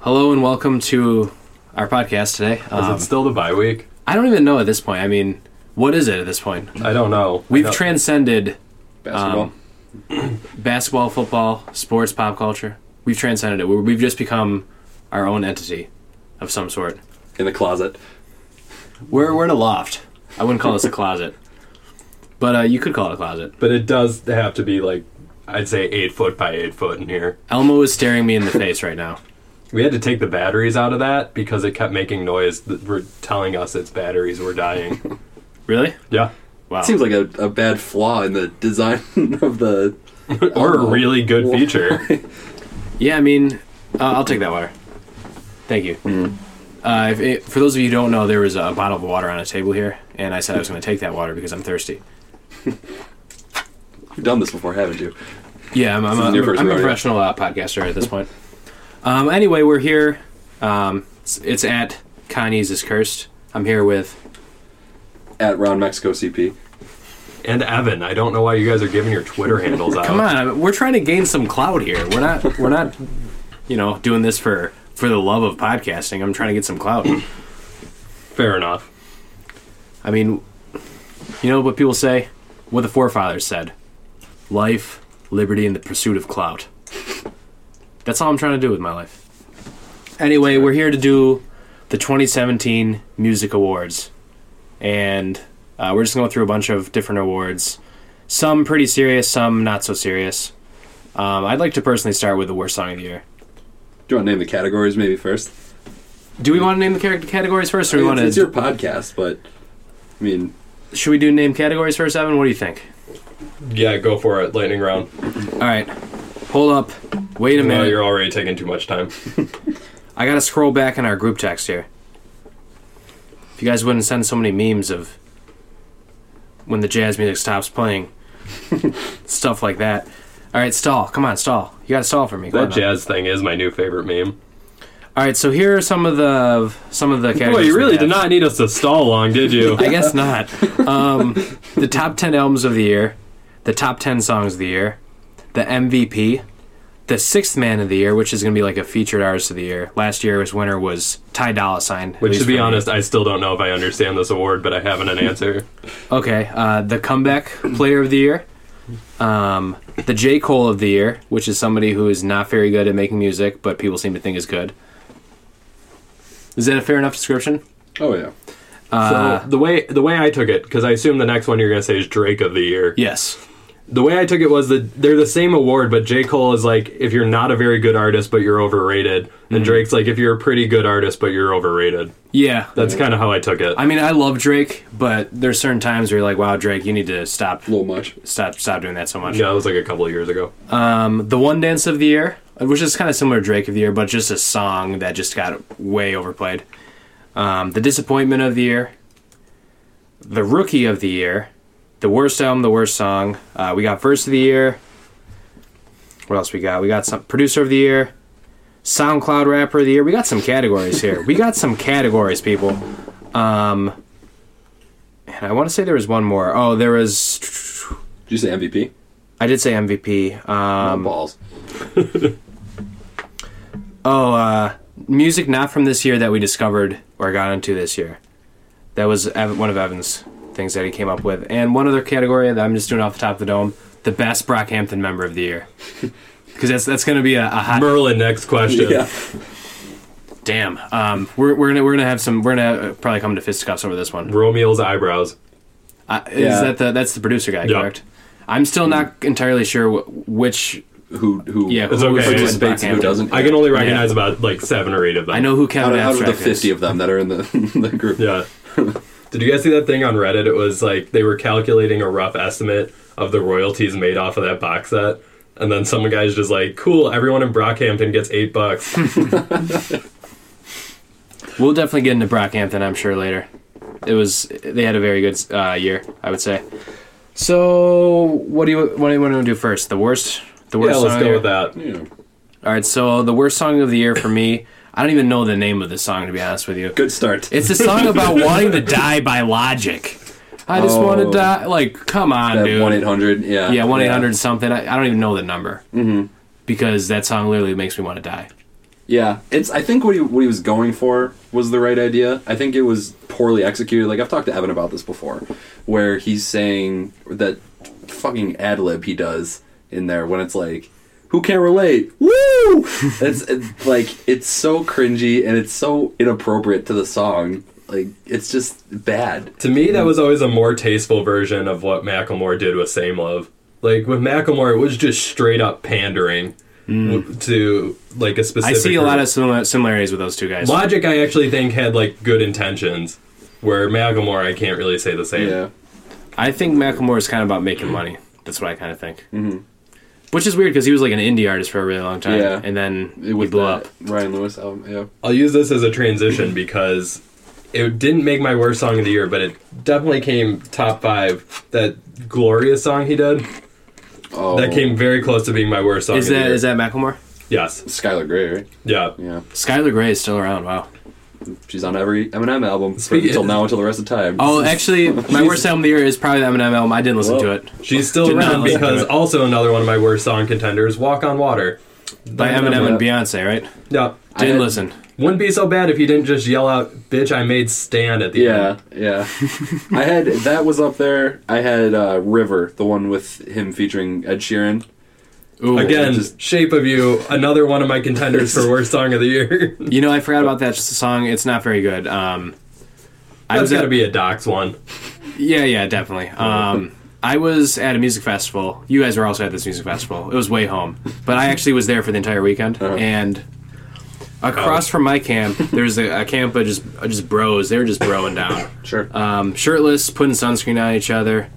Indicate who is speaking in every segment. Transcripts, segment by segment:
Speaker 1: Hello and welcome to our podcast today.
Speaker 2: Is
Speaker 1: Um,
Speaker 2: it still the bye week?
Speaker 1: I don't even know at this point. I mean, what is it at this point?
Speaker 2: I don't know. I
Speaker 1: We've
Speaker 2: don't-
Speaker 1: transcended
Speaker 3: Basketball.
Speaker 1: Um, basketball, football, sports, pop culture. We've transcended it. We're, we've just become our own entity of some sort.
Speaker 3: in the closet.
Speaker 1: We're, we're in a loft. I wouldn't call this a closet, but uh, you could call it a closet.
Speaker 2: but it does have to be like I'd say eight foot by eight foot in here.
Speaker 1: Elmo is staring me in the face right now.
Speaker 2: We had to take the batteries out of that because it kept making noise that were telling us its batteries were dying.
Speaker 1: Really?
Speaker 2: yeah.
Speaker 1: Wow.
Speaker 3: Seems like a, a bad flaw in the design of the.
Speaker 2: Or a
Speaker 3: Oh.
Speaker 2: really good feature.
Speaker 1: Yeah, I mean, uh, I'll take that water. Thank you.
Speaker 3: Mm-hmm.
Speaker 1: Uh, if it, for those of you who don't know, there was a bottle of water on a table here, and I said I was going to take that water because I'm thirsty.
Speaker 3: You've done this before, haven't you?
Speaker 1: Yeah, I'm, I'm,
Speaker 3: This
Speaker 1: a,
Speaker 3: is your first
Speaker 1: I'm a
Speaker 3: rodeo.
Speaker 1: professional uh, podcaster at this point. Um, anyway, we're here. Um, it's, it's at Kanye's is cursed. I'm here with.
Speaker 3: At Ron Mexico CP.
Speaker 2: and Evan, I don't know why you guys are giving your Twitter handles out.
Speaker 1: Come on, I- we're trying to gain some clout here. We're not. We're not. You know, doing this for for the love of podcasting. I'm trying to get some clout.
Speaker 2: Fair enough.
Speaker 1: I mean, you know what people say? What the forefathers said life, liberty, and the pursuit of clout. That's all I'm trying to do with my life. Anyway, we're here to do the 2017 Music Awards. And uh, we're just going through a bunch of different awards. Some pretty serious, some not so serious. Um, I'd like to personally start with the worst song of the year.
Speaker 3: Do you want to name the categories maybe first?
Speaker 1: Do we want to name the character categories first, or do we
Speaker 3: It's-
Speaker 1: want
Speaker 3: it's your
Speaker 1: to?
Speaker 3: podcast, but I mean,
Speaker 1: Should we do name categories first, Evan? What do you think?
Speaker 2: Yeah, go for it. Lightning round.
Speaker 1: All right, hold up. Wait a
Speaker 2: No,
Speaker 1: minute.
Speaker 2: you're already taking too much time.
Speaker 1: I gotta scroll back in our group text here. If you guys wouldn't send so many memes of when the jazz music stops playing, stuff like that. All right, stall. Come on, stall. You gotta stall for me. Come
Speaker 2: That
Speaker 1: on.
Speaker 2: jazz thing is my new favorite meme.
Speaker 1: All right, so here are some of the some of the categories.
Speaker 2: Boy, you
Speaker 1: we
Speaker 2: really
Speaker 1: have.
Speaker 2: did not need us to stall long, did you?
Speaker 1: I guess not. Um, the top ten albums of the year, the top ten songs of the year, the MVP, the sixth man of the year, which is gonna be like a featured artist of the year. Last year's winner was Ty Dolla Sign. at
Speaker 2: Which,
Speaker 1: least
Speaker 2: to be
Speaker 1: for me.
Speaker 2: honest, I still don't know if I understand this award, but I haven't an answer.
Speaker 1: Okay, uh, the comeback player of the year, um, the J Cole of the year, which is somebody who is not very good at making music, but people seem to think is good. Is that a fair enough description?
Speaker 3: oh yeah.
Speaker 1: Uh,
Speaker 2: so the way the way I took it, because I assume the next one you're going to say is Drake of the year.
Speaker 1: Yes.
Speaker 2: The way I took it was that they're the same award, but J Cole is like if you're not a very good artist but you're overrated,
Speaker 1: Mm-hmm.
Speaker 2: and Drake's like if you're a pretty good artist but you're overrated.
Speaker 1: Yeah.
Speaker 2: That's kind of how I took it.
Speaker 1: I mean, I love Drake, but there's certain times where you're like, "Wow, Drake, you need to stop,
Speaker 3: A little much.
Speaker 1: stop, stop doing that so much."
Speaker 2: yeah, that was like a couple of years ago.
Speaker 1: Um, the One Dance of the Year, which is kind of similar to Drake of the Year, but just a song that just got way overplayed. Um, the Disappointment of the Year, the Rookie of the Year, the Worst Album, the Worst Song. Uh, we got Verse of the Year. What else we got? We got some Producer of the Year, SoundCloud Rapper of the Year. We got some categories here. we got some categories, people. Um, and I want to say there was one more. Oh, there was.
Speaker 3: Did you say MVP?
Speaker 1: I did say MVP. Um,
Speaker 3: Balls.
Speaker 1: Oh, uh, music not from this year that we discovered or got into this year. That was Ev- one of Evan's things that he came up with. And one other category that I'm just doing off the top of the dome the best Brockhampton member of the year. Because that's, that's going to be a, a hot
Speaker 2: Merlin, next question.
Speaker 3: Yeah.
Speaker 1: damn. Um, we're we're going to we're gonna have some, we're going to probably come to fisticuffs over this one.
Speaker 2: Romeo's eyebrows.
Speaker 1: Uh, Is
Speaker 3: Yeah.
Speaker 1: that the, that's the producer guy,
Speaker 2: Yeah.
Speaker 1: correct? I'm still not entirely sure wh- which,
Speaker 3: Who who?
Speaker 1: yeah,
Speaker 2: It's
Speaker 1: who
Speaker 2: okay.
Speaker 1: was in
Speaker 3: Participates and who
Speaker 1: Brockhampton.
Speaker 3: doesn't?
Speaker 2: I can only recognize about like seven or eight of them.
Speaker 1: I know who Kevin
Speaker 3: Out of, out of the
Speaker 1: Abstract is.
Speaker 3: fifty of them that are in the the group.
Speaker 2: Yeah. Did you guys see that thing on Reddit? It was like they were calculating a rough estimate of the royalties made off of that box set. And then some guy's just like, cool, everyone in Brockhampton gets eight bucks.
Speaker 1: We'll definitely get into Brockhampton, I'm sure, later. It was they had a very good uh, year, I would say. So, what do you what do you want to do first? The worst, the worst
Speaker 2: yeah,
Speaker 1: song.
Speaker 2: let's
Speaker 1: of the
Speaker 2: go
Speaker 1: year?
Speaker 2: with that.
Speaker 3: You know,
Speaker 1: All right, so the worst song of the year for me. I don't even know the name of the song to be honest with you.
Speaker 3: good start.
Speaker 1: It's a song about wanting to die by logic. I just want to
Speaker 3: Oh.
Speaker 1: die. Like, come on, dude.
Speaker 3: One eight hundred. Yeah.
Speaker 1: yeah, one eight hundred something. I, I don't even know the number mm-hmm. because that song literally makes me want to die.
Speaker 3: Yeah, it's. I think what he what he was going for was the right idea. I think it was poorly executed. Like I've talked to Evan about this before, where he's saying that fucking ad lib he does in there when it's like, "Who can relate?" Woo! it's, it's like it's so cringy and it's so inappropriate to the song. Like it's just bad.
Speaker 2: To me, that was always a more tasteful version of what Macklemore did with Same Love. Like with Macklemore, it was just straight up pandering w- to like a
Speaker 1: I
Speaker 2: specific.
Speaker 1: see a lot
Speaker 2: group.
Speaker 1: of simila- similarities with those two guys.
Speaker 2: Logic. I actually think had like good intentions, where Macklemore, I can't really say the same.
Speaker 3: Yeah,
Speaker 1: I think Macklemore is kind of about making money. That's what I kind of think. Mm-hmm. Which is weird because he was like an indie artist for a really long time,
Speaker 3: Yeah.
Speaker 1: and then
Speaker 3: it
Speaker 1: he
Speaker 3: was
Speaker 1: blew up.
Speaker 3: that Ryan Lewis album. Yeah,
Speaker 2: I'll use this as a transition because it didn't make my worst song of the year, but it definitely came top five. That glorious song he did
Speaker 3: oh,
Speaker 2: that came very close to being my worst song.
Speaker 1: Is
Speaker 2: of the
Speaker 1: that
Speaker 2: year.
Speaker 1: is that Macklemore?
Speaker 2: yes?
Speaker 3: Skylar Grey, right?
Speaker 2: Yeah.
Speaker 3: Yeah,
Speaker 1: Skylar Grey is still around. Wow.
Speaker 3: she's on every Eminem album from-
Speaker 2: Speaking-
Speaker 3: until now until the rest of time.
Speaker 1: Oh, actually, my worst album of the year is probably the Eminem album. I didn't listen
Speaker 3: Whoa.
Speaker 1: to it.
Speaker 2: She's still
Speaker 1: Did not
Speaker 2: around
Speaker 1: listen to
Speaker 2: because
Speaker 1: it.
Speaker 2: also another one of my worst song contenders, Walk on Water.
Speaker 1: By Eminem and Beyonce, right?
Speaker 2: Yeah.
Speaker 3: I
Speaker 1: Didn't
Speaker 3: had-
Speaker 1: listen.
Speaker 2: Wouldn't be so bad if you didn't just yell out, bitch, I made stand at the end.
Speaker 3: Yeah, yeah. I had that was up there. I had uh, River, the one with him featuring Ed Sheeran.
Speaker 1: Ooh.
Speaker 2: Again,
Speaker 3: Just-
Speaker 2: Shape of You, another one of my contenders for worst song of the year.
Speaker 1: You know, I forgot about that. Just a song. It's not very good. Um, I
Speaker 2: That's
Speaker 1: was
Speaker 2: got to
Speaker 1: at,
Speaker 2: be a Docs one.
Speaker 1: yeah, yeah, definitely. Um, I was at a music festival. You guys were also at this music festival. It was way home, but I actually was there for the entire weekend. And across from my camp, there's a, a camp of just uh, just bros. They were just broing down,
Speaker 3: Sure.
Speaker 1: um, shirtless, putting sunscreen on each other.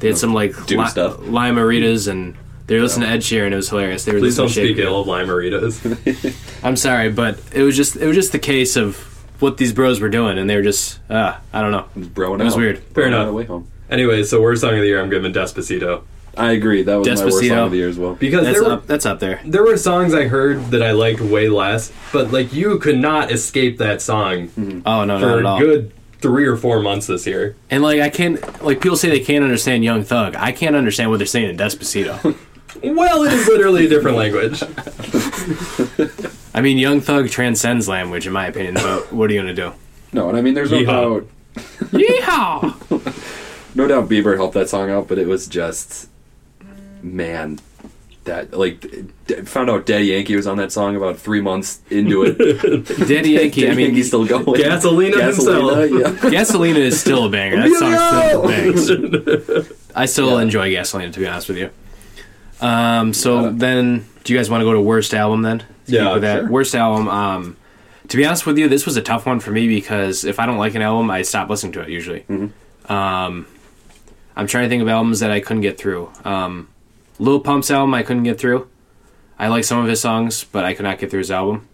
Speaker 1: They had some like
Speaker 3: Doom stuff.
Speaker 1: lime aritas and. They were listening to Ed Sheeran. It was hilarious. They were
Speaker 2: Please
Speaker 1: listening to Shape
Speaker 2: don't speak ill of Lime Maritas.
Speaker 1: I'm sorry, but it was just it was just the case of what these bros were doing, and they were just uh, I don't know.
Speaker 3: Broing
Speaker 1: It was
Speaker 3: out.
Speaker 1: weird.
Speaker 2: Fair
Speaker 3: Broing
Speaker 2: enough.
Speaker 3: out Way home.
Speaker 2: anyway, so worst song of the year, I'm giving Despacito.
Speaker 3: I agree. That was my worst
Speaker 1: Despacito.
Speaker 3: song of the year as well.
Speaker 2: Because
Speaker 1: That's
Speaker 2: there were,
Speaker 1: up that's up there.
Speaker 2: there were songs I heard that I liked way less, but like you could not escape that song
Speaker 1: Oh no,
Speaker 2: for
Speaker 1: not at
Speaker 2: a
Speaker 1: all.
Speaker 2: good three or four months this year.
Speaker 1: And like I can't like people say they can't understand Young Thug. I can't understand what they're saying in Despacito.
Speaker 2: Well, it is literally a different language.
Speaker 1: I mean, Young Thug transcends language in my opinion. But what are you gonna do?
Speaker 3: no, and I mean, there's no
Speaker 2: Yeehaw.
Speaker 3: doubt,
Speaker 1: Yeehaw!
Speaker 3: no doubt Bieber helped that song out, but it was just, man, that like d- found out Daddy Yankee was on that song about three months into it.
Speaker 1: Daddy Yankee. I
Speaker 3: Daddy
Speaker 1: mean,
Speaker 3: Yankee's still going.
Speaker 2: Gasolina himself.
Speaker 3: Yeah.
Speaker 1: Gasolina is still a banger. That song still bangs. I still enjoy Gasolina, to be honest with you. Um, so then, do you guys want to go to worst album then?
Speaker 2: Uh, Yeah,
Speaker 1: Keep with that
Speaker 2: sure.
Speaker 1: worst album. Um, to be honest with you, this was a tough one for me because if I don't like an album, I stop listening to it usually. Um,
Speaker 2: Mm-hmm.
Speaker 1: I'm trying to think of albums that I couldn't get through. Um, Lil Pump's album I couldn't get through. I like some of his songs, but I could not get through his album.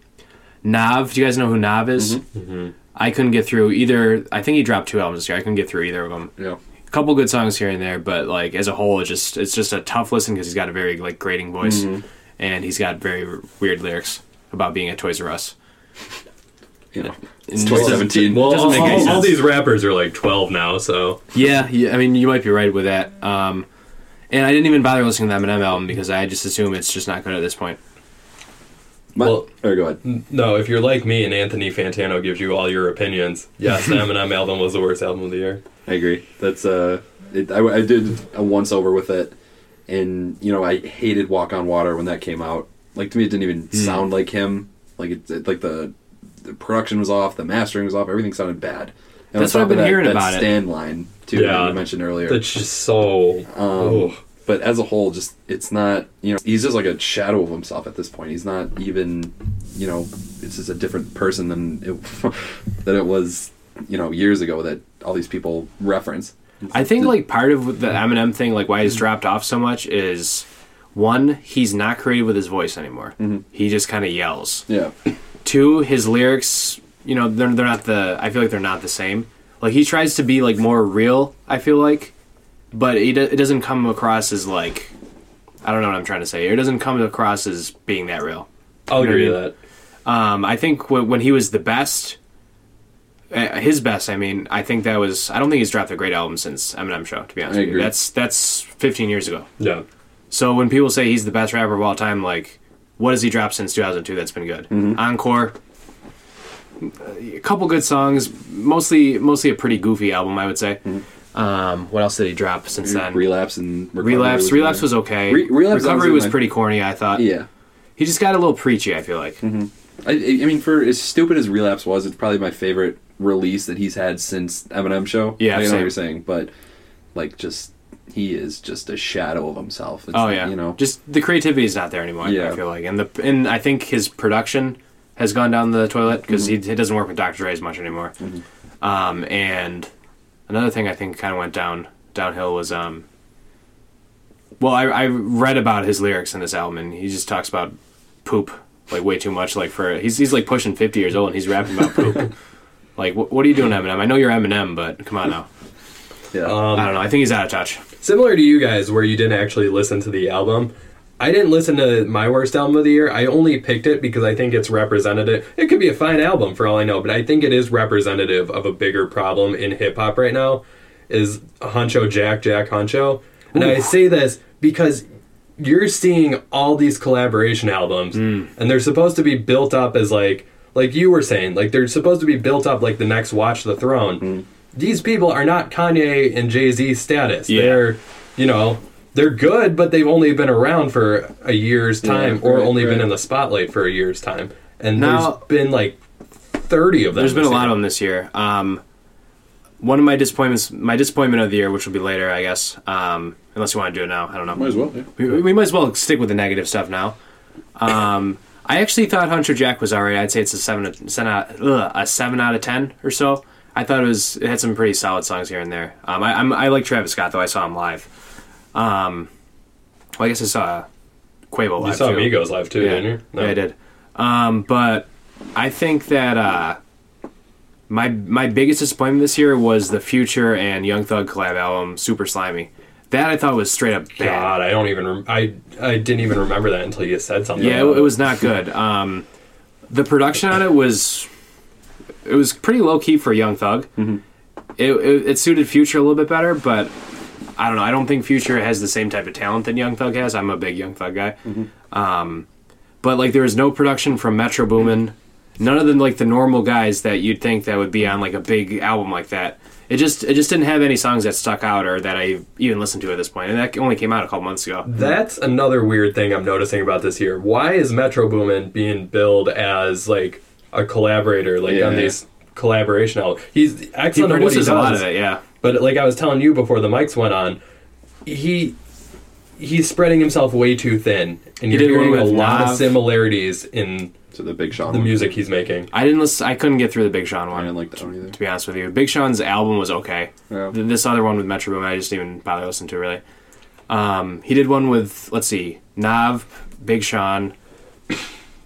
Speaker 1: Nav, do you guys know who Nav
Speaker 2: Mm-hmm.
Speaker 1: is? I couldn't get through either. I think he dropped two albums this year. I couldn't get through either of them.
Speaker 3: yeah.
Speaker 1: A couple good songs here and there, but like as a whole, it's just it's just a tough listen because he's got a very like grating voice, and he's got very r- weird lyrics about being at Toys R Us.
Speaker 3: You know,
Speaker 1: And-
Speaker 3: 2017.
Speaker 2: Well,
Speaker 1: Doesn't make
Speaker 2: all,
Speaker 1: any
Speaker 2: all- all
Speaker 1: sense.
Speaker 2: these rappers are like 12 now, so
Speaker 1: Yeah, yeah. I mean, you might be right with that. Um, and I didn't even bother listening to the Eminem album because I just assume it's just not good at this point.
Speaker 3: My,
Speaker 2: well-
Speaker 3: or go ahead.
Speaker 2: no. If you're like me and Anthony Fantano gives you all your opinions, yes, the Eminem album was the worst album of the year.
Speaker 3: I agree. That's uh, it, I, I did a once over with it, and you know I hated Walk on Water when that came out. Like to me, it didn't even
Speaker 1: Hmm.
Speaker 3: sound like him. Like it, it- like the, the production was off, the mastering was off, everything sounded bad. And on
Speaker 1: That's what
Speaker 3: top
Speaker 1: I've
Speaker 3: of
Speaker 1: been hearing
Speaker 3: that,
Speaker 1: about it.
Speaker 3: that stand line too that
Speaker 2: Yeah.
Speaker 3: you mentioned earlier.
Speaker 2: That's just so.
Speaker 1: Um,
Speaker 2: oh.
Speaker 3: but as a whole, just it's not you know he's just like a shadow of himself at this point. He's not even you know it's just a different person than it, that it was you know years ago that all these people reference.
Speaker 1: I think like part of the Eminem thing, like why he's dropped off so much, is one he's not creative with his voice anymore. He just kind of yells.
Speaker 3: Yeah.
Speaker 1: Two, his lyrics, you know, they're they're not the. I feel like they're not the same. Like he tries to be like more real. I feel like, but it do- it doesn't come across as like, I don't know what I'm trying to say. It doesn't come across as being that real.
Speaker 2: I'll
Speaker 1: You know
Speaker 2: agree
Speaker 1: what I
Speaker 2: with that.
Speaker 1: Um, I think when, when he was the best, uh, his best. I mean, I think that was. I don't think he's dropped a great album since Eminem Show. To be honest,
Speaker 3: I
Speaker 1: with you.
Speaker 3: agree.
Speaker 1: that's that's 15 years ago.
Speaker 2: Yeah.
Speaker 1: So when people say he's the best rapper of all time, like, what has he dropped since 2002 that's been good?
Speaker 3: Mm-hmm.
Speaker 1: Encore, a couple good songs, mostly mostly a pretty goofy album, I would say.
Speaker 3: Mm-hmm.
Speaker 1: Um, what else did he drop since then?
Speaker 3: relapse and recovery
Speaker 1: Relapse,
Speaker 3: good.
Speaker 1: relapse was okay.
Speaker 3: Re- Relapse
Speaker 1: Recovery
Speaker 3: honestly
Speaker 1: was
Speaker 3: my-
Speaker 1: pretty corny, I thought.
Speaker 3: yeah.
Speaker 1: He just got a little preachy. I feel like.
Speaker 3: I, I I mean, for as stupid as relapse was, it's probably my favorite release that he's had since Eminem show.
Speaker 1: Yeah,
Speaker 3: I know
Speaker 1: same.
Speaker 3: what you're saying, but like, just he is just a shadow of himself. It's,
Speaker 1: Oh yeah,
Speaker 3: you know,
Speaker 1: just the creativity is not there anymore.
Speaker 3: Yeah.
Speaker 1: I feel like, and the and I think his production has gone down the toilet because he, he doesn't work with Dr. Dre as much anymore. Um, and another thing I think kind of went down downhill was um. Well, I, I read about his lyrics in this album, and he just talks about poop like way too much. Like for he's he's like pushing fifty years old, and he's rapping about poop. like, wh- what are you doing, Eminem? I know you're Eminem, but come on now.
Speaker 3: yeah.
Speaker 2: uh,
Speaker 1: I don't know. I think he's out of touch.
Speaker 2: similar to you guys where you didn't actually listen to the album i didn't listen to my worst album of the year i only picked it because i think it's representative it could be a fine album for all i know but i think it is representative of a bigger problem in hip-hop right now is honcho jack jack honcho and i say this because you're seeing all these collaboration albums and they're supposed to be built up as like like you were saying like they're supposed to be built up like the next watch the throne these people are not kanye and jay-z status
Speaker 1: Yeah.
Speaker 2: they're you know they're good but they've only been around for a year's time or
Speaker 3: right,
Speaker 2: only been
Speaker 3: right.
Speaker 2: in the spotlight for a year's time and
Speaker 1: Now-
Speaker 2: there's been like 30 of them
Speaker 1: There's been a
Speaker 2: this
Speaker 1: lot
Speaker 2: year.
Speaker 1: of them this year. Um, one of my disappointments, my disappointment of the year, which will be later, I guess. Um, unless you want to do it now, I don't know.
Speaker 3: Might as well. Yeah.
Speaker 1: We, we might as well stick with the negative stuff now. Um, I actually thought Hunter Jack was alright. I'd say it's a seven, out- seven out, ugh, a seven out of ten or so. I thought it was it had some pretty solid songs here and there. Um, I, I'm, I like Travis Scott though. I saw him live. Um, well, I guess I saw Quavo live.
Speaker 2: you saw
Speaker 1: too.
Speaker 2: Migos live too,
Speaker 1: Yeah,
Speaker 2: didn't you?
Speaker 1: yeah, I did. Um, but I think that uh, my my biggest disappointment this year was the Future and Young Thug collab album, Super Slimy. That I thought was straight up bad.
Speaker 2: God, I don't even. Rem- I I didn't even remember that until you said something.
Speaker 1: Yeah, it, it was not good. Um, the production on it was it was pretty low key for Young Thug. It, it it suited Future a little bit better, but I don't know. I don't think Future has the same type of talent that Young Thug has. I'm a big Young Thug guy, um, but like there was no production from Metro Boomin. None of them like the normal guys that you'd think that would be on like a big album like that. It just it just didn't have any songs that stuck out or that I even listened to at this point, and that only came out a couple months ago.
Speaker 2: That's another weird thing I'm noticing about this year. Why is Metro Boomin being billed as like a collaborator, like on
Speaker 3: Yeah.
Speaker 2: these collaboration albums? He's excellent.
Speaker 1: He
Speaker 2: at what he
Speaker 1: produces a lot
Speaker 2: does.
Speaker 1: of it, yeah.
Speaker 2: But like I was telling you before the mics went on, he he's spreading himself way too thin, and
Speaker 1: He
Speaker 2: you're
Speaker 1: did one
Speaker 2: hearing a
Speaker 1: with
Speaker 2: lot
Speaker 1: Nav.
Speaker 2: of similarities in
Speaker 3: So the Big Sean.
Speaker 2: the
Speaker 3: one.
Speaker 2: music he's making.
Speaker 1: I didn't listen. I couldn't get through the Big Sean
Speaker 3: I
Speaker 1: one.
Speaker 3: didn't like that one either.
Speaker 1: To be honest with you, Big Sean's album was okay.
Speaker 3: Yeah.
Speaker 1: Th- This other one with Metro Boomin, I just didn't even bother listening to really. Um, he did one with let's see, Nav, Big Sean.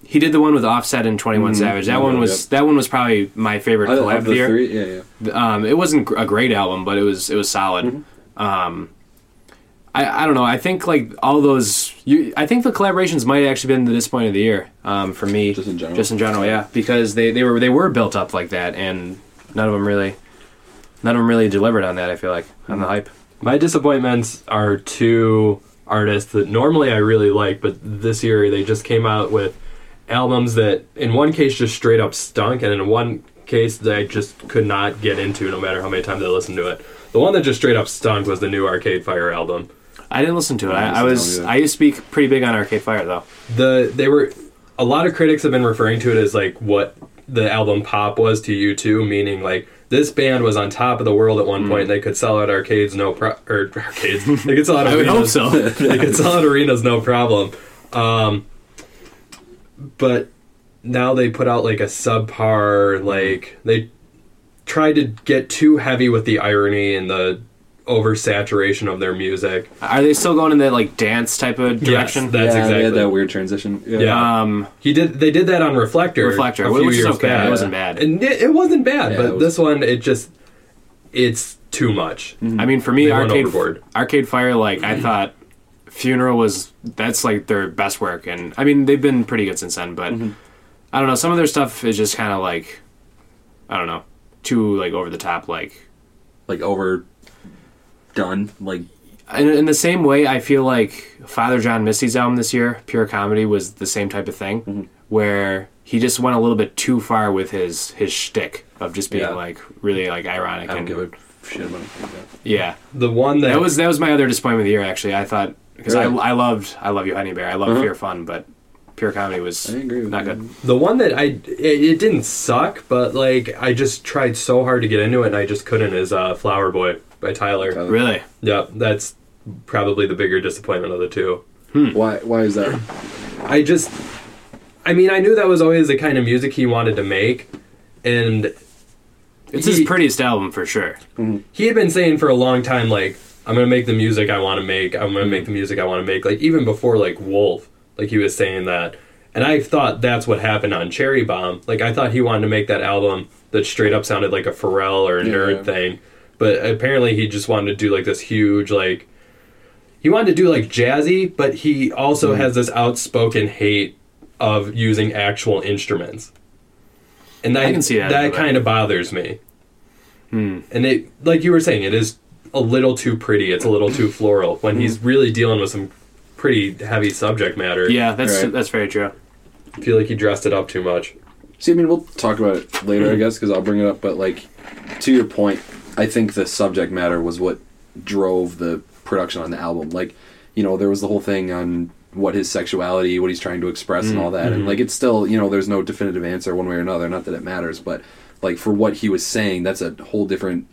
Speaker 1: He did the one with Offset and Twenty Savage. That
Speaker 3: Mm-hmm. Yeah,
Speaker 1: one was that one was probably my favorite
Speaker 3: I
Speaker 1: collab
Speaker 3: love
Speaker 1: of
Speaker 3: the
Speaker 1: the year.
Speaker 3: three. Yeah, yeah.
Speaker 1: Um, it wasn't gr- a great album, but it was it was solid. Um,
Speaker 3: Mm-hmm.
Speaker 1: I I don't know. I think like all those. You, I think the collaborations might have actually been the disappointment of the year um, for me.
Speaker 3: Just in general?
Speaker 1: Just in general, yeah, because they, they were they were built up like that, and none of them really, none of them really delivered on that. I feel like on the
Speaker 3: Mm-hmm.
Speaker 1: hype.
Speaker 2: My disappointments are two artists that normally I really like, but this year they just came out with albums that, in one case, just straight up stunk, and in one case, that I just could not get into no matter how many times I listened to it. The one that just straight up stunk was the new Arcade Fire album.
Speaker 1: I didn't listen to it. I, I
Speaker 3: I didn't
Speaker 1: was
Speaker 3: listen to it
Speaker 1: I used to be pretty big on Arcade Fire though.
Speaker 2: The they were a lot of critics have been referring to it as like what the album Pop was to U2, meaning like this band was on top of the world at one
Speaker 1: Hmm.
Speaker 2: point. And they could sell out arcades, no pro- or arcades. They could sell out.
Speaker 1: I would hope
Speaker 2: arenas.
Speaker 1: so.
Speaker 2: like it's on arenas no problem um but now they put out like a subpar like they tried to get too heavy with the irony and the oversaturation of their music
Speaker 1: Are they still going in that like dance type of direction?
Speaker 2: that- That's
Speaker 3: yeah, They
Speaker 2: exactly-
Speaker 3: had that weird transition.
Speaker 2: Yeah.
Speaker 1: um,
Speaker 2: he did they did that on reflector
Speaker 1: Reflector,
Speaker 2: a
Speaker 1: which
Speaker 2: few
Speaker 1: was
Speaker 2: years
Speaker 1: okay.
Speaker 2: back.
Speaker 1: It wasn't bad.
Speaker 2: and it, it wasn't bad
Speaker 3: Yeah,
Speaker 2: but
Speaker 3: it was-
Speaker 2: this one it just it's too much
Speaker 1: I mean, for me,
Speaker 2: They went
Speaker 1: Arcade
Speaker 2: overboard.
Speaker 1: Arcade Fire, like I thought, Funeral was that's like their best work, and I mean they've been pretty good since then. But I don't know, some of their stuff is just kind of like, I don't know, too like over the top. Like
Speaker 3: like overdone. Like
Speaker 1: in, in the same way, I feel like Father John Misty's album this year, Pure Comedy, was the same type of thing, where he just went a little bit too far with his his shtick of just being
Speaker 3: Yeah.
Speaker 1: like really like ironic
Speaker 3: I don't
Speaker 1: and
Speaker 3: give a shit about anything like that.
Speaker 1: yeah.
Speaker 2: The one that,
Speaker 1: That was that was my other disappointment of the year. Actually, I thought because
Speaker 3: Really?
Speaker 1: I I loved I love you, Honey Bear. I love
Speaker 3: Uh-huh.
Speaker 1: Fear Fun, but Pure Comedy was
Speaker 3: I agree with
Speaker 1: not
Speaker 3: you.
Speaker 1: good.
Speaker 2: the one that I, it, it didn't suck, but like I just tried so hard to get into it and I just couldn't. Is uh, Flower Boy by Tyler.
Speaker 3: Tyler.
Speaker 1: Really,
Speaker 2: Yeah, that's probably the bigger disappointment of the two.
Speaker 1: Hmm.
Speaker 3: Why? Why is that?
Speaker 2: I just, I mean, I knew that was always the kind of music he wanted to make, and
Speaker 1: it's
Speaker 2: He-
Speaker 1: his prettiest album for sure.
Speaker 2: he had been saying for a long time, like, I'm gonna make the music I want to make. I'm gonna make the music I want to make. Like even before like Wolf, like he was saying that, and I thought that's what happened on Cherry Bomb. Like I thought he wanted to make that album that straight up sounded like a Pharrell or a
Speaker 3: Yeah.
Speaker 2: Nerd thing, but apparently he just wanted to do like this huge like. He wanted to do like jazzy, but he also
Speaker 1: Hmm.
Speaker 2: has this outspoken hate of using actual instruments. And that,
Speaker 1: I can see that Hmm. a
Speaker 2: That
Speaker 1: little bit.
Speaker 2: kind of bothers me. And it, like you were saying, it is a little too pretty. It's a little too floral
Speaker 1: Hmm.
Speaker 2: when he's really dealing with some pretty heavy subject matter.
Speaker 1: Yeah, that's
Speaker 3: Right.
Speaker 1: that's very true.
Speaker 2: I feel like he dressed it up too much.
Speaker 3: See, I mean, we'll talk about it later, I
Speaker 1: Hmm.
Speaker 3: guess, because I'll bring it up. But like, to your point, I think the subject matter was what drove the production on the album. Like, you know, there was the whole thing on what his sexuality, what he's trying to express, and all that. And like, it's still, you know, there's no definitive answer one way or another. Not that it matters, but like for what he was saying, that's a whole different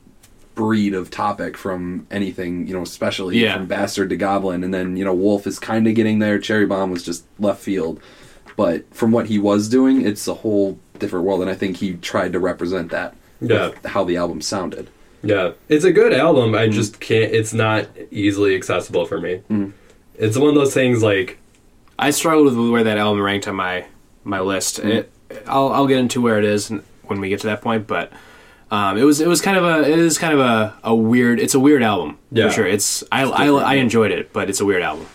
Speaker 3: breed of topic from anything, you know, especially
Speaker 1: Yeah.
Speaker 3: from Bastard to Goblin. And then, you know, Wolf is kind of getting there. Cherry Bomb was just left field. But from what he was doing, it's a whole different world. And I think he tried to represent that with
Speaker 2: Yeah.
Speaker 3: how the album sounded.
Speaker 2: Yeah, it's a good album.
Speaker 1: Hmm.
Speaker 2: I just can't. It's not easily accessible for me. It's one of those things like
Speaker 1: I struggled with where that album ranked on my my list.
Speaker 3: Mm-hmm.
Speaker 1: It, I'll I'll get into where it is n- when we get to that point, but um, it was it was kind of a it is kind of a, a weird it's a weird album
Speaker 2: Yeah.
Speaker 1: for sure. It's I I, I enjoyed it, but it's a weird album.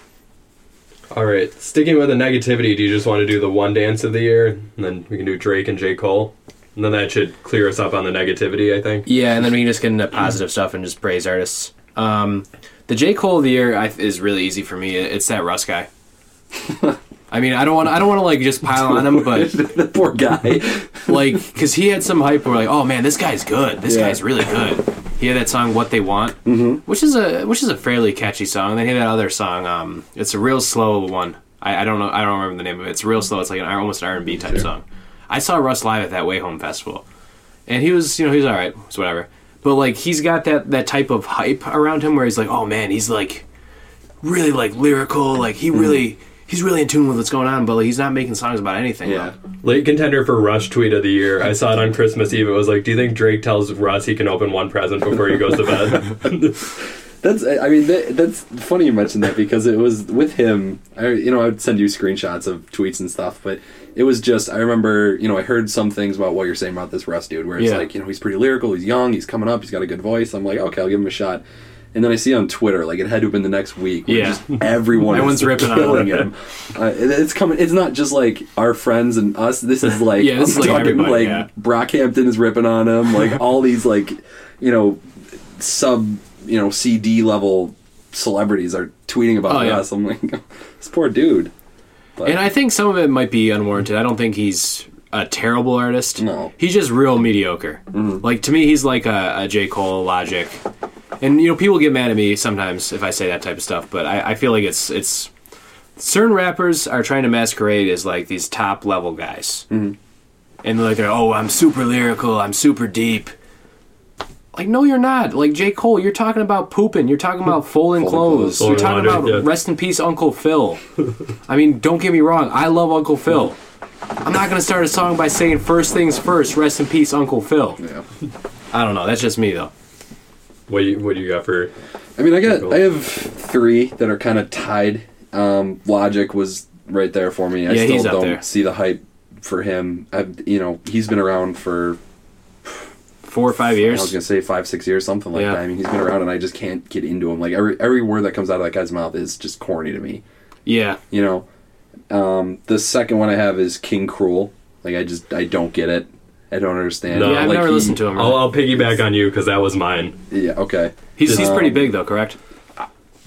Speaker 2: All right, sticking with the negativity, do you just want to do the one dance of the year, and then we can do Drake and J. Cole, and then that should clear us up on the negativity, I think.
Speaker 1: Yeah, and then we can just get into positive stuff and just praise artists. Um, the J Cole of the year I, is really easy for me. It's that Russ guy. I mean, I don't want I don't want to like just pile on him, but
Speaker 3: the poor guy.
Speaker 1: like because he had some hype where like oh man this guy's good this
Speaker 3: Yeah.
Speaker 1: guy's really good he had that song what they want mm-hmm. which is a which is a fairly catchy song then he had that other song um it's a real slow one I, I don't know i don't remember the name of it it's real slow it's like an R- almost an r&b type song i saw russ live at that way home festival and he was you know he's all right it's whatever but like he's got that that type of hype around him where he's like oh man he's like really like lyrical like he
Speaker 3: Mm-hmm.
Speaker 1: really he's really in tune with what's going on but like, he's not making songs about anything
Speaker 3: yeah.
Speaker 1: though.
Speaker 2: Late contender for Rush tweet of the year. I saw it on Christmas Eve. It was like, do you think Drake tells Russ he can open one present before he goes to bed?
Speaker 3: That's, I I mean, that, that's funny you mentioned that because it was with him. I, you know, I would send you screenshots of tweets and stuff, but it was just, I remember, you know, I heard some things about what you're saying about this Russ dude, where it's
Speaker 1: Yeah.
Speaker 3: like, you know, he's pretty lyrical, he's young, he's coming up, he's got a good voice. I'm like, okay, I'll give him a shot. And then I see on Twitter, like it had to have been the next week. where
Speaker 1: Yeah.
Speaker 3: just everyone
Speaker 1: Everyone's
Speaker 3: is
Speaker 1: ripping on
Speaker 3: killing
Speaker 1: him.
Speaker 3: him. Uh, it- it's coming. It's not just like our friends and us. This is like
Speaker 1: Yeah, this
Speaker 3: I'm
Speaker 1: is, like,
Speaker 3: talking,
Speaker 1: everybody,
Speaker 3: like,
Speaker 1: yeah.
Speaker 3: Brockhampton is ripping on him. Like all these like you know sub you know CD level celebrities are tweeting about
Speaker 1: Oh, yeah.
Speaker 3: us. I'm like this poor dude.
Speaker 1: And I think some of it might be unwarranted. I don't think he's a terrible artist.
Speaker 3: No.
Speaker 1: He's just real mediocre. Like to me, he's like a, a J. Cole, Logic, and you know people get mad at me sometimes if I say that type of stuff. But I, I feel like it's it's certain rappers are trying to masquerade as like these top level guys, and like they're oh I'm super lyrical, I'm super deep. Like no, you're not. Like J. Cole, you're talking about pooping. You're talking about folding
Speaker 3: clothes.
Speaker 1: clothes. You're
Speaker 2: Folding
Speaker 1: talking about
Speaker 2: laundry, yeah.
Speaker 1: rest in peace, Uncle Phil. I mean, don't get me wrong. I love Uncle Phil. I'm not gonna start a song by saying first things first. Rest in peace, Uncle Phil.
Speaker 3: Yeah.
Speaker 1: I don't know. That's just me though.
Speaker 2: what you, what do you got for?
Speaker 3: I mean, I got I have three that are kind of tied. Um, Logic was right there for me. I
Speaker 1: Yeah,
Speaker 3: still
Speaker 1: he's up
Speaker 3: don't
Speaker 1: there.
Speaker 3: see the hype for him. I, you know, he's been around for
Speaker 1: Four or five
Speaker 3: I was
Speaker 1: years.
Speaker 3: gonna say five, six years, something like
Speaker 1: Yeah.
Speaker 3: that. I mean, he's been around, and I just can't get into him. Like every every word that comes out of that guy's mouth is just corny to me.
Speaker 1: Yeah,
Speaker 3: You know. Um, the second one I have is King Cruel. Like I just I don't get it. I don't understand.
Speaker 2: No.
Speaker 1: yeah. I've
Speaker 3: Like,
Speaker 1: never
Speaker 3: he-
Speaker 1: listened to him.
Speaker 2: Oh, I'll, I'll piggyback on you because that was mine.
Speaker 3: Yeah. Okay.
Speaker 1: he's he's
Speaker 2: uh,
Speaker 3: um,
Speaker 1: pretty big though, correct?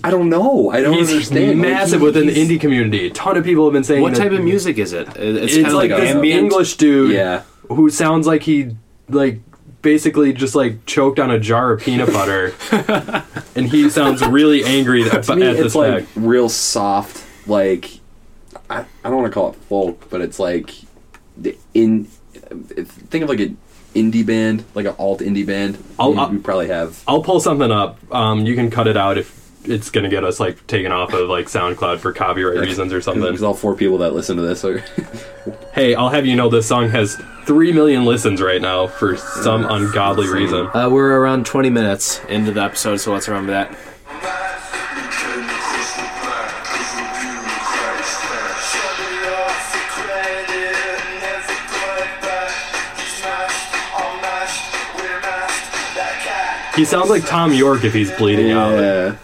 Speaker 3: I don't know. I don't
Speaker 2: He's
Speaker 3: understand. Like,
Speaker 2: massive
Speaker 3: he-
Speaker 2: within the
Speaker 3: he's-
Speaker 2: indie community. A ton of people have been saying
Speaker 1: What
Speaker 2: that-
Speaker 1: type of music is it? It's,
Speaker 2: It's,
Speaker 1: kind of
Speaker 2: like,
Speaker 1: like,
Speaker 2: this
Speaker 1: ambient.
Speaker 2: English dude
Speaker 3: Yeah.
Speaker 2: who sounds like he like basically just like choked on a jar of peanut butter, and he sounds really angry at,
Speaker 3: To me,
Speaker 2: at
Speaker 3: it's
Speaker 2: this
Speaker 3: like
Speaker 2: fact.
Speaker 3: real soft. Like I, I don't want to call it folk, but it's like the in. Think of like an indie band, like an alt indie band.
Speaker 2: I'll-
Speaker 3: we,
Speaker 2: I'll-
Speaker 3: we probably have.
Speaker 2: I'll pull something up. Um, you can cut it out if it's gonna get us like taken off of like SoundCloud for copyright reasons or something.
Speaker 3: Because all four people that listen to this are
Speaker 2: Hey, I'll have you know this song has three million listens right now for some ungodly reason.
Speaker 1: Uh, we're around 20 minutes into the episode, so let's remember that.
Speaker 2: He sounds like Tom York if he's bleeding out.
Speaker 3: yeah.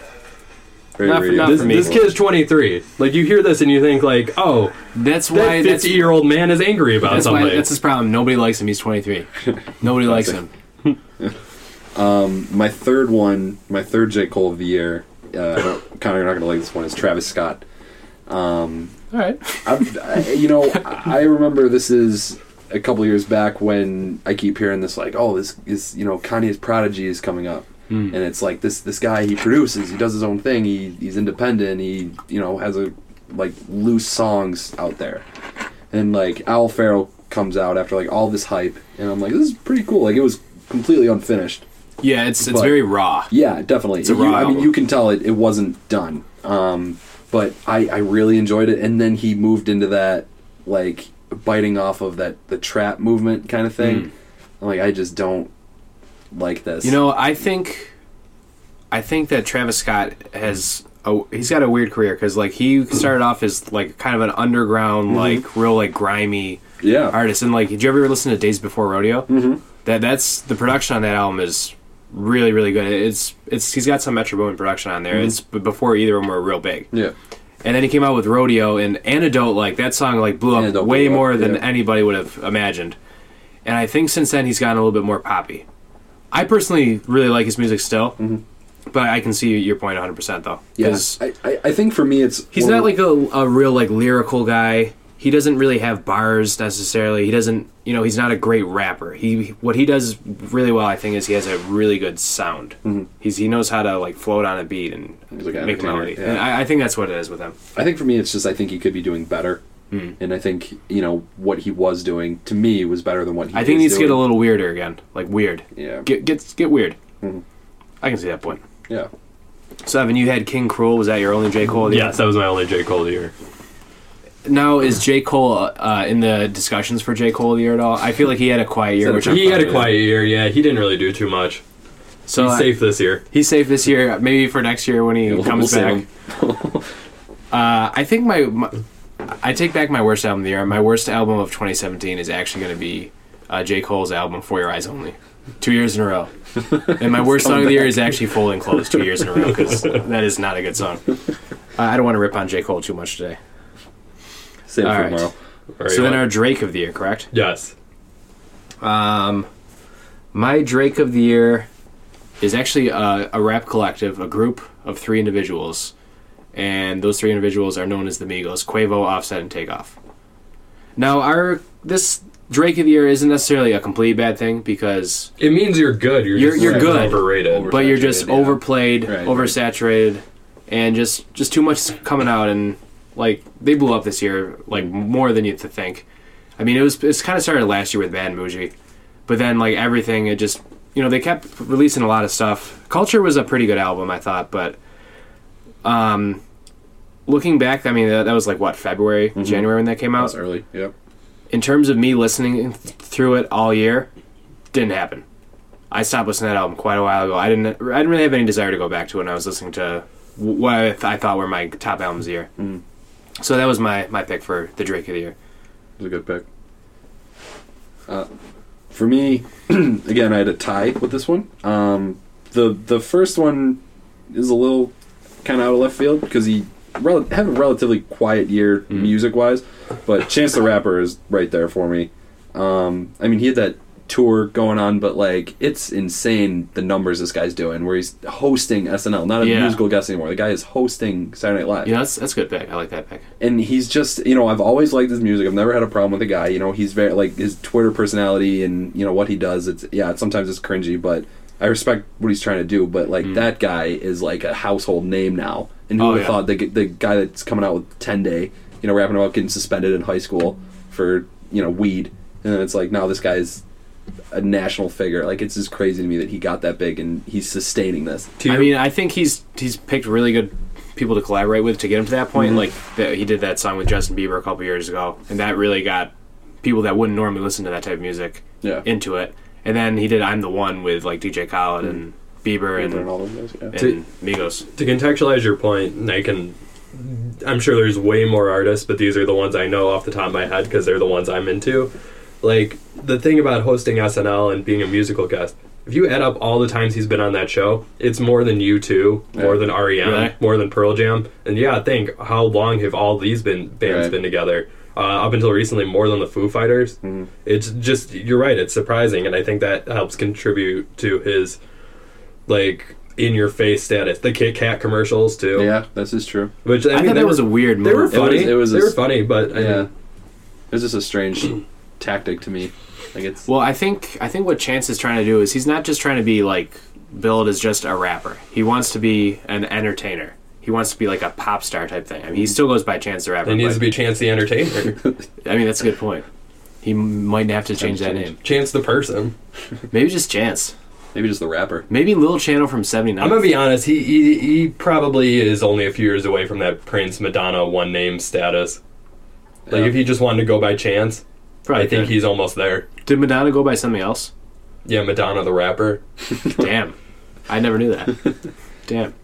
Speaker 3: Very
Speaker 1: Not for-
Speaker 3: weird.
Speaker 1: not
Speaker 2: This,
Speaker 1: me.
Speaker 2: this kid's 23. Like you hear this and you think like, oh,
Speaker 1: That's
Speaker 2: that
Speaker 1: why. that's
Speaker 2: 50 year old man is angry about
Speaker 1: that's
Speaker 2: something.
Speaker 1: why. That's his problem. Nobody likes him. He's 23. Nobody likes him.
Speaker 3: my third one, my third J Cole of the year. Uh, I don't- kind of not gonna like this one is Travis Scott.
Speaker 1: All right.
Speaker 3: I've, I, you know, I remember this is a couple years back when I keep hearing this like, oh, this is you know Kanye's prodigy is coming up, and it's like this this guy he produces, he does his own thing, he he's independent, he you know has a like loose songs out there, and like Al Farrell comes out after like all this hype, and I'm like, this is pretty cool. Like it was completely unfinished.
Speaker 1: Yeah, it's it's
Speaker 3: But-
Speaker 1: very raw.
Speaker 3: Yeah, definitely.
Speaker 1: a
Speaker 3: You-
Speaker 1: raw
Speaker 3: I mean,
Speaker 1: album.
Speaker 3: you can tell it, it wasn't done. Um, but I, I really enjoyed it. And then he moved into that, like, biting off of that the trap movement kind of thing. I'm like, I just don't like this.
Speaker 1: Hmm. You know, I think, I think that Travis Scott has a, he's got a weird career because like he started off as like kind of an underground like real like grimy
Speaker 3: yeah.
Speaker 1: artist and like did you ever listen to Days Before Rodeo? Mm-hmm. That that's the production on that album is really really good. It's it's he's got some Metro Boomin production on there. It's b- before either of them were real big.
Speaker 3: yeah.
Speaker 1: And then he came out with Rodeo and Antidote. Like that song, like blew up
Speaker 3: Antidote
Speaker 1: way
Speaker 3: blew up,
Speaker 1: more than
Speaker 3: yeah.
Speaker 1: anybody would have imagined. And I think since then he's gotten a little bit more poppy. I personally really like his music still,
Speaker 2: Mm-hmm.
Speaker 1: but I can see your point 100 percent though.
Speaker 3: Yeah.
Speaker 1: 'Cause
Speaker 3: I, I, I think for me, it's.
Speaker 1: he's not like a, a real like lyrical guy. He doesn't really have bars necessarily. He doesn't, you know, he's not a great rapper. He what he does really well, I think, is he has a really good sound. He's he knows how to like float on a beat and
Speaker 3: Mm-hmm. like an
Speaker 1: make a
Speaker 3: entertainer,
Speaker 1: melody.
Speaker 3: yeah.
Speaker 1: And I, I think that's what it is with him.
Speaker 3: I think for me, it's just I think he could be doing better.
Speaker 1: Hmm.
Speaker 3: And I think, you know, what he was doing to me was better than what he
Speaker 1: I think
Speaker 3: is
Speaker 1: he needs to get a
Speaker 3: doing.
Speaker 1: little weirder again, like weird.
Speaker 3: Yeah. Mm-hmm.
Speaker 1: Get get get weird. I can see that point.
Speaker 3: Yeah.
Speaker 1: So Evan, you had King Cruel. Was that your only J Cole? of the year?
Speaker 2: Yes, that was my only J Cole year.
Speaker 1: Now is J Cole uh, in the discussions for J Cole of the year at all? I feel like he had a quiet year. Which I'm
Speaker 2: He
Speaker 1: fine
Speaker 2: had a
Speaker 1: with.
Speaker 2: quiet year. Yeah, he didn't really do too much.
Speaker 1: So
Speaker 2: he's
Speaker 1: I-
Speaker 2: safe this year.
Speaker 1: He's safe this year. Maybe for next year when he
Speaker 3: we'll-
Speaker 1: comes
Speaker 3: we'll
Speaker 1: back.
Speaker 3: save
Speaker 1: uh, I think my, my I take back my worst album of the year. My worst album of 2017 is actually going to be uh, J Cole's album For Your Eyes Only, two years in a row. And my worst song of the year is actually Folding Clothes, two years in a row because that is not a good song. Uh, I don't want to rip on J Cole too much today.
Speaker 3: Save it
Speaker 1: All
Speaker 3: for
Speaker 1: right.
Speaker 3: tomorrow.
Speaker 2: Or
Speaker 1: So then
Speaker 2: what?
Speaker 1: our Drake of the year, correct?
Speaker 2: yes,
Speaker 1: My Drake of the Year is actually a, a rap collective, a group of three individuals. And those three individuals are known as the Migos Quavo, Offset, and Takeoff. Now, our this Drake of the Year isn't necessarily a completely bad thing because,
Speaker 2: it means you're good. You're
Speaker 1: You're-
Speaker 2: just
Speaker 1: you're
Speaker 2: super
Speaker 1: good.
Speaker 2: Overrated.
Speaker 1: but you're just
Speaker 3: Oversaturated, yeah.
Speaker 1: overplayed,
Speaker 3: Right, right.
Speaker 1: oversaturated, and just just too much coming out. And like they blew up this year, like more than you to think. I mean, it was it's kind of started last year with Bad Bougie, but then like everything, it just you know they kept releasing a lot of stuff. Culture was a pretty good album, I thought, but um, looking back, I mean that, that was like what February, January when that came out.
Speaker 3: Mm-hmm. That's early. Yep.
Speaker 1: In terms of me listening th- through it all year, didn't happen. I stopped listening to that album quite a while ago. I didn't I didn't really have any desire to go back to it. When I was listening to wh- what I, th- I thought were my top albums of the year. So that was my my pick for the Drake of the year.
Speaker 3: It was a good pick. Uh, for me, again, I had a tie with this one. Um, the the first one is a little kind of out of left field because he rel- had a relatively quiet year
Speaker 1: Mm-hmm.
Speaker 3: music wise, but Chance the Rapper is right there for me. Um, I mean, he had that tour going on, but like it's insane the numbers this guy's doing. Where he's hosting SNL, not a
Speaker 1: Yeah.
Speaker 3: musical guest anymore. The guy is hosting Saturday Night Live,
Speaker 1: Yeah, that's that's a good pick. I like that pick.
Speaker 3: and he's just you know I've always liked his music. I've never had a problem with the guy. You know he's very like his Twitter personality and you know what he does. It's yeah, it's, sometimes it's cringy, but I respect what he's trying to do. But like that guy is like a household name now, and
Speaker 1: Mm.
Speaker 3: who
Speaker 1: Oh,
Speaker 3: would have
Speaker 1: yeah.
Speaker 3: thought the the guy that's coming out with Ten Day, you know, rapping about getting suspended in high school for you know weed, and then it's like now this guy's a national figure. Like it's just crazy to me that he got that big and he's sustaining this.
Speaker 2: To
Speaker 1: I
Speaker 2: your-
Speaker 1: mean, I think he's he's picked really good people to collaborate with to get him to that point. Like the, he did that song with Justin Bieber a couple years ago, and that really got people that wouldn't normally listen to that type of music
Speaker 3: Yeah.
Speaker 1: into it. And then he did "I'm the One" with like DJ Khaled and Bieber and,
Speaker 3: And all those guys, yeah.
Speaker 1: and Migos.
Speaker 2: to contextualize your point, and I can. I'm sure there's way more artists, but these are the ones I know off the top of my head because they're the ones I'm into. Like the thing about hosting SNL and being a musical guest, if you add up all the times he's been on that show, it's more than you 2 more
Speaker 3: Yeah.
Speaker 2: than REM,
Speaker 1: Really?
Speaker 2: more than Pearl Jam, and yeah, think how long have all these been bands
Speaker 3: Right.
Speaker 2: been together? Uh, up until recently, more than the Foo Fighters.
Speaker 3: Mm-hmm.
Speaker 2: It's just you're right. It's surprising, and I think that helps contribute to his like in your face status. The Kit Kat commercials too.
Speaker 3: yeah, this is true.
Speaker 2: Which I,
Speaker 1: I,
Speaker 2: mean,
Speaker 1: thought that
Speaker 2: they were-
Speaker 1: was a weird move.
Speaker 2: They were funny.
Speaker 3: was-
Speaker 2: It
Speaker 3: it
Speaker 2: was,
Speaker 3: was a
Speaker 2: they were
Speaker 3: s-
Speaker 2: funny, but I
Speaker 3: Yeah.
Speaker 2: mean,
Speaker 3: It's just a strange tactic to me. Like it's
Speaker 1: Well, I think I think what Chance is trying to do is he's not just trying to be like billed as just a rapper. He wants to be an entertainer. He wants to be like a pop star type thing. I mean, he still goes by Chance the Rapper.
Speaker 2: it needs
Speaker 1: but-
Speaker 2: to be Chance the Entertainer,
Speaker 1: I mean, that's a good point. He m- might have to change that
Speaker 3: change.
Speaker 1: name.
Speaker 2: Chance the person.
Speaker 1: Maybe just Chance.
Speaker 3: maybe just the rapper.
Speaker 1: Maybe Lil Channel from '79.
Speaker 2: I'm gonna be honest. He, he he probably is only a few years away from that Prince Madonna one name status. Like
Speaker 3: Yeah.
Speaker 2: if he just wanted to go by Chance, I think he's almost there.
Speaker 1: Did Madonna go by something else?
Speaker 2: Yeah, Madonna the rapper.
Speaker 1: Damn, I never knew that. Damn.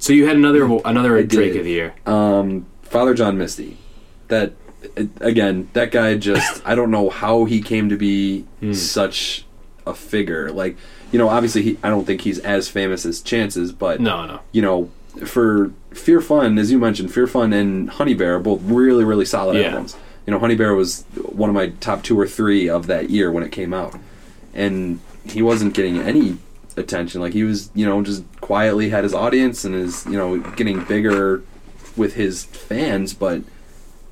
Speaker 1: So you had another another
Speaker 3: did.
Speaker 1: Drake of the year.
Speaker 3: um, Father John Misty. That again, that guy just I don't know how he came to be
Speaker 2: Hmm.
Speaker 3: such a figure. Like you know, obviously he, I don't think he's as famous as Chances, but
Speaker 1: No, no.
Speaker 3: you know, for Fear Fun, as you mentioned, Fear Fun and Honey Bear are both really really solid
Speaker 1: Yeah.
Speaker 3: albums. You know, Honey Bear was one of my top two or three of that year when it came out, and he wasn't getting any attention. Like he was, you know, just quietly had his audience and is, you know, getting bigger with his fans, but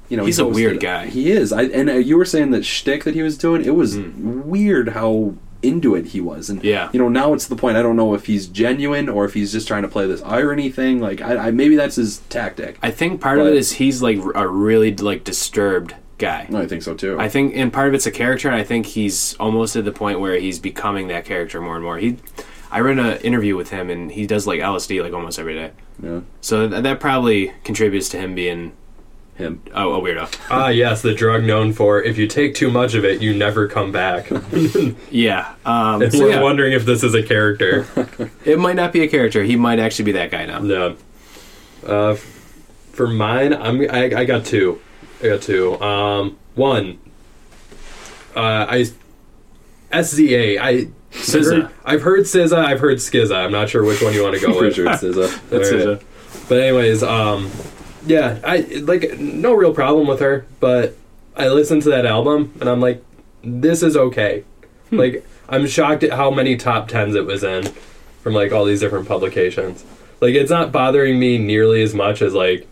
Speaker 3: you know
Speaker 1: He's
Speaker 3: he
Speaker 1: a weird
Speaker 3: hosted-
Speaker 1: guy.
Speaker 3: He is. I and uh, you were saying that shtick that he was doing. It was weird how into it he was, and
Speaker 1: Yeah.
Speaker 3: you know now it's the point. I don't know if he's genuine or if he's just trying to play this irony thing. Like I, I maybe that's his tactic.
Speaker 1: I think part of
Speaker 3: But-
Speaker 1: it is he's like a really like disturbed guy.
Speaker 3: I think so too.
Speaker 1: I think, and part of it's a character, and I think he's almost at the point where he's becoming that character more and more. He, I read an interview with him, and he does like LSD like almost every day.
Speaker 3: yeah,
Speaker 1: So th- that probably contributes to him being
Speaker 3: him.
Speaker 1: oh, a weirdo.
Speaker 2: Ah, yes, the drug known for if you take too much of it, you never come back.
Speaker 1: Yeah. Um,
Speaker 2: It's
Speaker 1: so
Speaker 2: worth
Speaker 1: yeah,
Speaker 2: wondering if this is a character.
Speaker 1: it might not be a character. He might actually be that guy now.
Speaker 2: no. Uh, f- for mine, I'm I, I got two. I got two. Um, one. Uh, I SZA. I
Speaker 1: SZA.
Speaker 2: Heard, I've heard SZA. I've heard SZA. I'm not sure which one you want to go
Speaker 3: Pretty
Speaker 2: with.
Speaker 3: sure it's his, uh,
Speaker 2: That's
Speaker 1: All right.
Speaker 2: it. But anyways, um, yeah, I like no real problem with her, but I listened to that album and I'm like, this is okay. Like I'm shocked at how many top tens it was in from like all these different publications. Like it's not bothering me nearly as much as like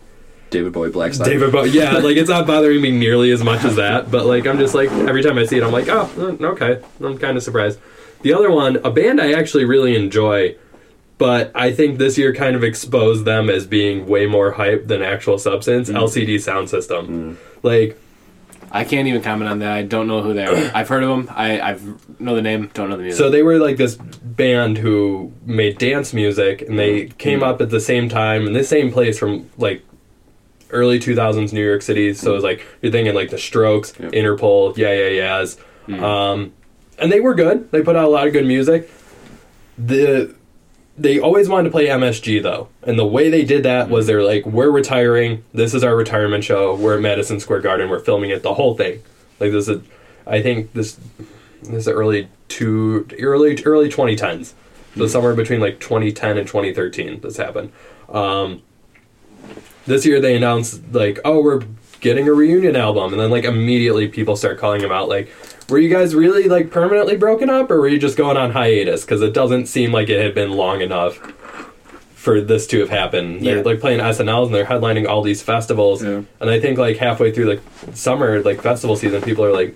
Speaker 3: David Bowie Blackstock.
Speaker 2: David Bowie. Yeah, like it's not bothering me nearly as much as that. But like I'm just like every time I see it, I'm like, oh, mm, okay. I'm kind of surprised. The other one, a band I actually really enjoy, but I think this year kind of exposed them as being way more hype than actual substance. LCD Sound System, like
Speaker 1: I can't even comment on that. I don't know who they are. I've heard of him. I I've know the name. Don't know the music.
Speaker 2: So they were like this band who made dance music, and they came up at the same time in the same place from like early 2000s New York City. So it was like you're thinking like the Strokes,
Speaker 3: Yep.
Speaker 2: Interpol, yeah, yeah, yeahs. Um, and they were good. They put out a lot of good music. The they always wanted to play MSG though, and the way they did that was they're like, "We're retiring. This is our retirement show. We're at Madison Square Garden. We're filming it. The whole thing." Like this is, I think this this is early two early early 2010s so somewhere between like 2010 and 2013 this happened um, this year they announced like oh we're getting a reunion album, and then like immediately people start calling him out like, were you guys really like permanently broken up, or were you just going on hiatus? Because it doesn't seem like it had been long enough for this to have happened.
Speaker 1: Yeah.
Speaker 2: They're like playing SNLs and they're headlining all these festivals,
Speaker 3: Yeah.
Speaker 2: and I think like halfway through like summer like festival season, people are like,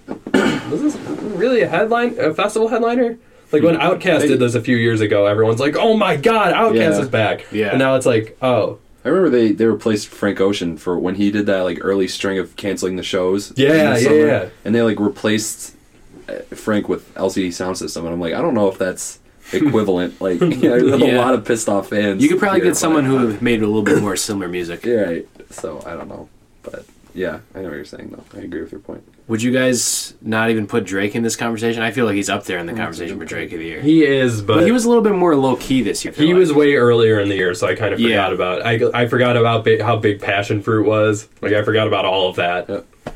Speaker 2: was this really a headline a festival headliner? Like when Outkast did this a few years ago, everyone's like, "Oh my God, Outkast
Speaker 3: Yeah.
Speaker 2: is back!"
Speaker 1: Yeah.
Speaker 2: and now it's like, "Oh,
Speaker 3: I remember they, they replaced Frank Ocean for when he did that like early string of canceling the shows.
Speaker 2: Yeah,
Speaker 3: in the
Speaker 2: yeah,
Speaker 3: summer,
Speaker 2: yeah.
Speaker 3: And they like replaced uh, Frank with LCD Sound System, and I'm like, I don't know if that's equivalent. like, yeah, there's a
Speaker 1: Yeah.
Speaker 3: lot of pissed off fans.
Speaker 1: You could probably
Speaker 3: here,
Speaker 1: get someone
Speaker 3: but-
Speaker 1: who made a little bit more similar music.
Speaker 3: Yeah, right. So I don't know, but yeah, I know what you're saying though. I agree with your point.
Speaker 1: Would you guys not even put Drake in this conversation? I feel like he's up there in the conversation for Drake of the year.
Speaker 2: he is," but,
Speaker 1: But he was a little bit more low key this year. I feel
Speaker 2: He
Speaker 1: like.
Speaker 2: was way earlier in the year, so I kind of forgot
Speaker 1: Yeah.
Speaker 2: about. I I forgot about bi- how big passion fruit was. Like I forgot about all of that.
Speaker 3: Yep.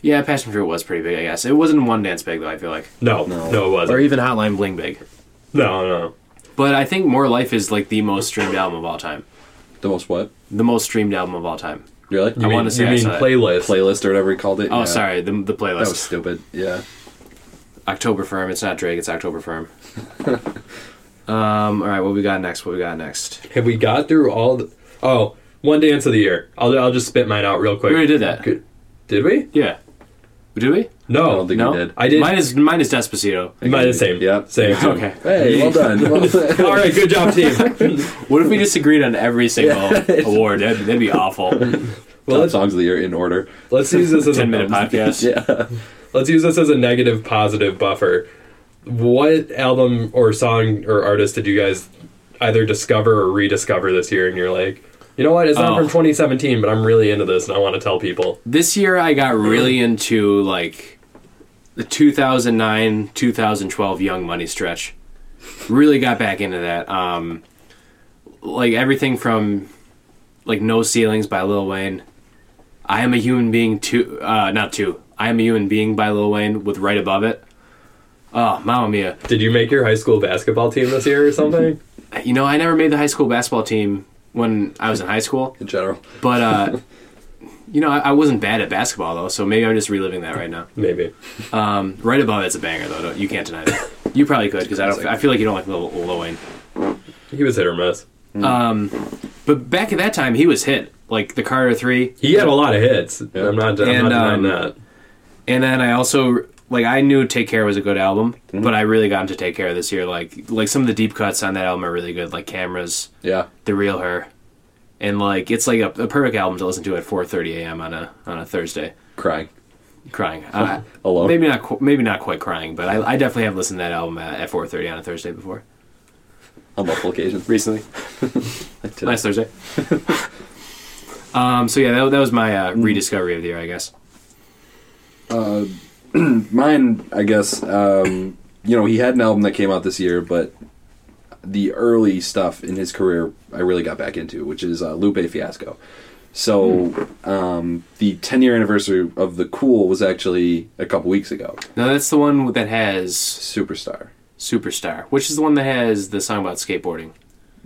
Speaker 1: Yeah, Passion Fruit was pretty big, I guess. It wasn't one dance big though. I feel like,
Speaker 2: No,
Speaker 3: No.
Speaker 2: no, it wasn't.
Speaker 1: or even Hotline Bling big.
Speaker 2: no, no.
Speaker 1: But I think More Life is like the most streamed album of all time.
Speaker 3: The most what?
Speaker 1: The most streamed album of all time.
Speaker 3: Really?
Speaker 2: You
Speaker 1: I
Speaker 2: mean,
Speaker 1: wanna say
Speaker 2: you
Speaker 1: I
Speaker 2: mean
Speaker 1: saw it.
Speaker 2: playlist?
Speaker 3: playlist or whatever he called it.
Speaker 1: Oh,
Speaker 3: yeah.
Speaker 1: sorry, the the
Speaker 3: That was
Speaker 1: playlist.
Speaker 3: stupid. Yeah.
Speaker 1: October Firm. It's not Drake. It's October Firm. um. All right. What we got next? What we got next?
Speaker 2: Have we got through all? The, oh, one dance of the year. I'll I'll just spit mine out real quick.
Speaker 1: We already did that.
Speaker 2: Good. Did we?
Speaker 1: Yeah. Did we?
Speaker 2: No.
Speaker 3: I don't think
Speaker 1: no.
Speaker 3: you did.
Speaker 2: I did.
Speaker 1: Mine is mine is Despacito.
Speaker 2: Mine is same.
Speaker 3: Yep.
Speaker 2: Same. same.
Speaker 1: Okay.
Speaker 3: Hey, well done. Well
Speaker 2: All right. Good job, team.
Speaker 1: What if we disagreed on every single award? That'd, that'd be awful.
Speaker 2: Well,
Speaker 3: Top
Speaker 2: let's,
Speaker 3: songs of the year in order.
Speaker 2: let's use this as a
Speaker 1: Ten minute podcast.
Speaker 3: Yeah.
Speaker 2: let's use this as a negative positive buffer what album or song or artist did you guys either discover or rediscover this year and you're like you know what it's not
Speaker 1: Oh.
Speaker 2: from 2017 but i'm really into this and i want to tell people
Speaker 1: This year I got really into like the 2009 2012 Young Money stretch. Really got back into that. Um, like everything from like No Ceilings by Lil Wayne. I am a human being two uh, not two. I am a human being by Lil Wayne with right above it. Oh, Mamma Mia.
Speaker 2: did you make your high school basketball team this year or something
Speaker 1: You know, I never made the high school basketball team when I was in high school.
Speaker 3: In general.
Speaker 1: But uh, you know, I, I wasn't bad at basketball though, so maybe I'm just reliving that right now.
Speaker 2: maybe
Speaker 1: Um, right above it's a banger though. Don't, you can't deny that. You probably could because I don't. I feel like you don't like Lil, Lil Wayne.
Speaker 2: he was hit or miss
Speaker 1: But back at that time, he was hit like the Carter Three,
Speaker 2: he had a lot of hits i'm not, I'm
Speaker 1: And,
Speaker 2: not
Speaker 1: um,
Speaker 2: denying that
Speaker 1: and then I also like I knew Take Care was a good album, but I really got into Take Care this year. Like like some of the deep cuts on that album are really good, like Cameras,
Speaker 3: Yeah.
Speaker 1: The Real Her, and like it's like a, a perfect album to listen to at 4:30 a.m. on a on a Thursday.
Speaker 3: Crying.
Speaker 1: crying. Uh,
Speaker 3: Alone?
Speaker 1: Maybe not. Qu- maybe not quite crying, but I, I definitely have listened to that album at, at 4:30 on a Thursday before.
Speaker 3: On multiple occasions.
Speaker 1: Recently,
Speaker 3: I did.
Speaker 1: last Thursday. um. So yeah, that, that was my
Speaker 3: Hmm.
Speaker 1: uh, rediscovery of the year, I guess.
Speaker 3: Mine, I guess, um, you know, he had an album that came out this year, but the early stuff in his career I really got back into, which is uh, Lupe Fiasco. So um, the 10 year anniversary of The Cool was actually a couple weeks ago.
Speaker 1: No, that's the one that has
Speaker 3: Superstar.
Speaker 1: Superstar, which is the one that has the song about skateboarding.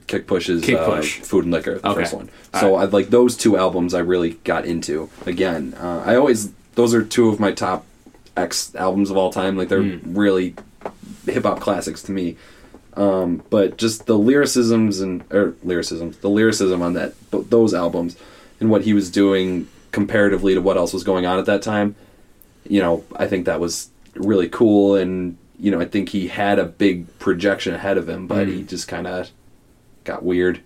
Speaker 3: Kick Push is
Speaker 1: Kick
Speaker 3: uh,
Speaker 1: Push.
Speaker 3: Food and Liquor, the
Speaker 1: Okay.
Speaker 3: first one.
Speaker 1: All
Speaker 3: so I like those two albums. I really got into again. Uh, I always those are two of my top X albums of all time. Like they're
Speaker 1: Hmm.
Speaker 3: really hip hop classics to me. Um, but just the lyricisms and or lyricisms, the lyricism on that th- those albums and what he was doing comparatively to what else was going on at that time you know, I think that was really cool. And, you know, I think he had a big projection ahead of him, but
Speaker 1: Mm.
Speaker 3: he just kind of got weird,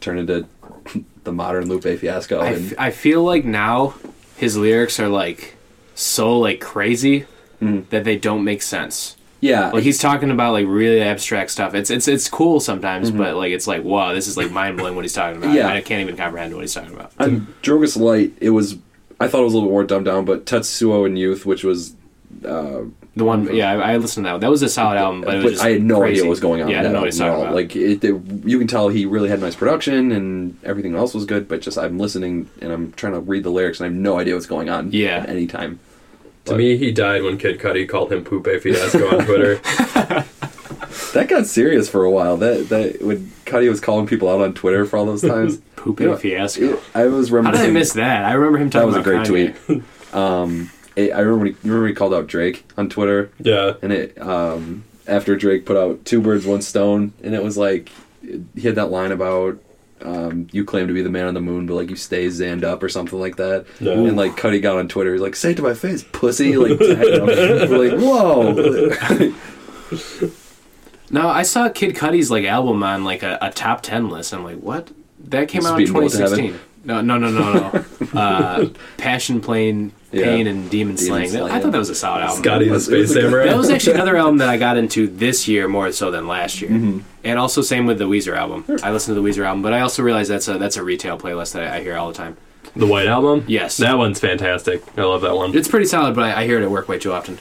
Speaker 3: turned into the modern Lupe Fiasco.
Speaker 1: I,
Speaker 3: and
Speaker 1: f- I feel like now his lyrics are like so like crazy
Speaker 3: Hmm.
Speaker 1: that they don't make sense.
Speaker 3: yeah,
Speaker 1: like he's talking about like really abstract stuff. It's it's it's cool sometimes, but like it's like wow, this is like mind blowing what he's talking about.
Speaker 3: Hmm. Yeah.
Speaker 1: I can't even comprehend what he's talking about.
Speaker 3: on Drogus um, Light, it was, I thought it was a little bit more dumbed down, but Tetsuo and Youth, which was,
Speaker 1: The one, yeah, I, I listened to that. one. That was a solid album, Um, but it was
Speaker 3: but
Speaker 1: just
Speaker 3: I had no
Speaker 1: crazy.
Speaker 3: idea what was going on.
Speaker 1: Yeah, I didn't
Speaker 3: in that
Speaker 1: know what he's
Speaker 3: album
Speaker 1: talking
Speaker 3: at all.
Speaker 1: about.
Speaker 3: Like, it, it, you can tell he really had nice production and everything else was good, but just I'm listening and I'm trying to read the lyrics and I have no idea what's going on
Speaker 1: Yeah.
Speaker 3: at any time.
Speaker 2: to me he died when kid Cudi called him poupe fiasco on twitter
Speaker 3: That got serious for a while. That that when Cuddy was calling people out on Twitter for all those times.
Speaker 1: pooping
Speaker 3: You know,
Speaker 1: fiasco.
Speaker 3: I was
Speaker 1: How
Speaker 3: remembering.
Speaker 1: did I miss that? I remember him
Speaker 3: That
Speaker 1: talking
Speaker 3: was a
Speaker 1: about
Speaker 3: great
Speaker 1: Kanye.
Speaker 3: tweet. um, it, I remember when he, remember he called out Drake on Twitter,
Speaker 2: Yeah.
Speaker 3: and it um, after Drake put out two birds, one stone, and it was like he had that line about. Um, you claim to be the man on the moon, but like you stay zanned up or something like that.
Speaker 2: Yeah.
Speaker 3: And like Cuddy got on Twitter, he's like, "Say it to my face, pussy!" Like, tagged him. We're like, whoa.
Speaker 1: No, I saw Kid Cudi's like album on like a, a top ten list. I'm like, what? That came out in
Speaker 3: Speedball to
Speaker 1: 2016. No, no, no, no, no. uh, Passion Plane,
Speaker 3: Yeah.
Speaker 1: Pain, and Demon, Slaying. That- I
Speaker 3: Slaying.
Speaker 1: thought that was a solid album.
Speaker 2: Scotty the
Speaker 3: That's-
Speaker 2: Space
Speaker 3: that's a good-
Speaker 2: Samurai.
Speaker 1: That was actually another album that I got into this year more so than last year.
Speaker 3: Mm-hmm.
Speaker 1: And also same with the Weezer album. I listened to the Weezer album, but I also realized that's a that's a retail playlist that I, I hear all the time.
Speaker 2: the White Album?
Speaker 1: Yes.
Speaker 2: That one's fantastic. I love that one.
Speaker 1: It's pretty solid, but I, I hear it at work way too often.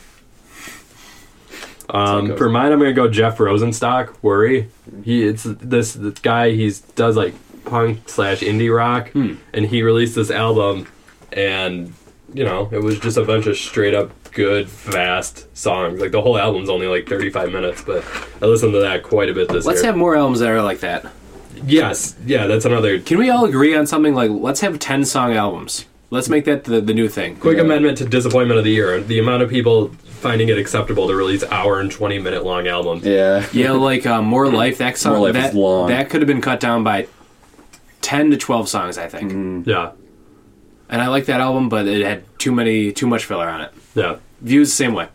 Speaker 2: Um, for mine, I'm gonna go Jeff Rosenstock. Worry. He it's this, this guy. He's does like punk slash indie rock,
Speaker 3: Hmm.
Speaker 2: and he released this album, and you know it was just a bunch of straight up good fast songs. Like the whole album's only like 35 minutes, but I listened to that quite a bit this
Speaker 1: Let's
Speaker 2: year.
Speaker 1: have more albums that are like that.
Speaker 2: yes, yeah, that's another
Speaker 1: Can we all agree on something like let's have ten song albums? Let's make that the, the new thing.
Speaker 2: quick
Speaker 3: Yeah.
Speaker 2: amendment to disappointment of the year. The amount of people finding it acceptable to release hour and 20 minute long albums.
Speaker 3: yeah,
Speaker 1: Yeah, like uh, more life. That song
Speaker 3: More Life
Speaker 1: that
Speaker 3: is long.
Speaker 1: that could have been cut down by ten to twelve songs, I think.
Speaker 3: Mm.
Speaker 2: Yeah,
Speaker 1: And I like that album, but it had too many too much filler on it.
Speaker 2: yeah.
Speaker 1: Views the same way.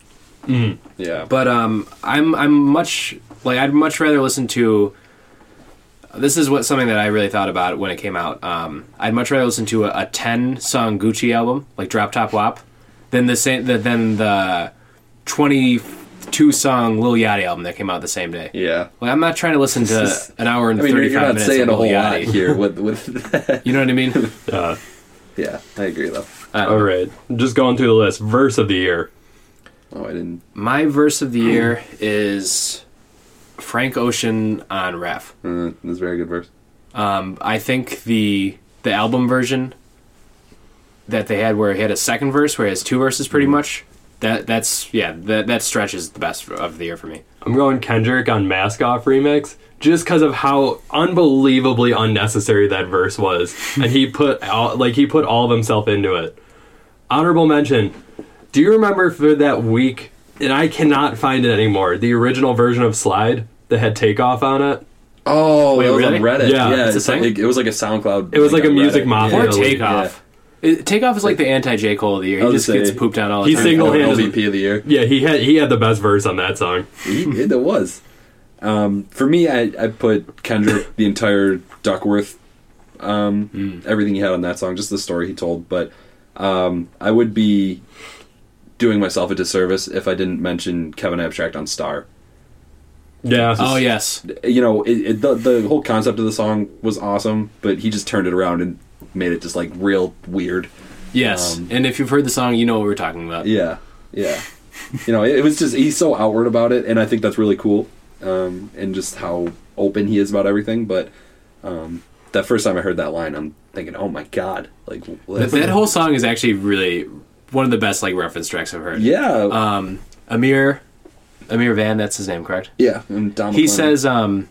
Speaker 3: yeah.
Speaker 1: But um, I'm I'm much like I'd much rather listen to. This is what something that I really thought about when it came out. Um, I'd much rather listen to a, a ten song Gucci album like Drop Top Wop, than the same the, than the twenty two song Lil Yachty album that came out the same day.
Speaker 3: yeah.
Speaker 1: Like I'm not trying to listen to an hour and
Speaker 3: I mean, you're-
Speaker 1: thirty
Speaker 3: you're
Speaker 1: five
Speaker 3: not
Speaker 1: minutes
Speaker 3: saying
Speaker 1: of Lil
Speaker 3: a whole lot
Speaker 1: Yachty.
Speaker 3: here with with that.
Speaker 1: You know what I mean?
Speaker 2: Uh,
Speaker 3: Yeah, I agree though.
Speaker 2: all right, just going through the list. Verse of the year.
Speaker 3: Oh, I didn't.
Speaker 1: My verse of the year is Frank Ocean on Ref.
Speaker 3: Uh, that's a very good verse.
Speaker 1: Um, I think the the album version that they had, where he had a second verse, where he has two verses,
Speaker 3: Mm-hmm.
Speaker 1: pretty much. That that's yeah, that that stretch is the best of the year for me.
Speaker 2: I'm going Kendrick on Mask Off remix just because of how unbelievably unnecessary that verse was. and he put all, like he put all of himself into it. Honorable mention. Do you remember for that week and I cannot find it anymore. The original version of Slide that had takeoff on it.
Speaker 3: Oh,
Speaker 1: Wait,
Speaker 3: that was
Speaker 1: really?
Speaker 3: on Reddit.
Speaker 2: Yeah,
Speaker 3: Yeah,
Speaker 2: it's
Speaker 1: a
Speaker 3: it's
Speaker 1: thing?
Speaker 3: like- it was like a SoundCloud.
Speaker 2: It was like a
Speaker 3: on
Speaker 2: music
Speaker 3: Reddit.
Speaker 2: mafia.
Speaker 1: Poor
Speaker 2: Yeah.
Speaker 1: takeoff. It- takeoff is like the anti J Cole of the year. He
Speaker 3: I was
Speaker 1: just
Speaker 3: gonna
Speaker 1: gets
Speaker 3: say,
Speaker 1: pooped on all the
Speaker 2: he's
Speaker 1: time.
Speaker 2: single-
Speaker 3: Oh,
Speaker 2: Single-handed.
Speaker 3: LVP of the year.
Speaker 2: Yeah, he had he had the best verse on that song.
Speaker 3: He did. It was. Um, for me, I, I put Kendrick the entire Duckworth, um,
Speaker 2: Hmm.
Speaker 3: everything he had on that song, just the story he told. But um, I would be doing myself a disservice if I didn't mention Kevin Abstract on Star.
Speaker 2: Yeah.
Speaker 1: Oh yes,
Speaker 3: you know, it, it, the the whole concept of the song was awesome, but he just turned it around and made it just like real weird.
Speaker 1: yes.
Speaker 3: Um,
Speaker 1: and if you've heard the song, you know what we're talking about.
Speaker 3: Yeah, yeah. you know, it, it was just he's so outward about it, and I think that's really cool. Um, and just how open he is about everything. But um, that first time I heard that line, I'm thinking, oh my god, like
Speaker 1: That, that whole song is actually really one of the best like reference tracks I've heard.
Speaker 3: yeah,
Speaker 1: Um, Amir, Amir Van, that's his name, correct?
Speaker 3: yeah. And Don
Speaker 1: He
Speaker 3: McLean.
Speaker 1: says, um,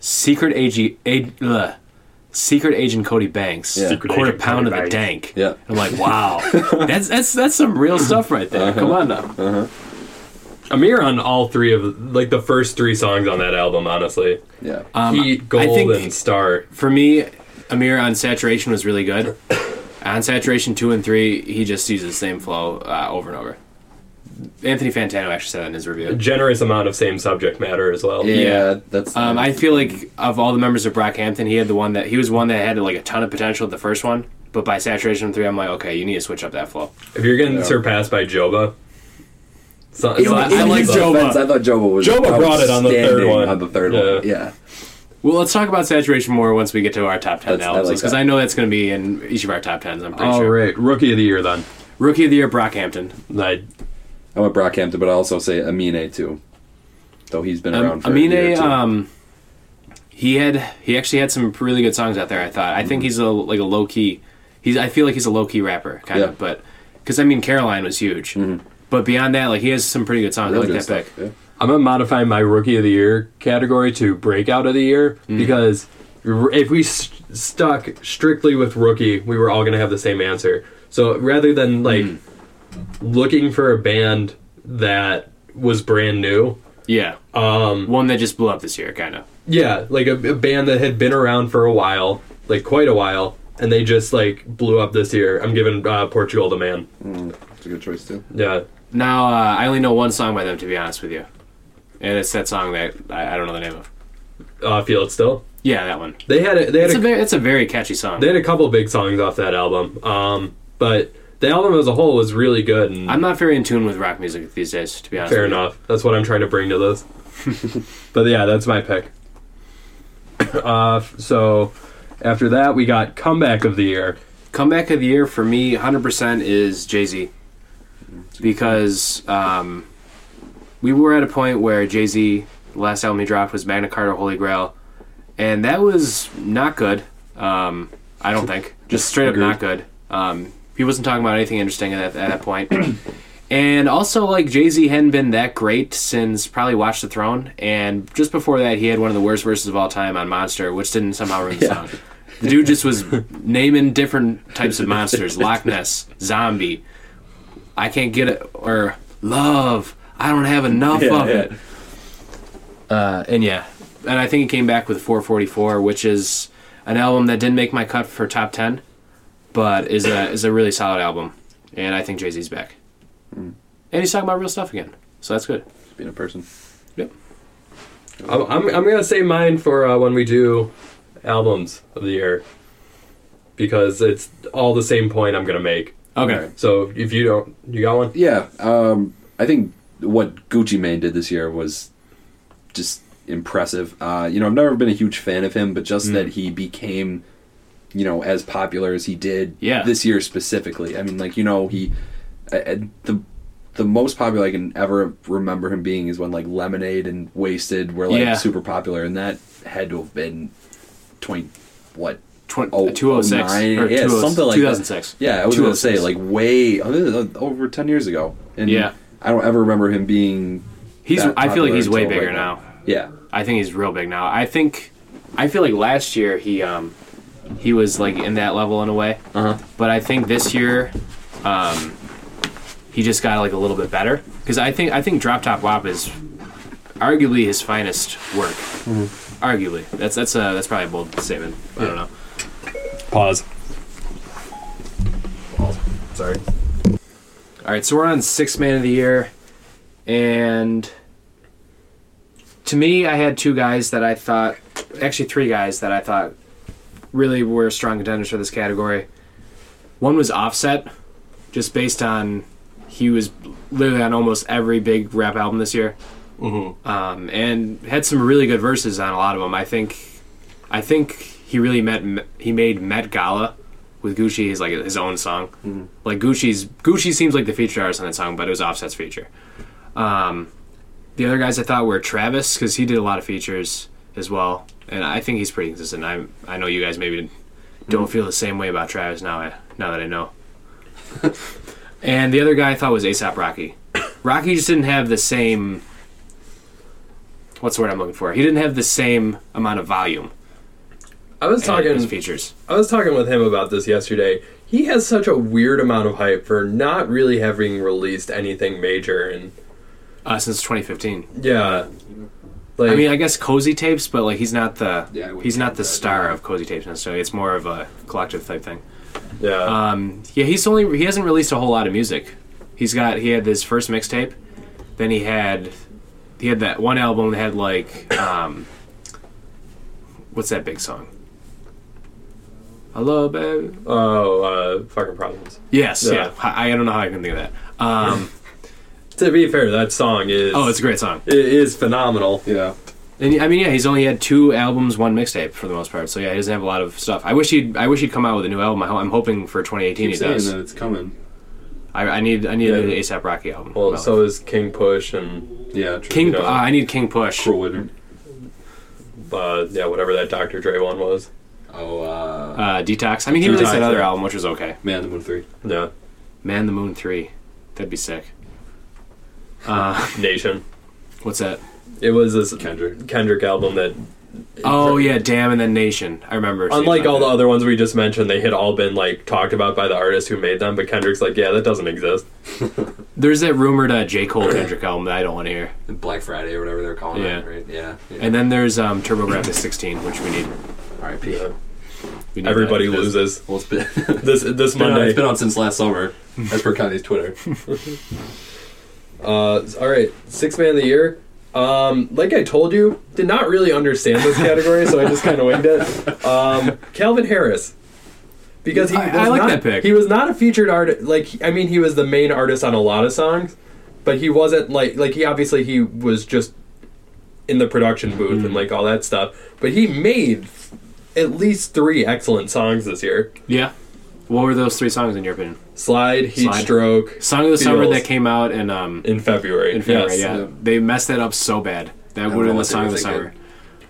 Speaker 1: "Secret agent, ag- ugh, secret agent Cody Banks,
Speaker 3: Yeah.
Speaker 2: Secret
Speaker 1: quarter
Speaker 2: agent
Speaker 1: pound
Speaker 2: Cody
Speaker 1: of the dank."
Speaker 3: Yeah.
Speaker 1: I'm like, wow, that's that's that's some real stuff right there.
Speaker 3: Uh-huh.
Speaker 1: Come on now,
Speaker 2: Amir on all three of like the first three songs on that album, honestly.
Speaker 3: yeah,
Speaker 1: Um,
Speaker 2: Heat, Gold,
Speaker 1: I think
Speaker 2: and Star.
Speaker 1: for me, Amir on saturation was really good. on saturation two and three, he just uses the same flow uh, over and over. Anthony Fantano actually said that in his review.
Speaker 2: generous amount of same subject matter as well.
Speaker 3: yeah,
Speaker 1: yeah.
Speaker 3: That's
Speaker 1: Um, I feel like of all the members of Brockhampton, he had the one that he was one that had like a ton of potential at the first one, but by saturation three, I'm like, okay, you need to switch up that flow.
Speaker 2: If you're getting
Speaker 3: Yeah.
Speaker 2: surpassed by Joba, so,
Speaker 1: You know, I- I like
Speaker 3: In his
Speaker 1: Joba.
Speaker 3: defense, I thought Joba was
Speaker 2: Joba brought it on the third
Speaker 3: outstanding
Speaker 2: one.
Speaker 3: On the third
Speaker 2: Yeah.
Speaker 3: one, yeah.
Speaker 1: Well, let's talk about saturation more once we get to our top ten
Speaker 3: That's- I
Speaker 1: albums,
Speaker 3: like
Speaker 1: because
Speaker 3: that.
Speaker 1: I know that's going to be in each of our top tens. I'm pretty
Speaker 2: All
Speaker 1: sure.
Speaker 2: right, rookie of the year then.
Speaker 1: Rookie of the year, Brockhampton.
Speaker 2: I,
Speaker 3: I went Brockhampton, but I also say Amine too, though he's been
Speaker 1: Um,
Speaker 3: around. for a year or
Speaker 1: Amine,
Speaker 3: two.
Speaker 1: um, he had he actually had some really good songs out there. I thought. I
Speaker 3: Mm-hmm.
Speaker 1: think he's a like a low key. He's I feel like he's a low key rapper kind
Speaker 3: Yeah. Mm-hmm.
Speaker 1: of, but because I mean Caroline was huge, but beyond that, like he has some pretty good songs.
Speaker 3: Really
Speaker 1: I
Speaker 3: good
Speaker 1: like that
Speaker 3: stuff,
Speaker 1: pick.
Speaker 3: yeah.
Speaker 2: I'm gonna modify my rookie of the year category to breakout of the year because If we st- stuck strictly with rookie, we were all going to have the same answer. So rather than like looking for a band that was brand new,
Speaker 1: Yeah. Um, one that just blew up this year, kind of.
Speaker 2: yeah, like a, a band that had been around for a while, like quite a while, and they just like blew up this year. I'm giving uh, Portugal the man.
Speaker 3: It's a good choice too.
Speaker 2: Yeah,
Speaker 1: Now uh, I only know one song by them, to be honest with you, and it's that song that I, I don't know the name of.
Speaker 2: uh, feel it still.
Speaker 1: Yeah, that one.
Speaker 2: They had a, they had
Speaker 1: It's
Speaker 2: a,
Speaker 1: a very, it's a very catchy song.
Speaker 2: they had a couple big songs off that album, um, but the album as a whole was really good. And
Speaker 1: I'm not very in tune with rock music these days, to be honest.
Speaker 2: fair
Speaker 1: with you.
Speaker 2: enough. That's what I'm trying to bring to this. but yeah, that's my pick. Uh, f- so after that, we got comeback of the year.
Speaker 1: Comeback of the year for me, 100% is Jay Z. Because um, we were at a point where Jay Z, last album he dropped was Magna Carta Holy Grail, and that was not good. Um, I don't think. Just straight up not good. Um, he wasn't talking about anything interesting at that, at that point. and also, like, Jay Z hadn't been that great since probably Watch the Throne, and just before that, he had one of the worst verses of all time on Monster, which didn't somehow ruin the song. The dude just was naming different types of monsters: Loch Ness, zombie. I can't get it, or love. I don't have enough of it. Uh, and yeah, and I think he came back with 444, which is an album that didn't make my cut for top ten, but is a is a really solid album. And I think Jay Z's back, and he's talking about real stuff again, so that's good.
Speaker 3: Just being a person.
Speaker 1: Yep.
Speaker 2: I'm I'm, I'm gonna say mine for uh, when we do albums of the year because it's all the same point I'm gonna make.
Speaker 1: Okay.
Speaker 3: Alright.
Speaker 2: So if you don't, you got one.
Speaker 3: Yeah, um, I think what Gucci Mane did this year was just impressive. Uh, you know, I've never been a huge fan of him, but
Speaker 1: Mm.
Speaker 3: just that he became, you know, as popular as he did
Speaker 1: Yeah.
Speaker 3: this year specifically. I mean, like you know, he I, I, the the most popular I can ever remember him being is when like Lemonade and Wasted were like
Speaker 1: Yeah.
Speaker 3: super popular, and that had to have been twenty what
Speaker 1: Twen- uh,
Speaker 3: Oh,
Speaker 1: 206
Speaker 3: 09,
Speaker 1: or
Speaker 3: yeah,
Speaker 1: 20-
Speaker 3: something like that.
Speaker 1: 2006.
Speaker 3: Yeah, I was going to
Speaker 1: 206.
Speaker 3: say like way uh, over ten years ago. And
Speaker 1: Yeah.
Speaker 3: I don't ever remember him being.
Speaker 1: He's.
Speaker 3: that
Speaker 1: I feel like
Speaker 3: popular
Speaker 1: he's way
Speaker 3: until
Speaker 1: bigger
Speaker 3: right
Speaker 1: now.
Speaker 3: Yeah,
Speaker 1: I think he's real big now. I think. I feel like last year he um, he was like in that level in a way.
Speaker 3: Uh-huh.
Speaker 1: But I think this year, um, he just got like a little bit better because I think I think Drop Top Wop is arguably his finest work.
Speaker 3: Mm-hmm.
Speaker 1: Arguably, that's that's a that's probably a bold statement. I don't know.
Speaker 2: Pause. Sorry.
Speaker 1: All right, so we're on six man of the year, and to me, I had two guys that I thought, actually three guys that I thought really were strong contenders for this category. One was Offset, just based on he was literally on almost every big rap album this year, mm-hmm. um, and had some really good verses on a lot of them. I think, I think he really met he made Met Gala with Gucci is like his own song. Like Gucci's Gucci seems like the feature artist on that song, but it was Offset's feature. Um, the other guys I thought were Travis because he did a lot of features as well, and I think he's pretty consistent. I I know you guys maybe don't feel the same way about Travis now. I, now that I know. and the other guy I thought was ASAP Rocky. Rocky just didn't have the same. What's the word I'm looking for? He didn't have the same amount of volume
Speaker 2: Oh, I was
Speaker 1: in
Speaker 2: talking.
Speaker 1: his features.
Speaker 2: I was talking with him about this yesterday. He has such a weird amount of hype for not really having released anything major, and
Speaker 1: Uh, since 2015.
Speaker 2: yeah, like
Speaker 1: I mean, I guess Cozy Tapes, but like he's not the
Speaker 3: Yeah, I wouldn't
Speaker 1: he's not the
Speaker 3: say that,
Speaker 1: star of Cozy Tapes necessarily. It's more of a collective type thing.
Speaker 2: yeah,
Speaker 1: Um, yeah, he's only he hasn't released a whole lot of music. He's got he had his first mixtape, then he had he had that one album that had like um, what's that big song? Hello, baby.
Speaker 2: oh, uh, fucking problems.
Speaker 1: Yes,
Speaker 2: Yeah.
Speaker 1: yeah. I, I don't know how I can think of that. Um,
Speaker 2: To be fair, that song is
Speaker 1: oh, it's a great song.
Speaker 2: it is phenomenal.
Speaker 3: yeah.
Speaker 1: And I mean, yeah, he's only had two albums, one mixtape for the most part. So yeah, he doesn't have a lot of stuff. I wish he'd, I wish he'd come out with a new album. I ho- I'm hoping for 2018 he does.
Speaker 3: it's coming.
Speaker 1: I, I need, I need
Speaker 2: Yeah.
Speaker 1: an ASAP Rocky album.
Speaker 2: Well,
Speaker 1: Well,
Speaker 2: so is King Push and
Speaker 3: Yeah, true.
Speaker 1: King,
Speaker 2: you know.
Speaker 1: uh, I need King Push.
Speaker 3: Crow
Speaker 2: uh, yeah, whatever that Dr. Dre one was.
Speaker 3: Oh, uh,
Speaker 1: Uh, Detox. I mean, he released
Speaker 2: Detox,
Speaker 1: that other
Speaker 2: yeah.
Speaker 1: album, which was okay.
Speaker 3: Man, the Moon Three.
Speaker 2: Yeah,
Speaker 1: Man, the Moon Three, that'd be sick.
Speaker 2: Nation.
Speaker 1: What's that?
Speaker 2: It was this
Speaker 3: Kendrick.
Speaker 2: Kendrick album that
Speaker 1: Oh yeah, damn and then Nation. I remember. seeing
Speaker 2: Unlike
Speaker 1: that.
Speaker 2: all the other ones we just mentioned, they had all been like talked about by the artist who made them. But Kendrick's like, yeah, that doesn't exist.
Speaker 1: there's that rumored uh, J Cole Kendrick album that I don't want to hear,
Speaker 3: Black Friday or whatever they're calling
Speaker 1: Yeah.
Speaker 3: it, right? Yeah. yeah.
Speaker 1: and then there's um, TurboGrafx 16, which we need.
Speaker 3: R.I.P.
Speaker 2: Yeah.
Speaker 1: We need
Speaker 2: Everybody
Speaker 1: that.
Speaker 2: loses
Speaker 3: Well, it's been,
Speaker 2: this this
Speaker 3: been on,
Speaker 2: Monday.
Speaker 3: it's been on since last summer, as per Kanye's Twitter.
Speaker 2: Uh, all right, six man of the year. Um, like I told you, did not really understand this category, so I just kind of winged it. Um, Calvin Harris, because he
Speaker 1: I-
Speaker 2: was
Speaker 1: I like
Speaker 2: not,
Speaker 1: that pick.
Speaker 2: He was not a featured artist. Like I mean, he was the main artist on a lot of songs, but he wasn't like like he obviously he was just in the production booth
Speaker 1: Mm-hmm.
Speaker 2: and like all that stuff. But he made at least three excellent songs this year.
Speaker 1: Yeah. What were those three songs in your opinion?
Speaker 2: Slide, Heat
Speaker 1: Slide.
Speaker 2: Stroke,
Speaker 1: Song of the summer
Speaker 2: Feels.
Speaker 1: that came out in um
Speaker 2: in February.
Speaker 1: in February.
Speaker 2: Yes.
Speaker 1: yeah.
Speaker 3: Yeah.
Speaker 1: they messed that up so bad. That would have been
Speaker 3: know
Speaker 1: the
Speaker 3: what
Speaker 1: song of
Speaker 3: they
Speaker 1: the
Speaker 3: were
Speaker 1: summer.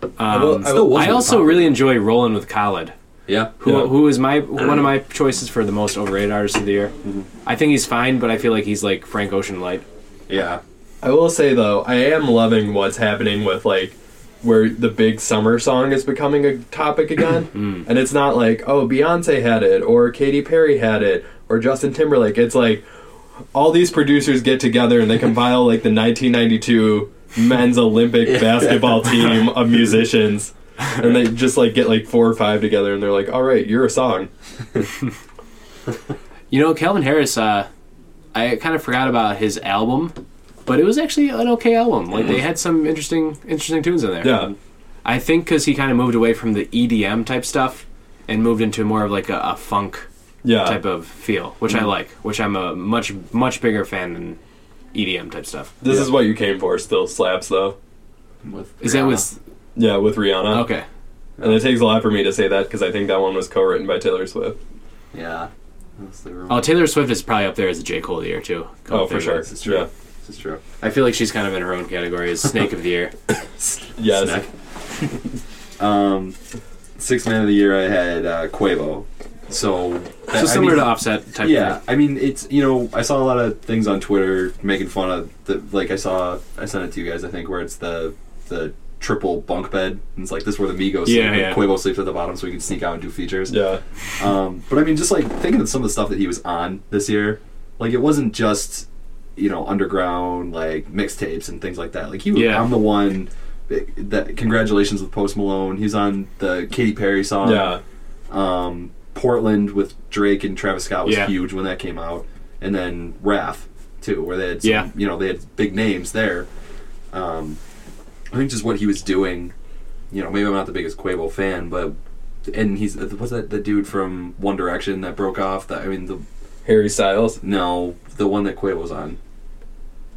Speaker 3: thinking.
Speaker 2: I will- I will-
Speaker 3: Still
Speaker 1: I
Speaker 3: wasn't
Speaker 1: also
Speaker 3: popular.
Speaker 1: really enjoy rolling with Khaled.
Speaker 3: Yeah.
Speaker 1: who
Speaker 2: Yeah.
Speaker 1: who is my one of my choices for the most overrated artist of the year.
Speaker 3: Mm-hmm.
Speaker 1: I think he's fine, but I feel like he's like Frank Ocean light.
Speaker 3: Yeah.
Speaker 2: I will say though, I am loving what's happening with like where the big summer song is becoming a topic again,
Speaker 1: Mm.
Speaker 2: and it's not like oh Beyonce had it or Katy Perry had it or Justin Timberlake. It's like all these producers get together and they compile like the 1992 men's Olympic basketball team of musicians, and they just like get like four or five together and they're like, all right, you're a song.
Speaker 1: You know, Calvin Harris. Uh, I kind of forgot about his album, but it was actually an okay album. Like
Speaker 3: Mm-hmm.
Speaker 1: they had some interesting interesting tunes in there.
Speaker 2: Yeah,
Speaker 1: I think because he kind of moved away from the EDM type stuff and moved into more of like a, a funk
Speaker 2: yeah.
Speaker 1: type of feel, which I like. Which I'm a much much bigger fan than EDM type stuff.
Speaker 2: This is what you came for. Still slaps though.
Speaker 3: With
Speaker 1: Is that
Speaker 3: Rihanna.
Speaker 1: was
Speaker 2: Yeah, with Rihanna.
Speaker 1: okay?
Speaker 2: And it takes a lot for me to say that because I think that one was co-written by Taylor Swift.
Speaker 3: Yeah. That's the rumor.
Speaker 1: Oh, Taylor Swift is probably up there as a J Cole of the year too.
Speaker 2: Oh, for
Speaker 1: Think
Speaker 2: sure.
Speaker 1: about it.
Speaker 3: It's
Speaker 2: Yeah.
Speaker 3: true. This is true.
Speaker 1: I feel like she's kind of in her own category as Snake of the Year.
Speaker 2: Yes.
Speaker 3: Snack. um, sixth man of the year, I had uh, Quavo. So, that-
Speaker 1: So
Speaker 3: I
Speaker 1: similar
Speaker 3: mean-
Speaker 1: to Offset type
Speaker 3: Yeah,
Speaker 1: thing.
Speaker 3: I mean it's you know I saw a lot of things on Twitter making fun of the like I saw I sent it to you guys I think where it's the the triple bunk bed and it's like this is where the Migos
Speaker 1: Yeah,
Speaker 3: sleep, and
Speaker 1: yeah.
Speaker 3: Quavo sleeps at the bottom so we can sneak out and do features.
Speaker 2: Yeah.
Speaker 3: Um, but I mean, just like thinking of some of the stuff that he was on this year, like it wasn't just you know underground like mixtapes and things like that. Like he was
Speaker 1: Yeah.
Speaker 3: on the one that congratulations with Post Malone. He was on the Katy Perry song.
Speaker 2: Yeah.
Speaker 3: Um, Portland with Drake and Travis Scott was
Speaker 1: Yeah.
Speaker 3: huge when that came out, and then Raph too, where they had some,
Speaker 1: Yeah.
Speaker 3: you know they had big names there. Um, I think just what he was doing, you know, maybe I'm not the biggest Quavo fan, but and he's what's that the dude from One Direction that broke off? That I mean the
Speaker 2: Harry Styles.
Speaker 3: no the one that Quavo's on.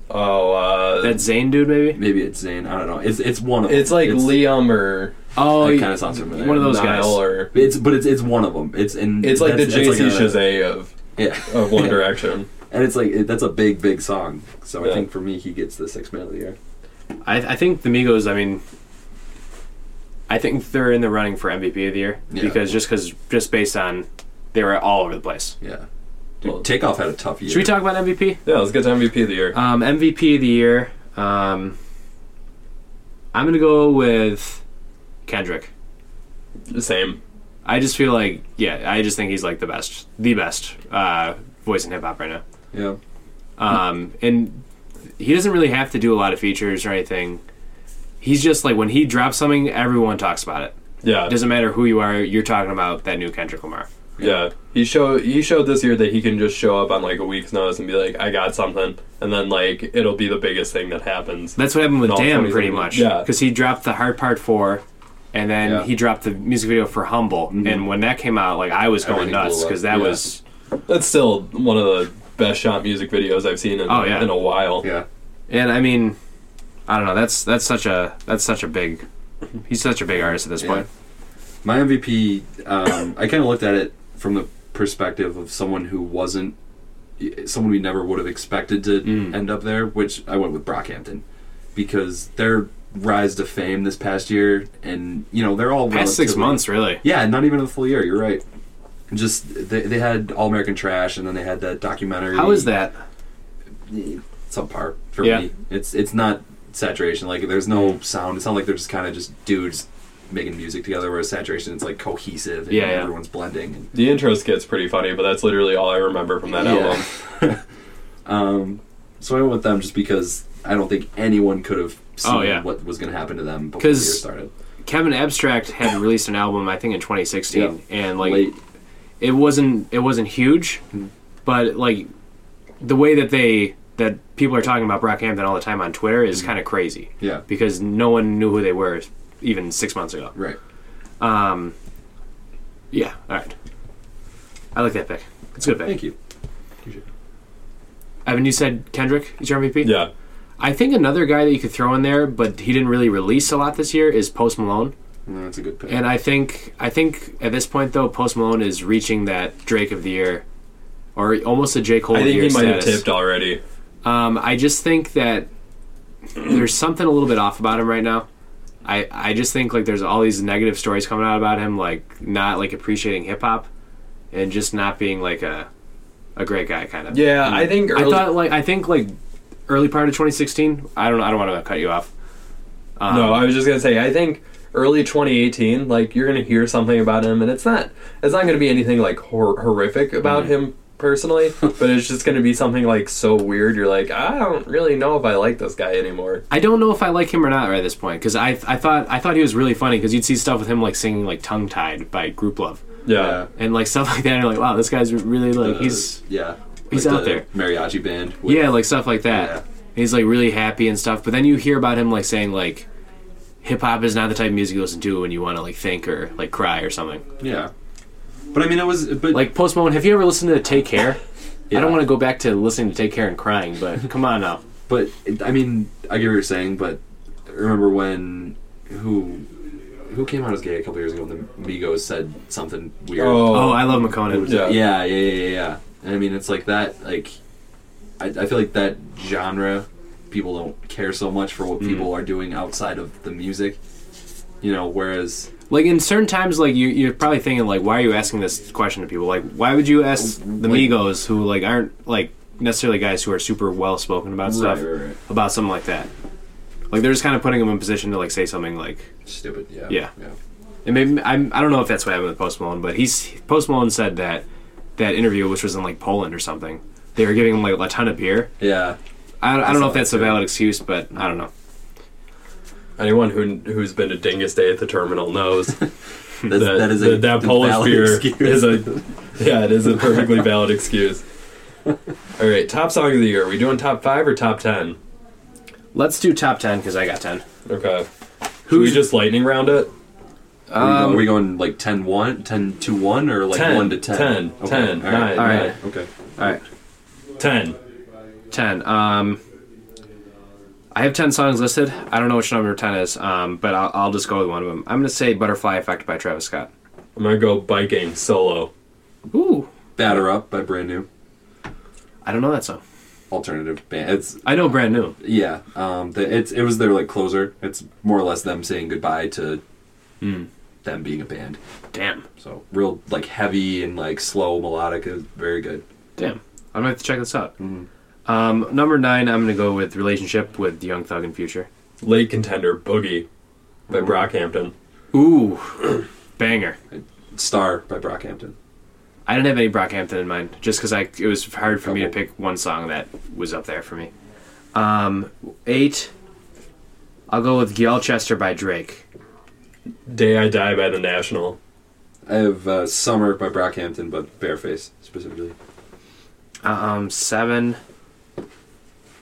Speaker 2: Oh, uh
Speaker 1: That Zane dude, maybe?
Speaker 3: Maybe it's Zayn. I don't know. It's it's one of them.
Speaker 2: it's like Liam or
Speaker 1: Oh,
Speaker 3: That
Speaker 1: yeah.
Speaker 3: kind of sounds familiar.
Speaker 1: one of those
Speaker 2: Niall
Speaker 1: guys.
Speaker 2: or
Speaker 3: It's but it's it's one of them. It's and
Speaker 2: it's like the
Speaker 3: that's-
Speaker 2: Jay
Speaker 3: it's
Speaker 2: Z
Speaker 3: like a-
Speaker 2: Shazay of
Speaker 3: Yeah.
Speaker 2: of One Direction.
Speaker 3: And it's like it, that's a big, big song. So I
Speaker 2: Yeah.
Speaker 3: think for me, he gets the sixth man of the year.
Speaker 1: I, I think the Migos, I mean, I think they're in the running for MVP of the year
Speaker 3: Yeah.
Speaker 1: because just because just based on they were all over the place.
Speaker 3: Yeah,
Speaker 2: Well-
Speaker 3: Dude, Takeoff had a tough year.
Speaker 1: Should we talk about MVP?
Speaker 2: Yeah, let's get to MVP of the year.
Speaker 1: Um, MVP of the year. Um, I'm gonna go with Kendrick.
Speaker 2: Same.
Speaker 1: I just feel like yeah, I just think he's like the best, the best uh, voice in hip hop right now.
Speaker 3: yeah,
Speaker 1: Um, and he doesn't really have to do a lot of features or anything. He's just like when he drops something, everyone talks about it.
Speaker 2: Yeah.
Speaker 1: It doesn't matter who you are, you're talking about that new Kendrick Lamar.
Speaker 2: Yeah. He showed he showed this year that he can just show up on like a week's notice and be like, I got something and then like it'll be the biggest thing that happens.
Speaker 1: That's what happened with
Speaker 2: No,
Speaker 1: Damn,
Speaker 2: somebody's
Speaker 1: pretty
Speaker 2: gonna-
Speaker 1: much.
Speaker 2: yeah.
Speaker 1: Because he dropped the Hard Part 4, and then
Speaker 3: Yeah. Mm-hmm.
Speaker 1: he dropped the music video for Humble. And when that came out, like, I was going
Speaker 3: Everything
Speaker 1: nuts
Speaker 3: blew up.
Speaker 1: because that
Speaker 3: Yeah.
Speaker 1: was.
Speaker 2: That's still one of the best shot music videos I've seen in,
Speaker 1: Oh, yeah.
Speaker 2: in a while.
Speaker 3: yeah.
Speaker 1: And I mean, I don't know. That's that's such a that's such a big. He's such a big artist at this
Speaker 3: Yeah.
Speaker 1: point.
Speaker 3: My MVP. Um, I kind of looked at it from the perspective of someone who wasn't, someone we never would have expected to
Speaker 1: Mm.
Speaker 3: end up there. Which I went with Brockhampton because their rise to fame this past year, and you know they're all
Speaker 1: Past six
Speaker 3: relatively-
Speaker 1: months, really.
Speaker 3: Yeah, not even a full year. You're right. Just they, they had All American Trash, and then they had that documentary.
Speaker 1: How is that?
Speaker 3: subpar for
Speaker 1: Yeah.
Speaker 3: me. It's it's not saturation. Like there's no sound. It sounds like they're just kind of just dudes making music together. Whereas saturation, it's like cohesive. And
Speaker 1: Yeah, yeah.
Speaker 3: everyone's blending. And,
Speaker 2: The intro skit's pretty funny, but that's literally all I remember from that
Speaker 3: Yeah.
Speaker 2: album.
Speaker 3: um, so I went with them just because I don't think anyone could have seen
Speaker 1: Oh, yeah.
Speaker 3: what was going to happen to them before the year
Speaker 1: 'Cause
Speaker 3: started.
Speaker 1: Kevin Abstract had released an album I think in 2016
Speaker 3: Yeah.
Speaker 1: and like
Speaker 3: Late.
Speaker 1: it wasn't it wasn't huge but like the way that they that people are talking about Brockhampton all the time on Twitter is kind of crazy
Speaker 3: Mm-hmm. Yeah.
Speaker 1: because no one knew who they were even 6 months ago.
Speaker 3: Right.
Speaker 1: Um yeah, all right. I like that pick. It's a good pick.
Speaker 3: Thank you.
Speaker 1: Evan, you said Kendrick is your MVP?
Speaker 2: Yeah.
Speaker 1: I think another guy that you could throw in there, but he didn't really release a lot this year, is Post Malone.
Speaker 3: No, that's a good pick.
Speaker 1: And I think I think at this point though, Post Malone is reaching that Drake of the year, or almost a J Cole.
Speaker 2: I
Speaker 1: of the
Speaker 2: think
Speaker 1: year
Speaker 2: he might have
Speaker 1: status.
Speaker 2: tipped already.
Speaker 1: Um, I just think that there's something a little bit off about him right now. I, I just think like there's all these negative stories coming out about him, like not like appreciating hip hop, and just not being like a a great guy kind of.
Speaker 2: Yeah, Mm. I think
Speaker 1: I thought like I think like early part of 2016. I don't I don't want to cut you off.
Speaker 2: No, I was just gonna say. I think early 2018, like you're gonna hear something about him, and it's not it's not gonna be anything like hor- horrific about him personally, but it's just gonna be something like so weird. You're like, I don't really know if I like this guy anymore.
Speaker 1: I don't know if I like him or not right at this point because I I thought I thought he was really funny because you'd see stuff with him like singing like tongue tied by Group Love
Speaker 2: Yeah,
Speaker 1: and like stuff like that. And you're like, wow, this guy's really like
Speaker 3: Uh,
Speaker 1: he's
Speaker 3: yeah.
Speaker 1: he's
Speaker 3: Like
Speaker 1: out
Speaker 3: the
Speaker 1: there.
Speaker 3: Mariachi band. with-
Speaker 1: yeah like stuff like that.
Speaker 3: Yeah.
Speaker 1: And he's like really happy and stuff. But then you hear about him like saying like hip hop is not the type of music you listen to when you want to like think or like cry or something.
Speaker 3: Yeah. But I mean, it was but
Speaker 1: Like Post Malone, have you ever listened to Take Care? I
Speaker 3: Yeah.
Speaker 1: don't want to go back to listening to Take Care and crying, but come on now.
Speaker 3: But it- I mean, I get what you're saying, but remember when who who came out as gay a couple years ago? And the Migos said something weird.
Speaker 1: Oh, I love McConan.
Speaker 2: Yeah.
Speaker 3: yeah, yeah, yeah, yeah, yeah. And I mean, it's like that. Like, I, I feel like that genre, people don't care so much for
Speaker 2: Mm-hmm.
Speaker 3: what people are doing outside of the music. You know, whereas
Speaker 1: Like in certain times, like you, you're probably thinking, like, why are you asking this question to people? Like, why would you ask the
Speaker 3: Like-
Speaker 1: Migos, who like aren't like necessarily guys who are super well spoken about stuff,
Speaker 3: Right, right, right.
Speaker 1: about something like that? Like they're just kind of putting them in position to like say something like,
Speaker 3: stupid. Yeah.
Speaker 1: Yeah. and maybe I'm, I don't know if that's what happened with Post Malone, but he's Post Malone said that that interview, which was in like Poland or something, they were giving him like a ton of beer.
Speaker 3: Yeah.
Speaker 1: I, I don't know if
Speaker 3: that
Speaker 1: that's a
Speaker 3: too.
Speaker 1: valid excuse, but I don't know.
Speaker 2: anyone who who's been to Dingus Day at the terminal knows
Speaker 3: That's,
Speaker 2: that
Speaker 3: that is a
Speaker 2: that, that Polish
Speaker 3: valid
Speaker 2: beer
Speaker 3: excuse.
Speaker 2: is a yeah, it is a perfectly valid excuse. All right, top song of the year. Are we doing top five or top ten?
Speaker 1: Let's do top ten because I got ten.
Speaker 2: Okay. Should we just lightning round it?
Speaker 3: Are we
Speaker 2: Um,
Speaker 3: going- are we going like 10 1, 10 to 1, or like
Speaker 2: 10,
Speaker 3: 1 to 10?
Speaker 2: 10, 10,
Speaker 3: all right.
Speaker 1: right.
Speaker 2: nine, nine.
Speaker 3: Okay.
Speaker 1: All right.
Speaker 2: 10.
Speaker 1: 10. Um, I have 10 songs listed. I don't know which number 10 is, um, but I'll, I'll just go with one of them. I'm going to say Butterfly Effect by Travis Scott.
Speaker 2: I'm gonna go biking solo.
Speaker 1: Ooh.
Speaker 3: Batter Up by Brand New.
Speaker 1: I don't know that song.
Speaker 3: Alternative band. It's,
Speaker 1: I know brand new.
Speaker 3: yeah. Um, the, it's, it was their like closer. It's more or less them saying goodbye to
Speaker 2: Hmm.
Speaker 3: them being a band.
Speaker 1: Damn.
Speaker 3: So real like heavy and like slow melodic is very good.
Speaker 1: Damn. I'm going to have to check this out. Um, number 9, I'm going to go with Relationship with Young Thug and Future.
Speaker 2: Late contender boogie by Brockhampton.
Speaker 1: Ooh. Banger.
Speaker 3: Star by Brockhampton.
Speaker 1: I didn't have any Brockhampton in mind, just because I it was hard for me to
Speaker 3: Couple.
Speaker 1: pick one song that was up there for me. Um, eight, I'll go with Gelchester by Drake.
Speaker 2: Day I Die by The National.
Speaker 3: I have uh, Summer by Brockhampton, but Bareface specifically.
Speaker 1: Um, seven.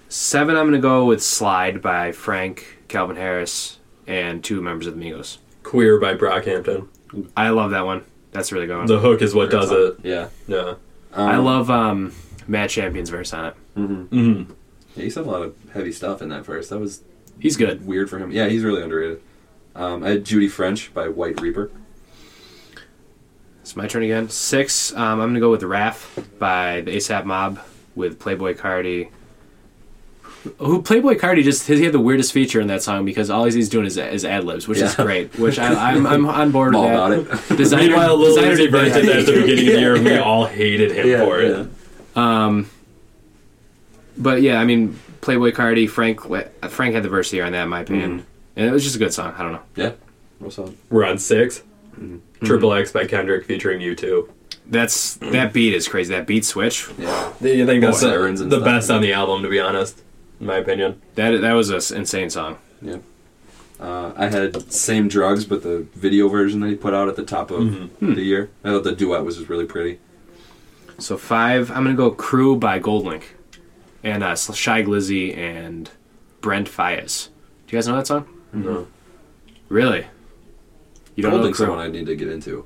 Speaker 1: Seven, I'm gonna go with "Slide" by Frank, Calvin Harris, and two members of the Migos.
Speaker 2: Queer by Brockhampton.
Speaker 1: I love that one. That's a really good one.
Speaker 2: The hook is what does it.
Speaker 3: Yeah.
Speaker 2: Yeah.
Speaker 3: Um,
Speaker 1: I love um, Matt Champion's verse on it.
Speaker 2: Mm.
Speaker 3: Yeah, he said a lot of heavy stuff in that verse. That was
Speaker 1: He's good.
Speaker 3: weird for him. Yeah, he's really underrated. Um, I had Judy French by White Reaper.
Speaker 1: It's my turn again. Six, um, I'm gonna go with "Raff" by the ASAP Mob with Playboy Cardi. Who Playboy Cardi just he had the weirdest feature in that song because all he's doing is, is ad libs, which is
Speaker 3: Yeah.
Speaker 1: great. Which I, I'm I'm on board
Speaker 3: I'm
Speaker 1: with
Speaker 3: all
Speaker 1: that.
Speaker 3: about it.
Speaker 1: Designer,
Speaker 2: Meanwhile, Lil
Speaker 1: designer
Speaker 2: Uzi
Speaker 1: did
Speaker 2: Vert did that at the beginning of the year and we all hated him for it.
Speaker 1: But yeah, I mean,
Speaker 2: Mm-hmm.
Speaker 1: Playboy Cardi, Frank Frank had the verse here on that, in my opinion, and it was just a good song. I don't know.
Speaker 3: Yeah. What's up?
Speaker 2: We're on 6 Triple X by Kendrick featuring you two.
Speaker 1: That's
Speaker 2: Mm.
Speaker 1: that beat is crazy. That beat switch.
Speaker 3: Yeah.
Speaker 2: You think
Speaker 3: Or
Speaker 2: that's the,
Speaker 3: sirens and
Speaker 2: the
Speaker 3: stuff.
Speaker 2: best on the album, to be honest, in my opinion.
Speaker 1: That that was an insane song.
Speaker 3: Yeah. Uh, I had same drugs, but the video version that he put out at the top of the year. I thought the duet was just really pretty.
Speaker 1: So five. I'm gonna go "Crew" by Goldlink, and uh, Shy Glizzy and Brent Fias. Do you guys know that song?
Speaker 2: No.
Speaker 1: Really? You don't
Speaker 3: Goldlink's
Speaker 1: know
Speaker 3: someone
Speaker 1: Crew?
Speaker 3: I need to get into.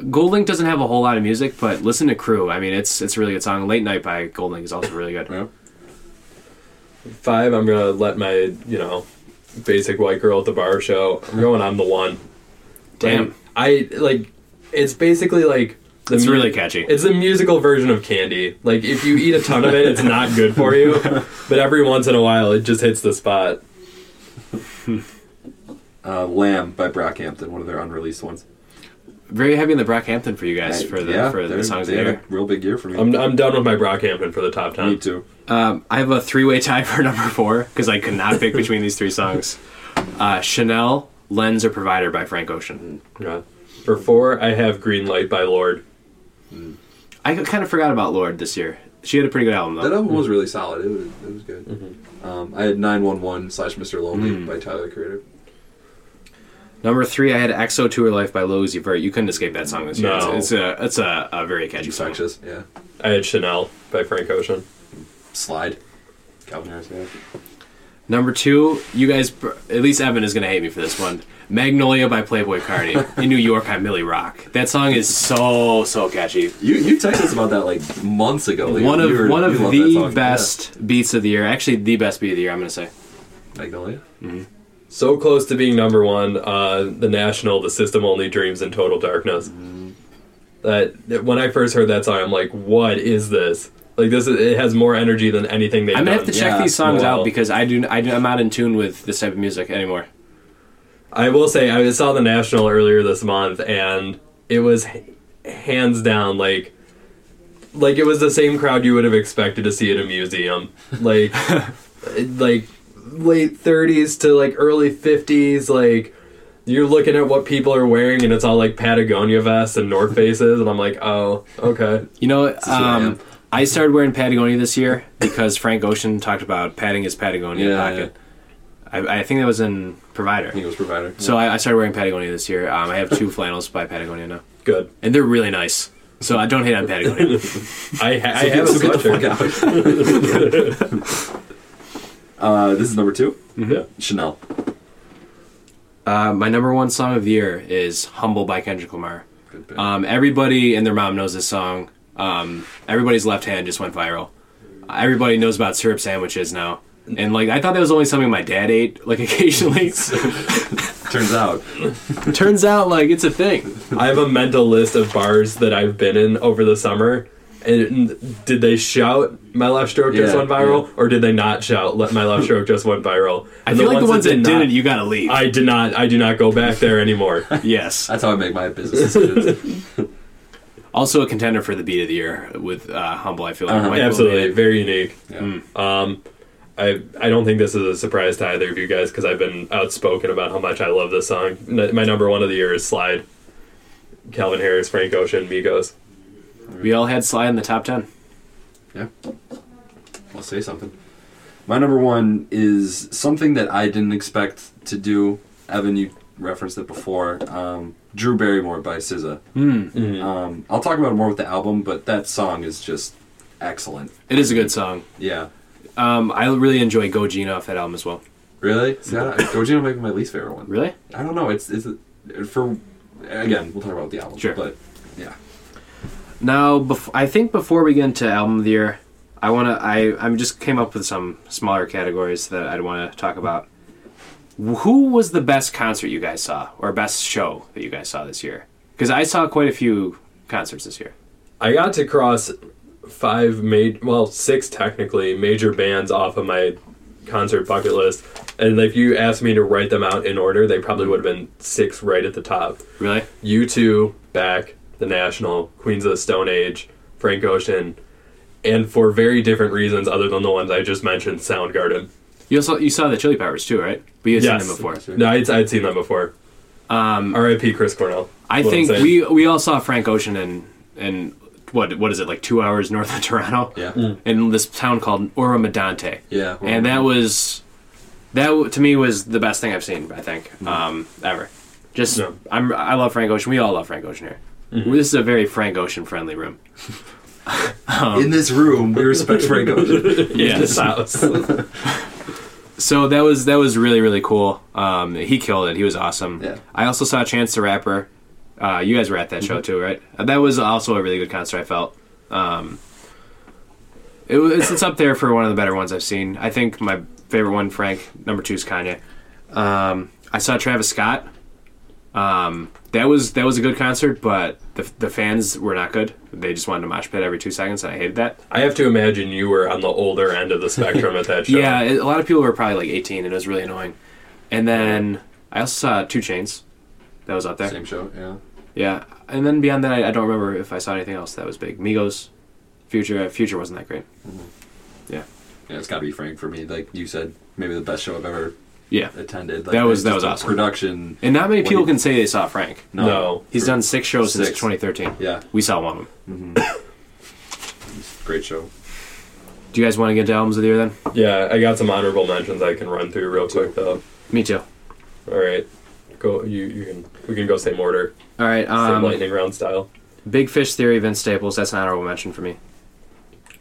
Speaker 1: Goldlink doesn't have a whole lot of music, but listen to "Crew." I mean, it's it's a really good song. "Late Night" by Goldlink is also really good.
Speaker 3: Yeah.
Speaker 2: Five, I'm going to let my, you know, basic white girl at the bar show. I'm going on the one.
Speaker 1: Damn,
Speaker 2: Like, I, like, it's basically like. The
Speaker 1: it's
Speaker 2: mu-
Speaker 1: really catchy.
Speaker 2: It's the musical version of candy. Like, if you eat a ton of it, it's not good for you. But every once in a while, it just hits the spot.
Speaker 3: Uh, Lamb by Brockhampton, one of their unreleased ones.
Speaker 1: Very heavy in the Brockhampton for you guys for the for
Speaker 3: they're-
Speaker 1: the songs of
Speaker 3: they
Speaker 1: the
Speaker 3: had
Speaker 1: year.
Speaker 3: a real big year for me.
Speaker 2: I'm, I'm done with my Brockhampton for the top
Speaker 3: me
Speaker 2: 10.
Speaker 3: too.
Speaker 1: Um, I have a three-way tie for number four because I could not pick between these three songs. Uh, Chanel, Lens, or Provider by Frank Ocean.
Speaker 2: Yeah. For four, I have Green Light by Lord.
Speaker 1: I kind of forgot about Lord this year. She had a pretty good album
Speaker 3: That
Speaker 1: though.
Speaker 3: album was really solid. It was, it was good. Mm-hmm. Um, I had 911 slash Mr. Lonely by Tyler the Creator.
Speaker 1: Number three, I had "EXO Tour Life" by Lil Uzi Vert. You couldn't escape that song this year.
Speaker 2: No.
Speaker 1: It's, it's a it's a, a very catchy song.
Speaker 3: Infectious, yeah.
Speaker 2: I had Chanel by Frank Ocean.
Speaker 3: Slide. Calvin Harris, yeah.
Speaker 1: Number two, you guys, pr- at least Evan is gonna hate me for this one. "Magnolia" by Playboy Cardi. In New York, I'm Millie Rock. That song is so so catchy.
Speaker 3: You you texted us about that like months ago. Like,
Speaker 1: One of
Speaker 3: you were-
Speaker 1: one
Speaker 3: you
Speaker 1: of
Speaker 3: loved that
Speaker 1: the
Speaker 3: song.
Speaker 1: best beats of the year. Actually, the best beat of the year. I'm gonna say.
Speaker 3: Yeah. Magnolia.
Speaker 2: So close to being number one, uh, the National, the System Only Dreams, and Total Darkness. That, that- when I first heard that song, I'm like, what is this? Like this, is, it has more energy than anything they've
Speaker 1: I'm gonna have
Speaker 2: done.
Speaker 1: to check
Speaker 3: Yeah,
Speaker 1: these songs
Speaker 2: well.
Speaker 1: out because I do, I do. I'm not in tune with this type of music anymore.
Speaker 2: I will say, I saw the National earlier this month, and it was h- hands down like, like it was the same crowd you would have expected to see at a museum, like, like late 30s to like early 50s, like. You're looking at what people are wearing, and it's all like Patagonia vests and North Faces, and I'm like, oh, okay.
Speaker 1: You know,
Speaker 3: I am.
Speaker 1: um, I started wearing Patagonia this year because Frank Ocean talked about padding his Patagonia
Speaker 3: Yeah,
Speaker 1: pocket. I, I think that was in
Speaker 3: I think
Speaker 1: Provider.
Speaker 3: it was Provider.
Speaker 1: So I, I started wearing Patagonia this year. Um, I have two flannels by Patagonia now,
Speaker 2: Good.
Speaker 1: and they're really nice. So I don't hate on Patagonia.
Speaker 2: I, ha- I have a
Speaker 3: So get- so get the
Speaker 2: sweatshirt.
Speaker 3: fuck out. uh, this is number two.
Speaker 2: Yeah.
Speaker 1: Mm-hmm.
Speaker 3: Chanel.
Speaker 1: uh, my number one song of the year is "Humble" by Kendrick Lamar.
Speaker 3: Good pick.
Speaker 1: Um, everybody and their mom knows this song. Um, everybody's left hand just went viral. Everybody knows about syrup sandwiches now. And like I thought that was only something my dad ate like occasionally.
Speaker 3: Turns out,
Speaker 1: Turns out like it's a thing.
Speaker 2: I have a mental list of bars that I've been in over the summer. And did they shout "My left stroke just
Speaker 3: Yeah,
Speaker 2: went viral," or did they not shout "Let my left stroke just went viral"?
Speaker 1: I
Speaker 2: And
Speaker 1: feel like the ones that, e-
Speaker 2: did
Speaker 1: did
Speaker 2: not-
Speaker 1: it, you gotta leave.
Speaker 2: I did not. I do not go back there anymore.
Speaker 1: yes.
Speaker 3: that's how I make my business decisions.
Speaker 1: Also a contender for the beat of the year with uh, humble. I feel like
Speaker 3: Uh-huh.
Speaker 1: Michael
Speaker 2: Absolutely,
Speaker 1: Bay.
Speaker 2: very unique.
Speaker 3: Yeah.
Speaker 1: Mm.
Speaker 2: Um, I I don't think this is a surprise to either of you guys because I've been outspoken about how much I love this song. N- My number one of the year is "Slide." Calvin Harris, Frank Ocean, Migos.
Speaker 1: We all had Sly in the top ten.
Speaker 3: Yeah. I'll say something. My number one is something that I didn't expect to do. Evan, you referenced it before. Um, Drew Barrymore by SZA.
Speaker 1: Hmm.
Speaker 3: Um, I'll talk about it more with the album, but that song is just excellent.
Speaker 1: It is a good song.
Speaker 3: Yeah.
Speaker 1: Um, I really enjoy Gogina off that album as well.
Speaker 3: Really? See, I, Gojira might be my least favorite one.
Speaker 1: Really?
Speaker 3: I don't know. It's, it's for again. We'll talk about the album.
Speaker 1: Sure.
Speaker 3: But yeah,
Speaker 1: Now, bef- I think before we get into album of the year, I want to. I I just came up with some smaller categories that I'd want to talk about. Who was the best concert you guys saw, or best show that you guys saw this year? Because I saw quite a few concerts this year.
Speaker 2: I got to cross five major, well, six technically major bands off of my concert bucket list, and if you asked me to write them out in order, they probably would have been six right at the top.
Speaker 1: Really?
Speaker 2: U two, Back, The National, Queens of the Stone Age, Frank Ocean, and for very different reasons other than the ones I just mentioned, Soundgarden.
Speaker 1: You also you saw the Chili Peppers too, right? But you had seen them before. Um,
Speaker 3: Sure.
Speaker 2: No, I'd, I'd seen them before. R.I.P. Chris Cornell.
Speaker 1: I
Speaker 2: That's what I'm
Speaker 1: think
Speaker 2: saying.
Speaker 1: we we all saw Frank Ocean and and what what is it like two hours north of Toronto?
Speaker 3: Yeah.
Speaker 1: in this town called Oromedante.
Speaker 3: Yeah,
Speaker 1: and that was that w- to me was the best thing I've seen. I think um, ever. Just
Speaker 2: Yeah.
Speaker 1: I'm I love Frank Ocean. We all love Frank Ocean here. This is a very Frank Ocean friendly room. um,
Speaker 3: in this room, we respect Frank Ocean.
Speaker 1: Yeah.
Speaker 2: This house.
Speaker 1: so that was that was really really cool. Um, he killed it. He was awesome.
Speaker 3: Yeah.
Speaker 1: I also saw Chance the Rapper. Uh, you guys were at that show too, right? Uh, That was also a really good concert. I felt. Um, it was it's, it's up there for one of the better ones I've seen. I think my favorite one, Frank. Number two is Kanye. Um, I saw Travis Scott. Um, that was that was a good concert, but the the fans were not good. They just wanted to mosh pit every two seconds, and I hated that.
Speaker 2: I have to imagine you were on the older end of the spectrum at that show.
Speaker 1: Yeah, it- a lot of people were probably like 18, and it was really annoying. And then I also saw Two Chains. That was up there.
Speaker 3: Same show, yeah.
Speaker 1: Yeah. And then beyond that, I, I don't remember if I saw anything else that was big. Migos, Future. uh, Future wasn't that great.
Speaker 3: Yeah, it's got to be Frank for me. Like you said, maybe the best show I've ever
Speaker 1: Yeah.
Speaker 3: attended. Like,
Speaker 1: That was-
Speaker 3: it's
Speaker 1: that
Speaker 3: just
Speaker 1: was
Speaker 3: the
Speaker 1: awesome.
Speaker 3: Production.
Speaker 1: And not many
Speaker 3: What
Speaker 1: people
Speaker 3: do you-
Speaker 1: can say they saw Frank.
Speaker 2: No.
Speaker 1: He's done six shows since
Speaker 3: Six.
Speaker 1: 2013.
Speaker 3: Yeah,
Speaker 1: We saw one of them.
Speaker 3: great show.
Speaker 1: Do you guys want to get to albums of the year then?
Speaker 2: Yeah, I got some honorable mentions I can run through real quick though.
Speaker 1: Me too.
Speaker 2: All right. Go you you can we can go same order.
Speaker 1: All right.
Speaker 2: Same
Speaker 1: Um,
Speaker 2: lightning round style.
Speaker 1: Big Fish Theory, Vince Staples. That's an honorable mention for me.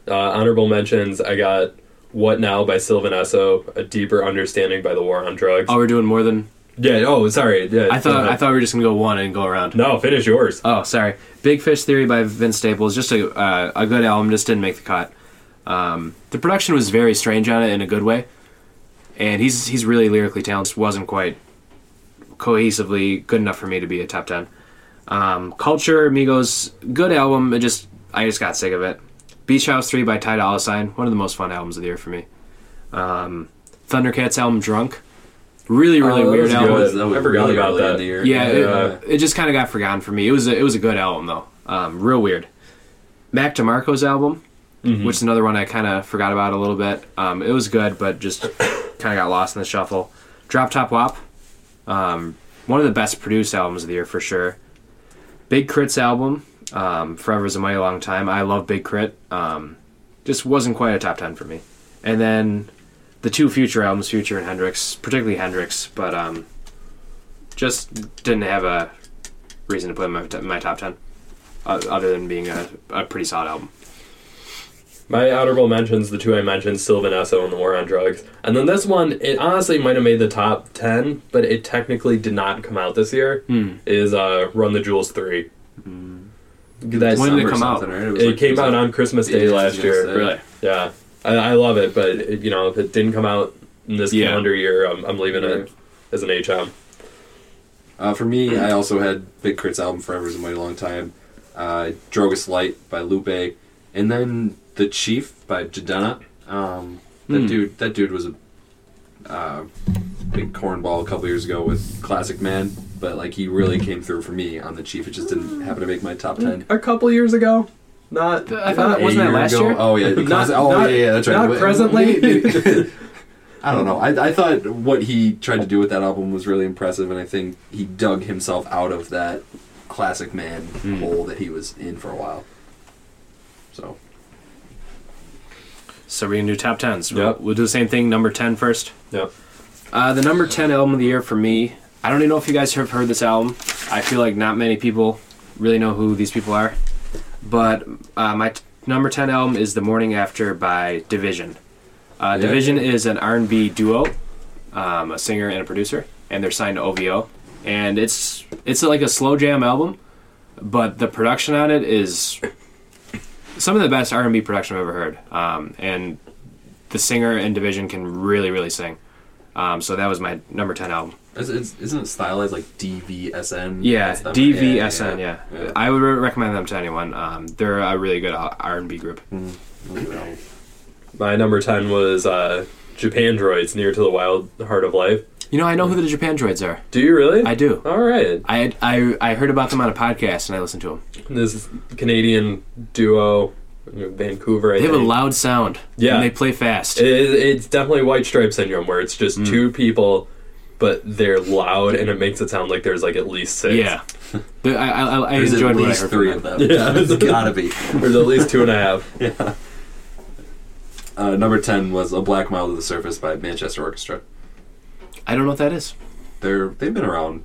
Speaker 2: Uh, honorable mentions I got What Now by Sylvan Esso, A Deeper Understanding by the War on Drugs.
Speaker 1: Oh, we're doing more than.
Speaker 2: Yeah, oh sorry. Yeah.
Speaker 1: I thought
Speaker 2: uh,
Speaker 1: I thought we were just gonna go one and go around.
Speaker 2: No, finish yours.
Speaker 1: Oh, sorry. Big Fish Theory by Vince Staples. Just a uh, a good album. Just didn't make the cut. Um, the production was very strange on it in a good way, and he's he's really lyrically talented. Just wasn't quite cohesively good enough for me to be a top ten. Um, Culture Amigos, good album. It just I just got sick of it. Beach House Three by Ty Dolla Sign, one of the most fun albums of the year for me. Um, Thundercats album Drunk, really really
Speaker 3: Oh, that
Speaker 1: weird
Speaker 3: was
Speaker 1: album.
Speaker 3: good.
Speaker 2: was- I forgot about
Speaker 3: early
Speaker 2: that.
Speaker 3: in the year.
Speaker 1: Yeah, it,
Speaker 2: Yeah.
Speaker 1: it just kind of got forgotten for me. It was a, it was a good album though, um, real weird. Mac DeMarco's album, which is another one I kind of forgot about a little bit. Um, it was good, but just kind of got lost in the shuffle. Drop Top Wop, um, one of the best produced albums of the year for sure. Big Crit's album, um, Forever's a Mighty Long Time. I love Big Crit. Um, just wasn't quite a top ten for me. And then the two future albums, Future and Hendrix, particularly Hendrix, but um, just didn't have a reason to put in my, my top 10 uh, other than being a, a pretty solid album
Speaker 2: My honorable mentions, the two I mentioned, Sylvan Esso and the War on Drugs. And then this one, it honestly might have made the top 10, but it technically did not come out this year, is uh, Run the Jewels 3. Mm. That's-
Speaker 1: When did it
Speaker 3: Summer
Speaker 1: come out?
Speaker 3: something, right? was
Speaker 2: it
Speaker 3: like-
Speaker 2: came
Speaker 3: was
Speaker 2: out
Speaker 3: like-
Speaker 2: on Christmas Day
Speaker 3: Yeah, I was
Speaker 2: last
Speaker 3: gonna
Speaker 2: year.
Speaker 3: say. Really?
Speaker 2: Yeah. I, I love it, but, it, you know, if it didn't come out in this
Speaker 1: Yeah.
Speaker 2: calendar year, I'm, I'm leaving
Speaker 3: Right.
Speaker 2: it as an HM.
Speaker 3: Uh, for me, I also had Big Crit's album Forever's a Mighty Long Time, uh, Drogas Light by Lupe, and then The Chief by Jadena. Um, that
Speaker 1: Hmm.
Speaker 3: dude, that dude was a uh, big cornball a couple years ago with Classic Man, but like he really came through for me on The Chief. It just didn't happen to make my top ten.
Speaker 2: A couple years ago. Not,
Speaker 1: I thought-
Speaker 2: not
Speaker 1: Wasn't that
Speaker 3: A year
Speaker 1: last
Speaker 3: ago-
Speaker 1: year?
Speaker 3: Oh yeah, the
Speaker 2: Not-
Speaker 3: classic- oh
Speaker 2: not-
Speaker 3: yeah, yeah, that's right.
Speaker 2: not
Speaker 3: Wait,
Speaker 2: presently.
Speaker 3: wait. I don't know. I, I thought what he tried to do with that album was really impressive, and I think he dug himself out of that classic man
Speaker 1: Hmm.
Speaker 3: hole that he was in for a while. So
Speaker 1: so we're gonna do top 10s
Speaker 2: Yep.
Speaker 1: we'll, we'll do the same thing number 10 first
Speaker 2: Yeah.
Speaker 1: uh, the number 10 album of the year for me i don't even know if you guys have heard this album i feel like not many people really know who these people are but uh, my t- number 10 album is the morning after by division uh,
Speaker 3: Yeah.
Speaker 1: division is an r&b duo um, a singer and a producer and they're signed to ovo and it's it's like a slow jam album but the production on it is some of the best r&b production i've ever heard um, and the singer in division can really really sing um, so that was my number 10 album
Speaker 3: it's, it's, isn't it stylized like DVSN?
Speaker 1: yeah,
Speaker 3: That's them,
Speaker 1: DVSN. Yeah,
Speaker 3: yeah. Yeah.
Speaker 1: I would re- recommend them to anyone. Um, they're a really good uh, R and B group.
Speaker 3: Hmm.
Speaker 2: My number 10 was uh, Japan Droids, Near to the Wild Heart of Life.
Speaker 1: You know, I know who the Japan Droids are.
Speaker 2: Do you really?
Speaker 1: I do.
Speaker 3: Oh.
Speaker 2: All right.
Speaker 1: I, I I heard about them on a podcast and I listened to them.
Speaker 2: This Canadian duo, Vancouver. I
Speaker 1: They have a
Speaker 2: think.
Speaker 1: loud sound.
Speaker 2: Yeah.
Speaker 1: and they play fast.
Speaker 2: It- it's definitely White Stripe Syndrome, where it's just two people but they're loud and it makes it sound like there's like at least six.
Speaker 1: Yeah, The- I, I, I- I
Speaker 3: There's
Speaker 1: enjoyed
Speaker 3: at
Speaker 1: what I
Speaker 3: least
Speaker 1: heard
Speaker 3: three
Speaker 1: from
Speaker 3: of
Speaker 1: them.
Speaker 3: them.
Speaker 2: Yeah.
Speaker 3: There's gotta be.
Speaker 2: There's at least two and a half.
Speaker 3: Uh, number 10 was A Black Mile to the Surface by Manchester Orchestra.
Speaker 1: I don't know what that is.
Speaker 3: They're, they've been around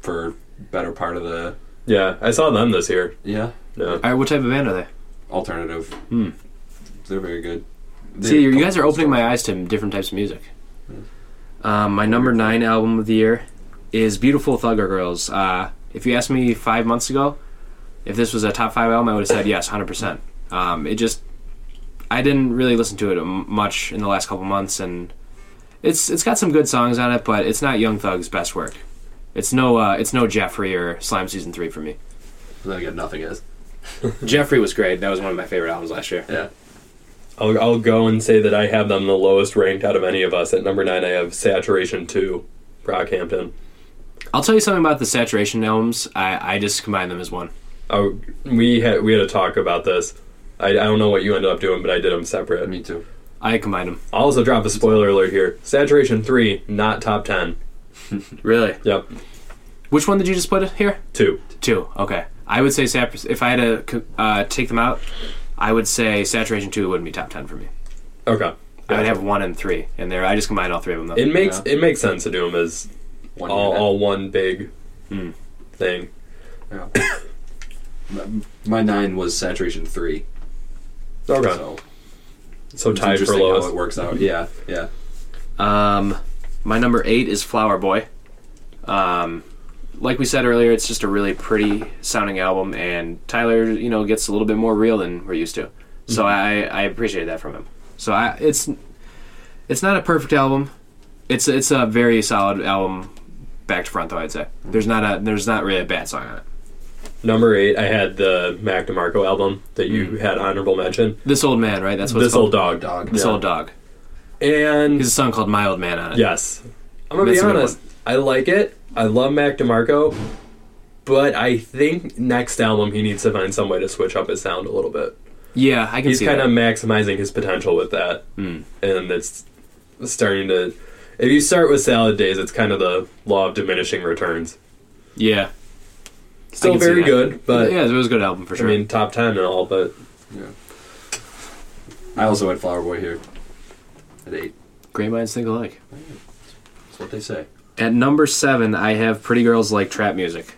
Speaker 3: for better part of the,
Speaker 2: Yeah, I saw them this year.
Speaker 3: yeah,
Speaker 2: Yeah.
Speaker 1: All right, what type of band are they?
Speaker 3: alternative. They're very Hmm. good.
Speaker 1: See, you guys are opening my eyes to different types of music. Um, my number nine album of the year is Beautiful Thugger Girls. Uh, if you asked me five months ago if this was a top five album, I would have said yes, 100%. Um, it just, I didn't really listen to it m- much in the last couple months, and it's it's got some good songs on it, but it's not Young Thug's best work. It's no uh, it's no Jeffrey or Slime Season 3 for me.
Speaker 3: Then again, nothing is.
Speaker 1: Jeffrey was great. That was one of my favorite albums last year.
Speaker 3: Yeah.
Speaker 2: I'll, I'll go and say that I have them the lowest ranked out of any of us. At number nine, I have Saturation 2, Brockhampton.
Speaker 1: I'll tell you something about the Saturation albums. I, I just combine them as one.
Speaker 2: I, we, had, we had a talk about this. I, I don't know what you ended up doing, but I did them separate.
Speaker 3: Me too.
Speaker 1: I combine them.
Speaker 2: I'll also drop a spoiler alert here Saturation 3, not top 10.
Speaker 1: Really?
Speaker 2: Yep,
Speaker 1: Which one did you just put here?
Speaker 2: 2.
Speaker 1: Two. Okay. I would say sap- if I had to co- uh, take them out, I would say Saturation Two wouldn't be top ten for me.
Speaker 2: Okay.
Speaker 1: I would have one and three in there. I just combined all three of them. Though.
Speaker 2: It makes
Speaker 3: Yeah.
Speaker 2: it makes sense to do them as
Speaker 3: One
Speaker 2: all,
Speaker 3: unit.
Speaker 2: all one big
Speaker 3: Hmm.
Speaker 2: thing.
Speaker 3: Yeah. My- my nine was Saturation 3.
Speaker 2: Okay. So,
Speaker 3: So
Speaker 2: tied
Speaker 3: it's
Speaker 2: for
Speaker 3: interesting how
Speaker 2: lowest. Mm-hmm.
Speaker 3: it works out. Yeah, yeah.
Speaker 1: um, my number eight is Flower Boy. Um, like we said earlier, it's just a really pretty sounding album, and Tyler, you know, gets a little bit more real than we're used to. So
Speaker 2: Mm-hmm.
Speaker 1: I, I appreciate that from him. So I, it's it's not a perfect album. It's it's a very solid album, back to front though. I'd say
Speaker 2: Mm-hmm.
Speaker 1: there's not a there's not really a bad song on it.
Speaker 2: Number eight, I had the Mac DeMarco album that you had honorable mention.
Speaker 1: This old man, right? Mm. That's what
Speaker 2: this
Speaker 1: it's called.
Speaker 2: old dog,
Speaker 3: Dog.
Speaker 1: This
Speaker 2: Yeah.
Speaker 1: old dog.
Speaker 2: and
Speaker 1: There's a song called My Old Man on it.
Speaker 2: yes, I'm gonna be
Speaker 1: That's a good
Speaker 2: honest. I like it. I love Mac DeMarco, but I think next album he needs to find some way to switch up his sound a little bit.
Speaker 1: Yeah, I can
Speaker 2: He's
Speaker 1: see
Speaker 2: kind
Speaker 1: that. Mm.
Speaker 2: of maximizing his potential with that, and it's starting to. If you start with Salad Days, it's kind of the law of diminishing returns.
Speaker 1: yeah.
Speaker 2: Still
Speaker 1: can see
Speaker 2: very
Speaker 1: that.
Speaker 2: good, but
Speaker 1: yeah, it was a good album for
Speaker 2: I
Speaker 1: sure.
Speaker 2: mean top ten and all, but
Speaker 3: I also had Flower Boy here at 8.
Speaker 1: Great minds think alike.
Speaker 3: That's what they say.
Speaker 1: At number seven, I have "Pretty Girls Like Trap Music"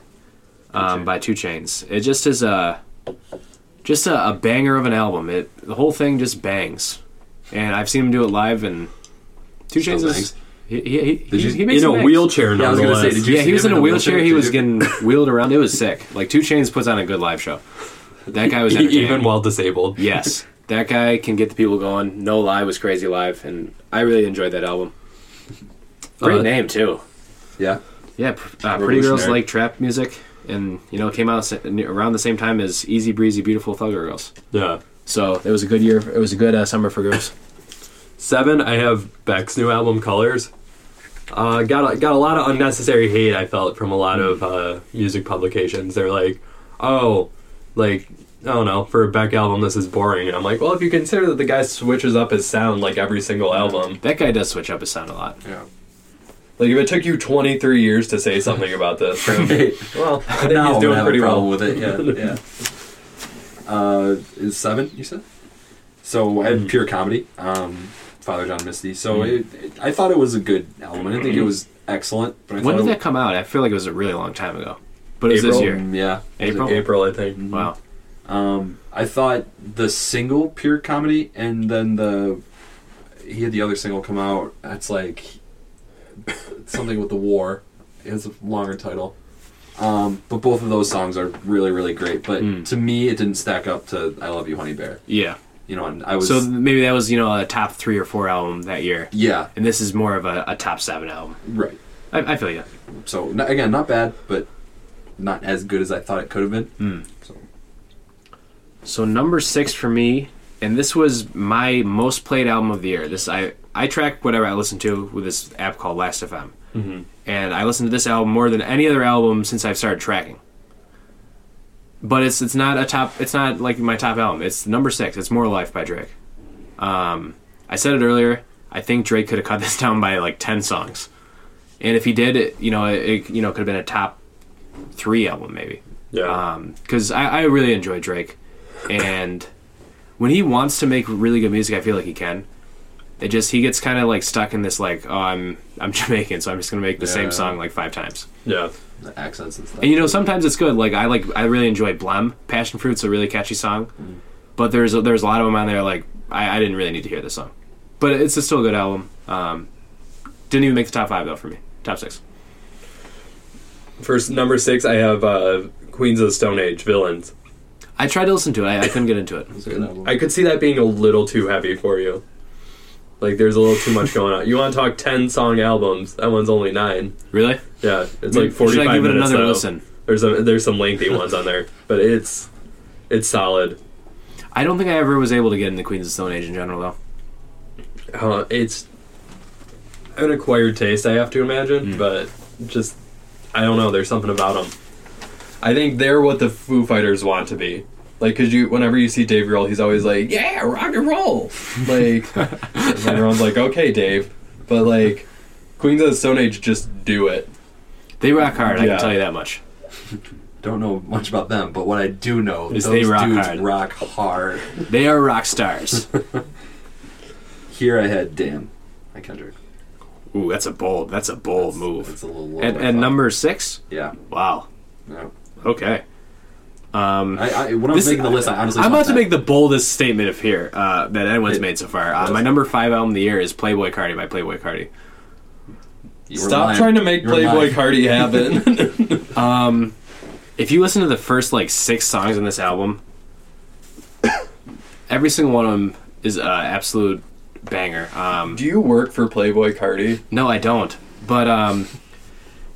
Speaker 1: um,
Speaker 3: Chainz.
Speaker 1: by Two Chains. It just is a just a, a banger of an album. It the whole thing just bangs, and I've seen him do it live. And Two Chains
Speaker 3: bangs?
Speaker 1: is he, he, he,
Speaker 3: Did you-
Speaker 1: he makes some bangs.
Speaker 3: Yeah, I was gonna say, did you
Speaker 1: yeah,
Speaker 3: see
Speaker 1: he was
Speaker 3: him
Speaker 1: in a
Speaker 3: in a
Speaker 1: wheelchair.
Speaker 3: wheelchair,
Speaker 1: He
Speaker 3: did
Speaker 1: was
Speaker 3: you?
Speaker 1: getting wheeled around. It was sick. Like Two Chains puts on a good live show. That guy was entertaining.
Speaker 2: even while disabled.
Speaker 1: yes, that guy can get the people going. No lie was crazy live, and I really enjoyed that album. Great
Speaker 2: Uh,
Speaker 1: name too.
Speaker 3: Yeah.
Speaker 1: Yeah, pr- uh, pretty girls
Speaker 3: Revolutionary.
Speaker 1: like trap music, and you know, it came out s- around the same time as Easy Breezy, Beautiful Thugger Girls.
Speaker 2: Yeah.
Speaker 1: So it was a good year. It was a good uh, summer for girls.
Speaker 2: Seven, I have Beck's new album Colors. Uh, got a, got a lot of unnecessary hate I felt from a lot of uh, music publications. They're like, oh, like I don't know for a Beck album this is boring. And I'm like, well, if you consider that the guy switches up his sound like every single album,
Speaker 1: that guy does switch up his sound a lot.
Speaker 3: Yeah.
Speaker 2: like if it took you 23 years to say something about this, well, I think
Speaker 3: now
Speaker 2: he's doing
Speaker 3: have a
Speaker 2: pretty
Speaker 3: problem
Speaker 2: well.
Speaker 3: with it. Yeah, yeah. uh, is seven? You said. So I
Speaker 2: Mm-hmm.
Speaker 3: had pure comedy, um, Father John Misty. So it, it, I thought it was a good album. I didn't
Speaker 2: Mm-hmm.
Speaker 3: think it was excellent, but I
Speaker 1: When
Speaker 3: thought
Speaker 1: did
Speaker 3: it,
Speaker 1: that come out? I feel like it was a really long time ago, but it was this
Speaker 2: April?
Speaker 1: year.
Speaker 3: Mm, yeah,
Speaker 1: April?
Speaker 2: April, I think.
Speaker 1: Wow.
Speaker 3: Um, I thought the single pure comedy, and then the he had the other single come out. That's like something with the war. It has a longer title. Um, but both of those songs are really, really great. But
Speaker 1: Mm.
Speaker 3: to me, it didn't stack up to "I Love You, Honey Bear."
Speaker 1: Yeah.
Speaker 3: You know, and I was
Speaker 1: So th- maybe that was you know a top three or four album that year,
Speaker 3: yeah,
Speaker 1: and this is more of a, a top seven album.
Speaker 3: right.
Speaker 1: I, I feel you.
Speaker 3: So n- again, not bad, but not as good as I thought it could have been.
Speaker 1: Hmm.
Speaker 3: So
Speaker 1: So number six for me, and this was my most played album of the year. This I I track whatever I listen to with this app called Last.fm, mm-hmm. and I listened to this album more than any other album since I've started tracking. But it's it's not a top. It's not like my top album. It's number six. It's More Life by Drake. Um, I said it earlier. I think Drake could have cut this down by like ten songs. And if he did, it, you know, it, it you know could have been a top three album maybe.
Speaker 2: Yeah.
Speaker 1: Because Um, I, I really enjoy Drake, and when he wants to make really good music, I feel like he can. It just he gets kind of like stuck in this like oh I'm I'm Jamaican so I'm just gonna make the
Speaker 3: Yeah.
Speaker 1: same song like five times.
Speaker 2: yeah.
Speaker 3: The accents and stuff.
Speaker 1: And you know, sometimes it's good. Like I like, I really enjoy Blem. Passion Fruit's a really catchy song,
Speaker 2: Mm.
Speaker 1: but there's a, there's a lot of them on there. Like I, I didn't really need to hear this song, but it's a still a good album. Um, didn't even make the top five though for me. Top six.
Speaker 2: For s- number six, I have uh, Queens of the Stone Age, Villains.
Speaker 1: I tried to listen to it. I, I couldn't get into it.
Speaker 3: It's a good album.
Speaker 2: I could see that being a little too heavy for you. Like, there's a little too much going on. You want to talk 10 song albums, that one's only nine.
Speaker 1: Really?
Speaker 2: Yeah, it's
Speaker 1: Maybe-
Speaker 2: like 45
Speaker 1: should I give it
Speaker 2: minutes,
Speaker 1: another
Speaker 2: though.
Speaker 1: listen?
Speaker 2: There's, a, there's some lengthy ones on there, but it's it's solid.
Speaker 1: I don't think I ever was able to get into Queens of the Stone Age in general though.
Speaker 2: Uh, it's an acquired taste, I have to imagine, but just I don't know. There's something about them. I think they're what the Foo Fighters want to be. Like, cause you, whenever you see Dave Grohl, he's always like, "Yeah, rock and roll." Like, and everyone's like, "Okay, Dave," but like, Queens of the Stone Age just do it.
Speaker 1: They rock hard. I
Speaker 2: Yeah.
Speaker 1: can tell you that much.
Speaker 3: Don't know much about them, but what I do know
Speaker 1: Is
Speaker 3: those
Speaker 1: they rock
Speaker 3: dudes
Speaker 1: hard.
Speaker 3: rock hard.
Speaker 1: They are rock stars.
Speaker 3: Here I had Dan by Kendrick.
Speaker 1: Ooh, that's a bold. That's a bold
Speaker 3: It's
Speaker 1: move.
Speaker 3: a little. lower,
Speaker 1: And,
Speaker 3: I
Speaker 1: and
Speaker 3: thought.
Speaker 1: number six.
Speaker 3: Yeah.
Speaker 1: Wow.
Speaker 3: No.
Speaker 1: Okay. Um,
Speaker 3: I, I when I was
Speaker 1: This-
Speaker 3: making the list, I honestly.
Speaker 1: I'm
Speaker 3: thought
Speaker 1: about to
Speaker 3: that.
Speaker 1: make the boldest statement of here uh, that anyone's made so far. Uh, my number five album of the year is Playboy Cardi by Playboy Cardi.
Speaker 3: You were
Speaker 2: Stop
Speaker 3: lying.
Speaker 2: trying to make
Speaker 3: You were
Speaker 2: Playboy
Speaker 3: lying.
Speaker 2: Cardi happen.
Speaker 1: If you listen to the first like six songs on this album, every single one of them is an absolute banger. Um,
Speaker 2: do you work for Playboy Cardi?
Speaker 1: no, I don't. But um,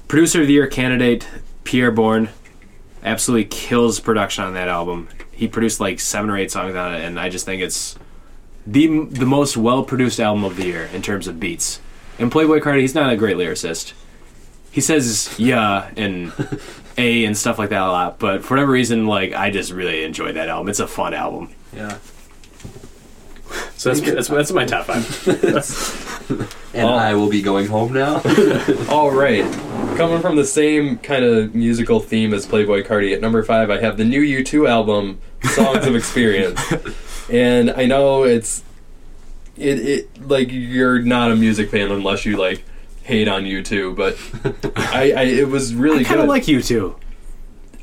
Speaker 1: producer of the year candidate Pierre Bourne absolutely kills production on that album. He produced like seven or eight songs on it, and I just think it's the the most well produced album of the year in terms of beats. And Playboy Cardi, he's not a great lyricist. He says yeah and a and stuff like that a lot, but for whatever reason, like I just really enjoy that album. It's a fun album.
Speaker 3: Yeah.
Speaker 1: So that's that's, that's my top five.
Speaker 3: And
Speaker 2: Oh.
Speaker 3: I will be going home now.
Speaker 2: All right. Coming from the same kind of musical theme as Playboy Cardi, at number five, I have the new U2 album, Songs of Experience. And I know it's. It, it like you're not a music fan unless you like hate on U2, but I, I it was really
Speaker 1: I kind of
Speaker 2: good.
Speaker 1: like you too.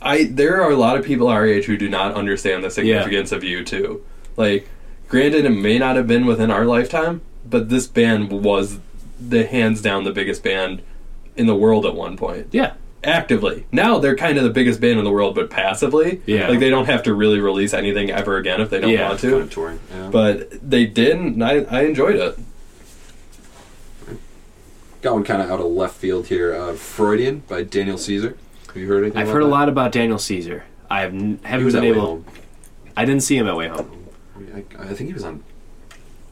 Speaker 2: I there are a lot of people our age who do not understand the significance of U2. Like, granted, it may not have been within our lifetime, but this band was the hands down the biggest band in the world at one point.
Speaker 1: Yeah,
Speaker 2: Actively, now they're kind of the biggest band in the world, but passively,
Speaker 1: Yeah.
Speaker 2: Like they don't have to really release anything ever again if they don't
Speaker 1: Yeah.
Speaker 2: want
Speaker 3: Kind
Speaker 2: to.
Speaker 3: of touring. Yeah.
Speaker 2: But they did, and I, I enjoyed it.
Speaker 3: Got one kind of out of left field here. Uh, Freudian by Daniel Caesar. Have you heard anything?
Speaker 1: I've
Speaker 3: about
Speaker 1: heard a
Speaker 3: that?
Speaker 1: lot about Daniel Caesar. I have n-
Speaker 3: He
Speaker 1: haven't
Speaker 3: was
Speaker 1: been
Speaker 3: at Way
Speaker 1: able.
Speaker 3: Home.
Speaker 1: I didn't see him at Way Home.
Speaker 3: I, I think he was on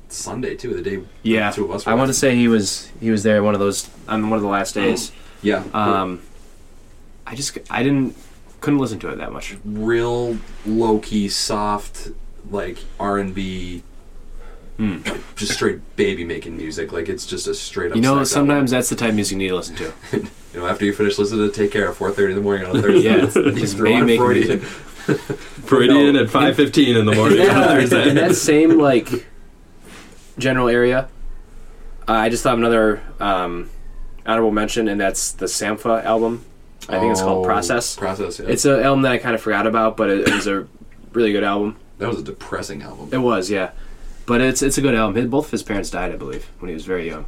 Speaker 3: Sunday too. The day.
Speaker 1: Yeah,
Speaker 3: the two of us. Were
Speaker 1: I want to
Speaker 3: to.
Speaker 1: say he was he was there one of those on one of the last days.
Speaker 3: Yeah.
Speaker 1: Um, I just I didn't couldn't listen to it that much.
Speaker 3: real low key, soft, like R and B,
Speaker 1: Hmm.
Speaker 3: just straight baby making music. Like it's just a straight up.
Speaker 1: You know,
Speaker 3: sex
Speaker 1: sometimes that's the type of music you need to listen to.
Speaker 3: album. you know after you finish listening to Take Care at four thirty in the morning on a Thursday,
Speaker 1: Yeah, it's-
Speaker 3: you
Speaker 1: it's
Speaker 3: throw on
Speaker 1: baby-making
Speaker 3: Freudian.
Speaker 2: Freudian at five fifteen in the morning on Thursday.
Speaker 1: in that same like general area, uh, I just thought of another um, honorable mention, and that's the Sampha album. I think it's called
Speaker 3: Oh,
Speaker 1: Process.
Speaker 3: Process. Yeah.
Speaker 1: It's an album that I kind of forgot about, but it, it was a really good album.
Speaker 3: that was a depressing album.
Speaker 1: It was, yeah. But it's it's a good album. His- Both of his parents died, I believe, when he was very young.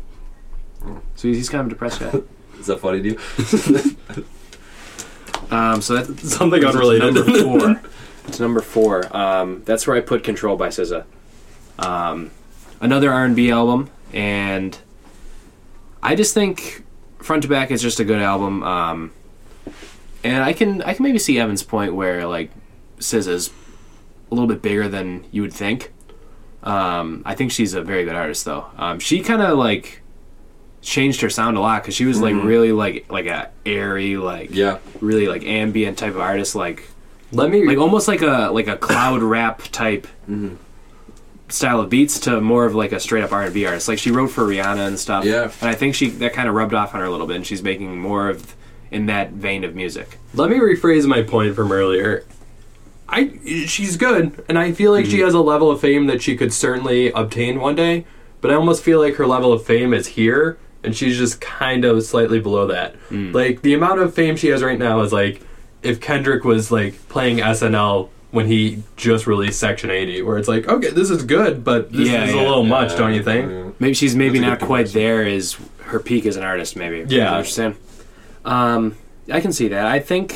Speaker 1: So he's, he's kind of a depressed guy.
Speaker 3: Is that funny to you?
Speaker 1: Um, so that's
Speaker 2: Something unrelated.
Speaker 1: Number four. it's number four. Um, that's where I put "Control" by SZA. Um, another R and B album, and I just think front to back is just a good album. Um, and I can I can maybe see Evan's point where like SZA's a little bit bigger than you would think. Um, I think she's a very good artist though. Um, she kind of like changed her sound a lot because she was like
Speaker 2: Mm-hmm.
Speaker 1: really like like a airy like
Speaker 3: Yeah.
Speaker 1: really like ambient type of artist, like
Speaker 2: Let me
Speaker 1: like almost like a like a cloud rap type style of beats to more of like a straight up R and B artist. Like she wrote for Rihanna and stuff.
Speaker 3: Yeah.
Speaker 1: And I think she that kind of rubbed off on her a little bit, and she's making more of in that vein of music.
Speaker 2: Let me rephrase my point from earlier. I she's good, and I feel like she
Speaker 1: Mm-hmm.
Speaker 2: has a level of fame that she could certainly obtain one day. But I almost feel like her level of fame is here, and she's just kind of slightly below that.
Speaker 1: Mm.
Speaker 2: Like the amount of fame she has right now is like if Kendrick was like playing SNL when he just released Section 80, where it's like, okay, this is good, but this
Speaker 1: Yeah,
Speaker 2: is a
Speaker 1: yeah,
Speaker 2: little much,
Speaker 3: Yeah,
Speaker 2: don't you think?
Speaker 3: yeah.
Speaker 1: Maybe she's maybe
Speaker 3: That's a
Speaker 1: not
Speaker 3: good
Speaker 1: quite there as her peak as an artist. Maybe. You
Speaker 2: Yeah.
Speaker 1: know what I'm saying. Um, I can see that. I think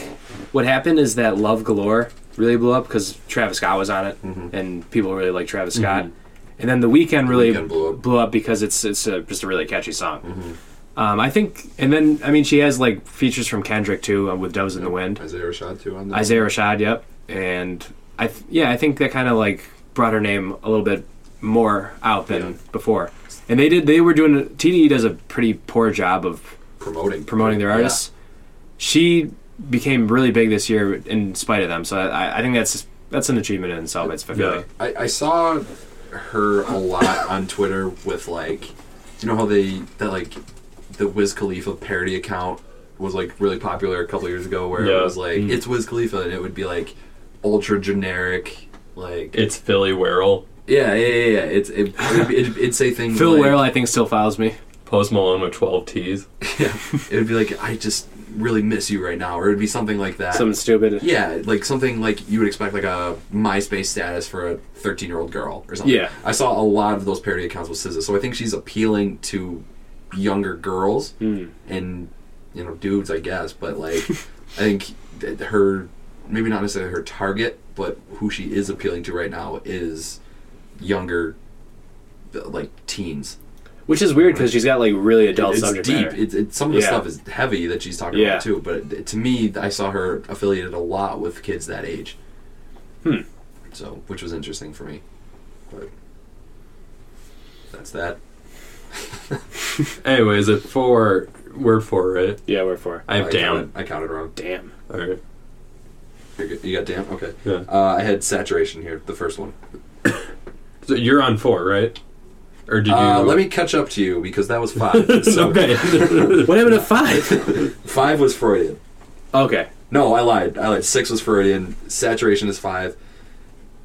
Speaker 1: what happened is that Love Galore really blew up because Travis Scott was on it,
Speaker 3: Mm-hmm.
Speaker 1: and people really like Travis Scott. And then The Weeknd really
Speaker 3: Weeknd blew up. Mm-hmm.
Speaker 1: because it's it's a, just a really catchy song. Um, I think, and then I mean, she has like features from Kendrick too uh, with "Doves in the Wind."
Speaker 3: Isaiah Rashad too on that.
Speaker 1: Isaiah Rashad, yep. And I th- yeah, I think that kind of like brought her name a little bit more out than
Speaker 3: Yeah.
Speaker 1: before. And they did they were doing TDE does a pretty poor job of
Speaker 3: promoting
Speaker 1: promoting their
Speaker 3: Yeah.
Speaker 1: artists. She became really big this year in spite of them. So I, I think that's that's an achievement in itself. It's fulfilling.
Speaker 3: I, I saw her a lot on Twitter with like, you know how they that like the Wiz Khalifa parody account was like really popular a couple years ago, where
Speaker 2: Yeah.
Speaker 3: it was like it's Wiz Khalifa and it would be like ultra generic, like
Speaker 2: It's Philly Werrell.
Speaker 3: yeah yeah yeah, yeah. it's it it'd, it'd, it'd say things
Speaker 1: Phil
Speaker 3: like,
Speaker 1: Werrell, I think, still follows me.
Speaker 2: Post Malone with 12 T's.
Speaker 3: yeah it would be like I just really miss you right now, or it'd be something like that.
Speaker 1: Something stupid.
Speaker 3: Yeah, like something like you would expect, like a MySpace status for a 13 year old girl or something.
Speaker 1: Yeah.
Speaker 3: I saw a lot of those parody accounts with SZA, so I think she's appealing to younger girls and you know dudes, I guess. But like, I think that her maybe not necessarily her target, but who she is appealing to right now is younger, like teens.
Speaker 1: Which is weird because she's got like really adult subject matter.
Speaker 3: It's, it's some of the
Speaker 1: Yeah.
Speaker 3: stuff is heavy that she's talking
Speaker 1: Yeah.
Speaker 3: about too. But it- to me, I saw her affiliated a lot with kids that age. Hmm. So, which was interesting for me. But that's that.
Speaker 2: Anyways, at four, we're for it.
Speaker 1: yeah, we're for.
Speaker 2: I have
Speaker 3: I
Speaker 2: damn.
Speaker 3: Counted, I counted wrong.
Speaker 1: Damn.
Speaker 2: All right.
Speaker 3: You're good- You got damn. Okay.
Speaker 2: Yeah.
Speaker 3: Uh, I had saturation here, the first one.
Speaker 2: So you're on four, right? Or did you?
Speaker 3: Uh, let me catch up to you because that was five.
Speaker 2: It's
Speaker 3: so
Speaker 2: okay.
Speaker 1: What happened to five?
Speaker 3: five was Freudian.
Speaker 1: okay.
Speaker 3: No, I lied. I lied. Six was Freudian. Saturation is five.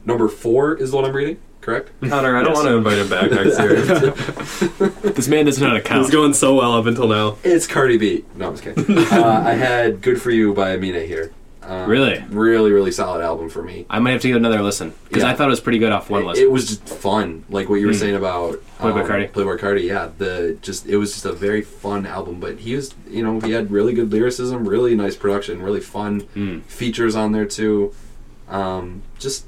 Speaker 3: Number four is the one I'm reading. Correct.
Speaker 2: Connor, I don't
Speaker 1: Yes.
Speaker 2: want to invite him back next year.
Speaker 1: This man does not
Speaker 2: it's
Speaker 1: account.
Speaker 2: going so well up until now.
Speaker 3: It's Cardi B. No, I'm just kidding. uh, I had "Good for You" by Amina here. Uh,
Speaker 1: Really?
Speaker 3: really, really solid album for me.
Speaker 1: I might have to give it another listen because
Speaker 3: Yeah.
Speaker 1: I thought it was Hmm. pretty good off one
Speaker 3: It,
Speaker 1: listen.
Speaker 3: it was just fun, like what you were saying about um,
Speaker 1: Playboy Carti.
Speaker 3: Playboy Carti, yeah. The just it was just a very fun album, but he was, you know, he had really good lyricism, really nice production, really fun
Speaker 1: Hmm.
Speaker 3: features on there too. Um, just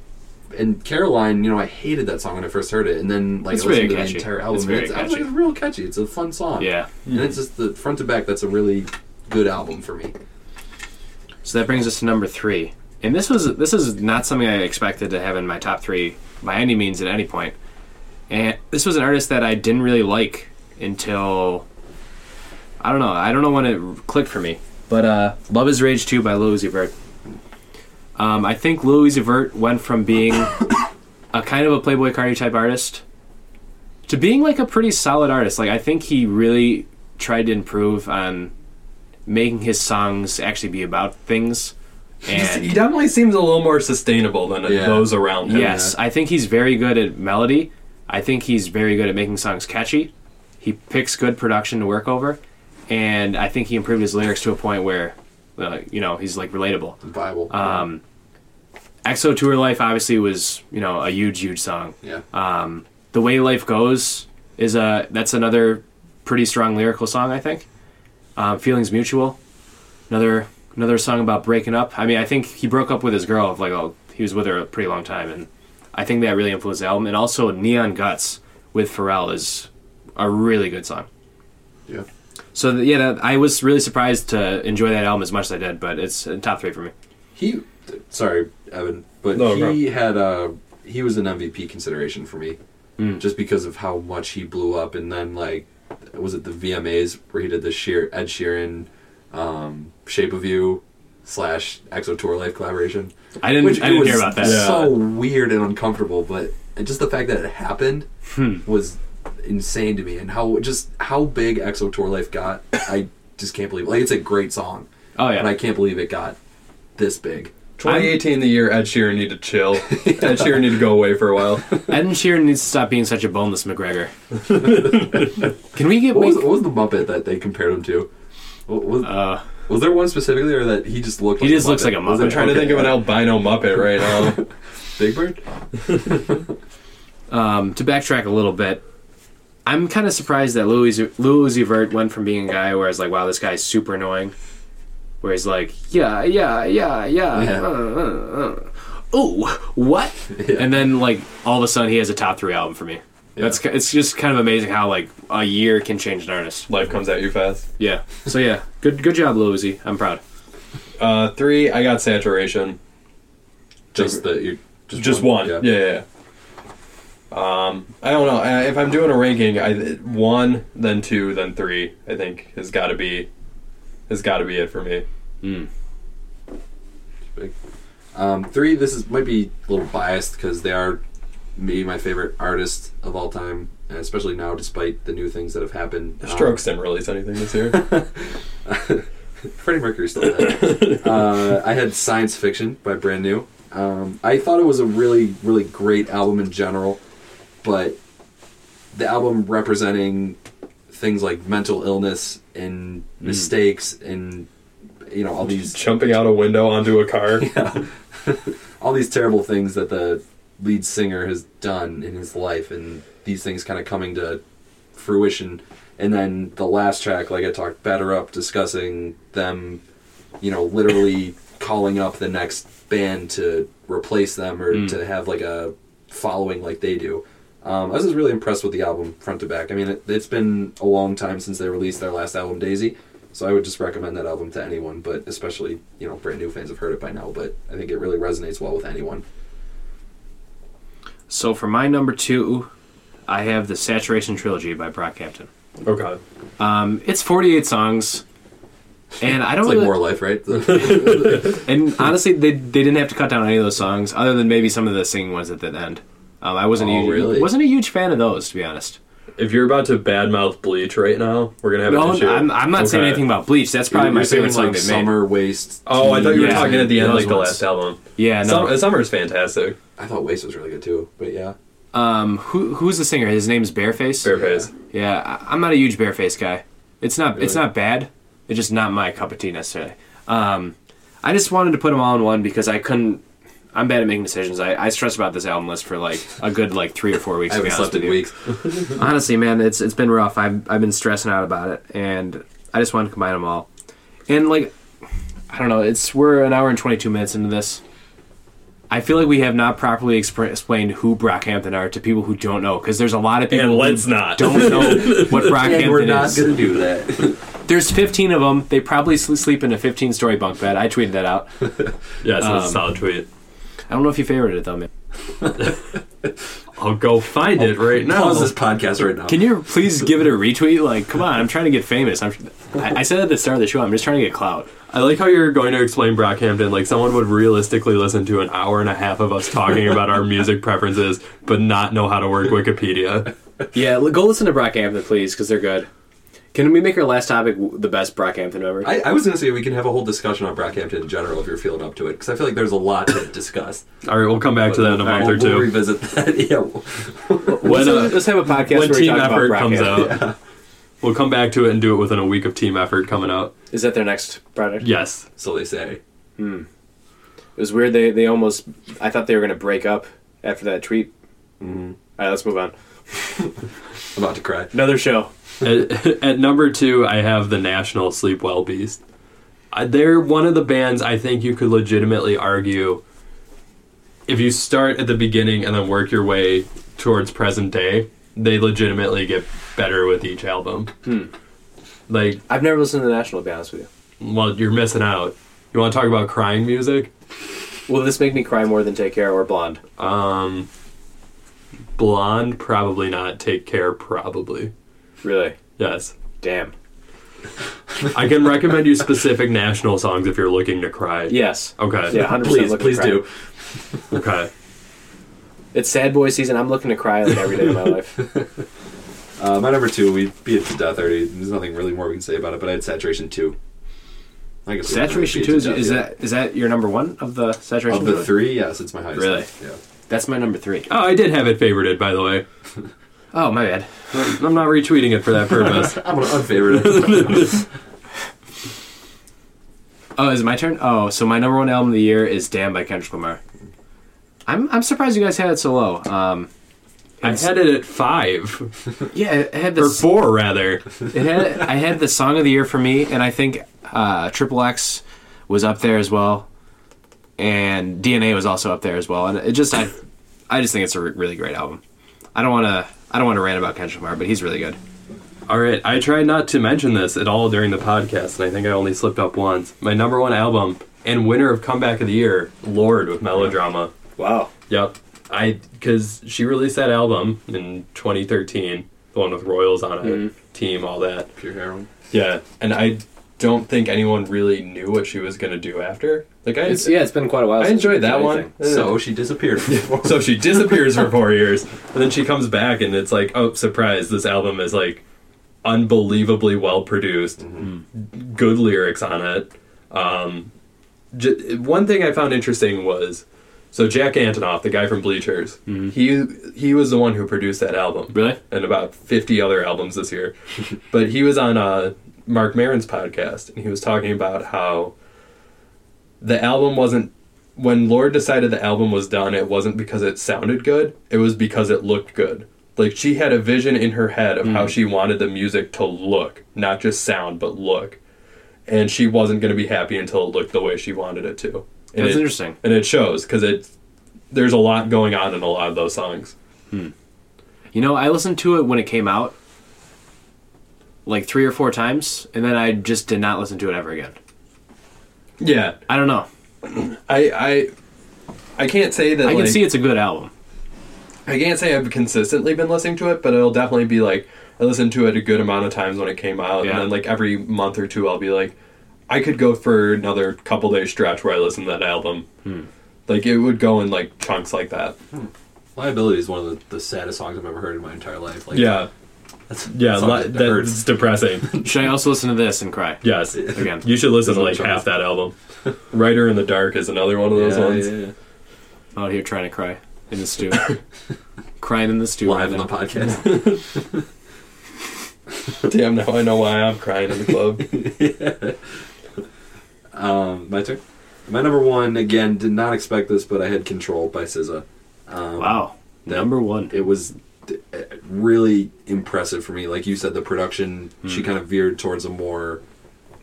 Speaker 3: and Caroline, you know, I hated that song when I first heard it, and then like
Speaker 1: It's
Speaker 3: I
Speaker 1: very
Speaker 3: listened to
Speaker 1: catchy.
Speaker 3: the entire album.
Speaker 1: It's
Speaker 3: and
Speaker 1: very
Speaker 3: I was
Speaker 1: catchy.
Speaker 3: like, it's real catchy. It's a fun song.
Speaker 1: yeah.
Speaker 3: and it's just the front to back. That's a really good album for me.
Speaker 1: So that brings us to number three, and this was this is not something I expected to have in my top three by any means at any point. And this was an artist that I didn't really like until I don't know. I don't know when it clicked for me. But uh, "Love Is Rage 2" by Lil Uzi Vert. Um, I think Lil Uzi Vert went from being a kind of a Playboy Cardi type artist to being like a pretty solid artist. Like I think he really tried to improve on making his songs actually be about things.
Speaker 2: he
Speaker 1: And
Speaker 2: definitely seems a little more sustainable than
Speaker 3: Yeah.
Speaker 2: those around him.
Speaker 1: yes, I think he's very good at melody. I think he's very good at making songs catchy. He picks good production to work over, and I think he improved his lyrics to a point where, uh, you know, he's like relatable.
Speaker 3: Bible.
Speaker 1: Um, EXO Tour Life obviously was you know a huge huge song.
Speaker 3: yeah.
Speaker 2: uh,
Speaker 1: Um, the way life goes is a that's another pretty strong lyrical song I think. Um, Feelings mutual, another another song about breaking up. I mean I think he broke up with his girl like oh, he was with her a pretty long time and I think that really influenced the album and also Neon Guts with Pharrell is a really good song.
Speaker 3: yeah.
Speaker 1: So th- yeah, that, I was really surprised to enjoy that album as much as I did, but it's in top three for me.
Speaker 3: He, sorry, Evan, but
Speaker 2: No, no.
Speaker 3: he had uh he was an MVP consideration for me,
Speaker 2: Mm.
Speaker 3: just because of how much he blew up, and then like, was it the VMAs where he did the Sheer Ed Sheeran, um, Shape of You, slash EXO Tour Life collaboration?
Speaker 1: I didn't I
Speaker 3: it
Speaker 1: didn't
Speaker 3: was
Speaker 1: hear about that.
Speaker 2: Yeah.
Speaker 3: So weird and uncomfortable, but and just the fact that it happened
Speaker 1: Hmm.
Speaker 3: was insane to me, and how just how big EXO Tour Life got, I just can't believe. Like it's a great song,
Speaker 1: Oh yeah.
Speaker 3: and I can't believe it got this big.
Speaker 2: 2018, the year Ed Sheeran need to chill. Ed Sheeran need to go away for a while.
Speaker 1: Ed Sheeran needs to stop being such a boneless McGregor. Can we get
Speaker 3: What was,
Speaker 1: Wink?
Speaker 3: what was the Muppet that they compared him to? What was,
Speaker 1: Uh,
Speaker 3: was there one specifically, or that he just looked?
Speaker 1: He
Speaker 3: like
Speaker 1: just looks like a
Speaker 3: Was
Speaker 1: Muppet.
Speaker 3: it-
Speaker 2: I'm trying to
Speaker 3: okay,
Speaker 2: think of an albino Muppet right now.
Speaker 3: Big Bird.
Speaker 1: um, to backtrack a little bit, I'm kind of surprised that Louis Louis Vert went from being a guy where I was like, wow, this guy's super annoying, where he's like, yeah, yeah, yeah, yeah,
Speaker 3: Yeah.
Speaker 1: uh, uh, uh. ooh, what? And then like all of a sudden he has a top three album for me. That's ki- it's just kind of amazing how like a year can change an artist.
Speaker 2: Life comes at you fast.
Speaker 1: Yeah. So yeah, good good job, Louis. I'm proud.
Speaker 2: Uh, three, I got saturation.
Speaker 3: Just the you
Speaker 2: Just one. Yeah, yeah. yeah. Um, I don't know. I, if I'm doing a ranking, I one, then two, then three. I think has got to be, has got to be it for me.
Speaker 3: Um, three, this is might be a little biased because they are maybe my favorite artist of all time, and especially now, despite the new things that have happened.
Speaker 2: The
Speaker 3: Um,
Speaker 2: Strokes didn't release anything this year.
Speaker 3: Um, Freddie Mercury still had. uh, I had Science Fiction by Brand New. Um, I thought it was a really, really great album in general, but the album representing things like mental illness and mistakes and you know all these
Speaker 2: Jumping out a window onto a car.
Speaker 3: all these terrible things that the lead singer has done in his life and these things kind of coming to fruition and then the last track like i talked better up discussing them you know literally calling up the next band to replace them or to have like a following like they do um, i was just really impressed with the album front to back i mean it, it's been a long time since they released their last album daisy so i would just recommend that album to anyone but especially you know brand new fans have heard it by now but i think it really resonates well with anyone
Speaker 1: So for my number two, I have the Saturation Trilogy by Brock Captain.
Speaker 2: Oh god.
Speaker 1: Um, it's 48 songs, and I don't
Speaker 3: it's like
Speaker 1: really,
Speaker 3: more life right
Speaker 1: and honestly they they didn't have to cut down any of those songs other than maybe some of the singing ones at the end. Um, I wasn't a
Speaker 3: Oh,
Speaker 1: huge,
Speaker 3: really?
Speaker 1: wasn't a huge fan of those to be honest.
Speaker 2: If you're about to badmouth Bleach right now, we're gonna have
Speaker 1: No,
Speaker 2: an issue.
Speaker 1: I'm, I'm not saying
Speaker 2: Okay.
Speaker 1: anything about Bleach. That's probably my
Speaker 3: You're saying,
Speaker 1: favorite song
Speaker 3: like,
Speaker 1: they made.
Speaker 3: summer waste
Speaker 2: Oh, I thought you were
Speaker 1: Yeah.
Speaker 2: talking at the end,
Speaker 1: Those
Speaker 2: like the
Speaker 1: ones.
Speaker 2: last album.
Speaker 1: Yeah, no.
Speaker 2: Sum- Summer's fantastic.
Speaker 3: i thought waste was really good too but yeah
Speaker 1: Um, who who's the singer? His name's Bareface.
Speaker 2: Fairface.
Speaker 1: Yeah, I, I'm not a huge Bareface guy. It's not it's
Speaker 2: Really?
Speaker 1: not bad. It's just not my cup of tea necessarily. Um, I just wanted to put them all in one because I couldn't. I'm bad at making decisions. I, I stressed about this album list for like a good like three or four weeks.
Speaker 3: i
Speaker 1: to be
Speaker 3: haven't
Speaker 1: honest
Speaker 3: slept
Speaker 1: with
Speaker 3: in
Speaker 1: you.
Speaker 3: weeks
Speaker 1: honestly, man, it's it's been rough. I've I've been stressing out about it, and I just wanted to combine them all. And like, I don't know. It's we're an hour and twenty two minutes into this. I feel like we have not properly expr explained who Brockhampton are to people who don't know, because there's a lot of people
Speaker 2: And
Speaker 1: who
Speaker 2: let's not.
Speaker 1: don't know what
Speaker 3: and we're
Speaker 1: Brockhampton
Speaker 3: not
Speaker 1: is.
Speaker 3: gonna do that
Speaker 1: There's 15 of them. They probably sl- sleep in a 15 story bunk bed. I tweeted that out.
Speaker 2: Yeah, it's a solid tweet.
Speaker 1: I don't know if you favorited it though, man.
Speaker 2: I'll go find it right now.
Speaker 3: pause this podcast right now
Speaker 1: Can you please give it a retweet? Like, come on, I'm trying to get famous. I'm, I, I said at the start of the show, I'm just trying to get clout.
Speaker 2: I like how you're going to explain Brockhampton. Like someone would realistically listen to an hour and a half of us talking about our music preferences, but not know how to work Wikipedia.
Speaker 1: Yeah, l- go listen to Brockhampton, please, because they're good. Can we make our last topic w- the best Brockhampton ever?
Speaker 3: I, I was gonna say we can have a whole discussion on Brockhampton in general if you're feeling up to it because I feel like there's a lot to discuss.
Speaker 2: All right, we'll come back to that in a
Speaker 1: All right,
Speaker 2: month
Speaker 3: we'll,
Speaker 2: or
Speaker 3: we'll
Speaker 2: two
Speaker 3: revisit that. yeah, we'll-
Speaker 1: let's,
Speaker 2: when
Speaker 1: have,
Speaker 2: uh,
Speaker 1: let's have a podcast
Speaker 2: when
Speaker 1: where we
Speaker 2: Team
Speaker 1: talk about
Speaker 2: Effort comes
Speaker 1: Brockhampton.
Speaker 2: out. We'll come back to it and do it within a week of Team Effort coming out.
Speaker 1: Is that their next product?
Speaker 2: Yes,
Speaker 3: so they say.
Speaker 1: It was weird. They they almost. I thought they were gonna break up after that tweet.
Speaker 2: Mm-hmm.
Speaker 1: All right, let's move on.
Speaker 3: I'm about to cry.
Speaker 1: Another show.
Speaker 2: at, at number two, I have the National Sleep Well Beast. Uh, They're one of the bands I think you could legitimately argue if you start at the beginning and then work your way towards present day, they legitimately get better with each album. Like,
Speaker 1: I've never listened to the National. To be honest with you.
Speaker 2: well, you're missing out. You want to talk about crying music?
Speaker 1: Will this make me cry more than Take Care or Blonde?
Speaker 2: Um, Blonde, probably not. Take care, probably.
Speaker 1: Really?
Speaker 2: Yes.
Speaker 1: Damn.
Speaker 2: I can recommend you specific national songs if you're looking to cry.
Speaker 1: Yes.
Speaker 2: Okay.
Speaker 1: Yeah. 100%
Speaker 3: Please,
Speaker 1: looking
Speaker 3: please
Speaker 1: to cry.
Speaker 3: do.
Speaker 2: Okay.
Speaker 4: It's sad boy season. I'm looking to cry like every day of my life.
Speaker 3: Uh, my number two, we beat it to death already. There's nothing really more we can say about it, but I had Saturation 2. I guess we haven't really
Speaker 1: Saturation
Speaker 3: beat
Speaker 1: two
Speaker 3: it
Speaker 1: is,
Speaker 3: to death
Speaker 1: is
Speaker 3: yet.
Speaker 1: that is that your number one of the saturation?
Speaker 3: Of the
Speaker 1: two?
Speaker 3: three, yes, it's my highest.
Speaker 1: Really?
Speaker 3: Yeah.
Speaker 1: That's my number three.
Speaker 2: Oh, I did have it favorited, by the way.
Speaker 1: Oh my bad.
Speaker 2: I'm not retweeting it for that purpose.
Speaker 3: I'm gonna unfavorite it.
Speaker 1: Oh, is it my turn? Oh, so my number one album of the year is "Damn" by Kendrick Lamar. I'm I'm surprised you guys had it so low. Um,
Speaker 2: I had it at five
Speaker 1: yeah, it had
Speaker 2: or
Speaker 1: this.
Speaker 2: four rather.
Speaker 1: It had I had the song of the year for me, and I think uh, Triple X was up there as well, and DNA was also up there as well. And it just I, I just think it's a re- really great album. I don't want to I don't want to rant about Kendrick Lamar, but he's really good.
Speaker 2: All right, I tried not to mention this at all during the podcast, and I think I only slipped up once. My number one album and winner of comeback of the year, Lord with Melodrama.
Speaker 4: Wow.
Speaker 2: Yep, I because she released that album in 2013, the one with Royals on it,
Speaker 4: Mm-hmm.
Speaker 2: Team, all that.
Speaker 3: Pure heroin.
Speaker 2: Yeah, and I don't think anyone really knew what she was gonna do after. Like I,
Speaker 4: It's yeah. It's been quite a while.
Speaker 2: I
Speaker 4: since
Speaker 2: enjoyed
Speaker 4: we've
Speaker 2: that
Speaker 4: done
Speaker 2: one.
Speaker 4: anything.
Speaker 3: So she disappeared. From
Speaker 2: So she disappears for four years, and then she comes back, and it's like, oh, surprise! This album is like unbelievably well produced, good lyrics on it. Um, j- one thing I found interesting was so Jack Antonoff, the guy from Bleachers, he he was the one who produced that album,
Speaker 1: Really?
Speaker 2: and about fifty other albums this year. but he was on uh, Mark Maron's podcast, and he was talking about how the album wasn't when Lord decided the album was done, it wasn't because it sounded good, it was because it looked good. Like she had a vision in her head of
Speaker 1: Hmm.
Speaker 2: how she wanted the music to look, not just sound, but look. And she wasn't going to be happy until it looked the way she wanted it to. And
Speaker 1: That's
Speaker 2: it-
Speaker 1: interesting.
Speaker 2: And it shows because it there's a lot going on in a lot of those songs.
Speaker 1: You know, I listened to it when it came out like three or four times, and then I just did not listen to it ever again.
Speaker 2: Yeah,
Speaker 1: I don't know.
Speaker 2: I I I can't say that
Speaker 1: I can
Speaker 2: like-
Speaker 1: see it's a good album.
Speaker 2: I can't say I've consistently been listening to it, but it'll definitely be like I listened to it a good amount of times when it came out,
Speaker 1: Yeah.
Speaker 2: and then like every month or two, I'll be like, I could go for another couple day stretch where I listen to that album.
Speaker 3: Hmm.
Speaker 2: Like it would go in like chunks like that.
Speaker 3: Liability is one of the, the saddest songs I've ever heard in my entire life. Like,
Speaker 2: Yeah,
Speaker 3: that's,
Speaker 2: yeah,
Speaker 3: that song
Speaker 2: li-
Speaker 3: just
Speaker 2: that's
Speaker 3: hurts.
Speaker 2: depressing.
Speaker 1: Should I also listen to this and cry?
Speaker 2: yes,
Speaker 1: Again.
Speaker 2: you should listen to like
Speaker 3: There's no
Speaker 2: half that album. Writer in the Dark is another one of those
Speaker 3: Yeah,
Speaker 2: ones.
Speaker 3: yeah, yeah.
Speaker 1: I'm out Oh, here trying to cry in the stew. Crying in the stew.
Speaker 3: Live
Speaker 1: right
Speaker 3: on the
Speaker 1: now.
Speaker 3: podcast.
Speaker 2: Damn, now I know why I'm crying in the club.
Speaker 3: um, my turn. My number one again. Did not expect this, but I had Control by SZA. Um,
Speaker 1: Wow.
Speaker 3: That-
Speaker 1: Number one.
Speaker 3: it was d- uh, really impressive for me. Like you said, the production she kind of veered towards a more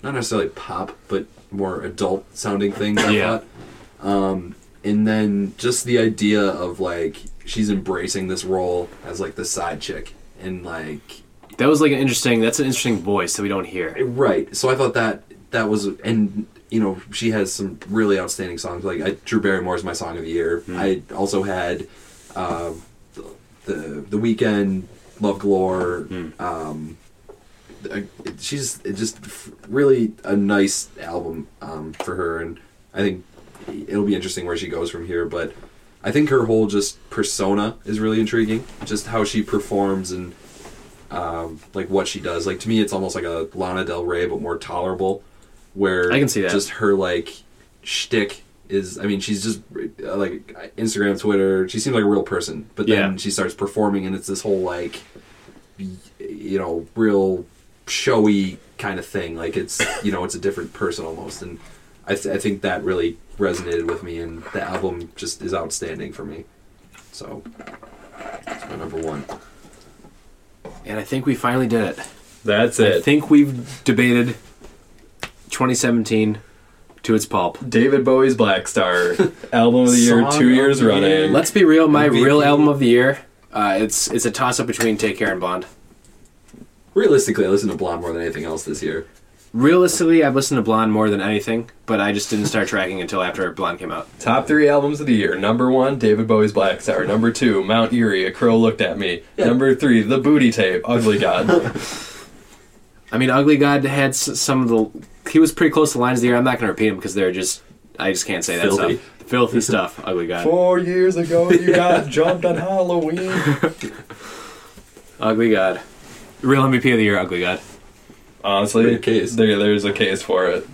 Speaker 3: not necessarily pop, but more adult sounding thing. I
Speaker 1: Yeah.
Speaker 3: thought. Um, and then just the idea of like she's embracing this role as like the side chick and like
Speaker 1: That was like an interesting, that's an interesting voice that we don't hear.
Speaker 3: Right. So I thought that that was, and you know, she has some really outstanding songs. Like I, Drew Barrymore's my song of the year. I also had uh, the the weekend, Love Galore. Um, I, it- she's it just f- really a nice album um, for her, and I think it'll be interesting where she goes from here. But I think her whole just persona is really intriguing. Just how she performs and um, like what she does. Like to me, it's almost like a Lana Del Rey, but more tolerable. Where
Speaker 1: I can see that.
Speaker 3: Just her like shtick is. I mean, she's just uh, like Instagram, Twitter. She seems like a real person, but then
Speaker 1: Yeah.
Speaker 3: she starts performing, and it's this whole like, y- you know, real showy kind of thing. Like it's you know, it's a different person almost, and I, th- I think that really resonated with me, and the album just is outstanding for me. So. that's my Number one.
Speaker 1: And I think we finally did it.
Speaker 2: That's
Speaker 1: I
Speaker 2: it.
Speaker 1: think we've debated 2017 to its pulp.
Speaker 2: David Bowie's Black Star album of the year,
Speaker 3: Song
Speaker 2: two
Speaker 3: of
Speaker 2: years
Speaker 3: the year.
Speaker 2: running.
Speaker 1: Let's be real. My
Speaker 3: MVP.
Speaker 1: real album of the year, uh, it's it's a toss up between Take Care and Blonde.
Speaker 3: Realistically, I listened to Blonde more than anything else this year.
Speaker 1: Realistically, I've listened to Blonde more than anything, but I just didn't start tracking until after Blonde came out.
Speaker 2: Top three albums of the year. Number one, David Bowie's Black Star. Number two, Mount Erie, A Crow Looked at Me. Number three, The Booty Tape, Ugly God.
Speaker 1: I mean, Ugly God had s- some of the. He was pretty close to lines of the year. I'm not going to repeat them because they're just I just can't say
Speaker 3: Filthy.
Speaker 1: that stuff. Filthy stuff. Ugly God.
Speaker 2: Four years ago, you got jumped on Halloween.
Speaker 1: Ugly God. Real MVP of the year. Ugly God.
Speaker 2: Honestly,
Speaker 3: Good case.
Speaker 2: There, there's a case for it.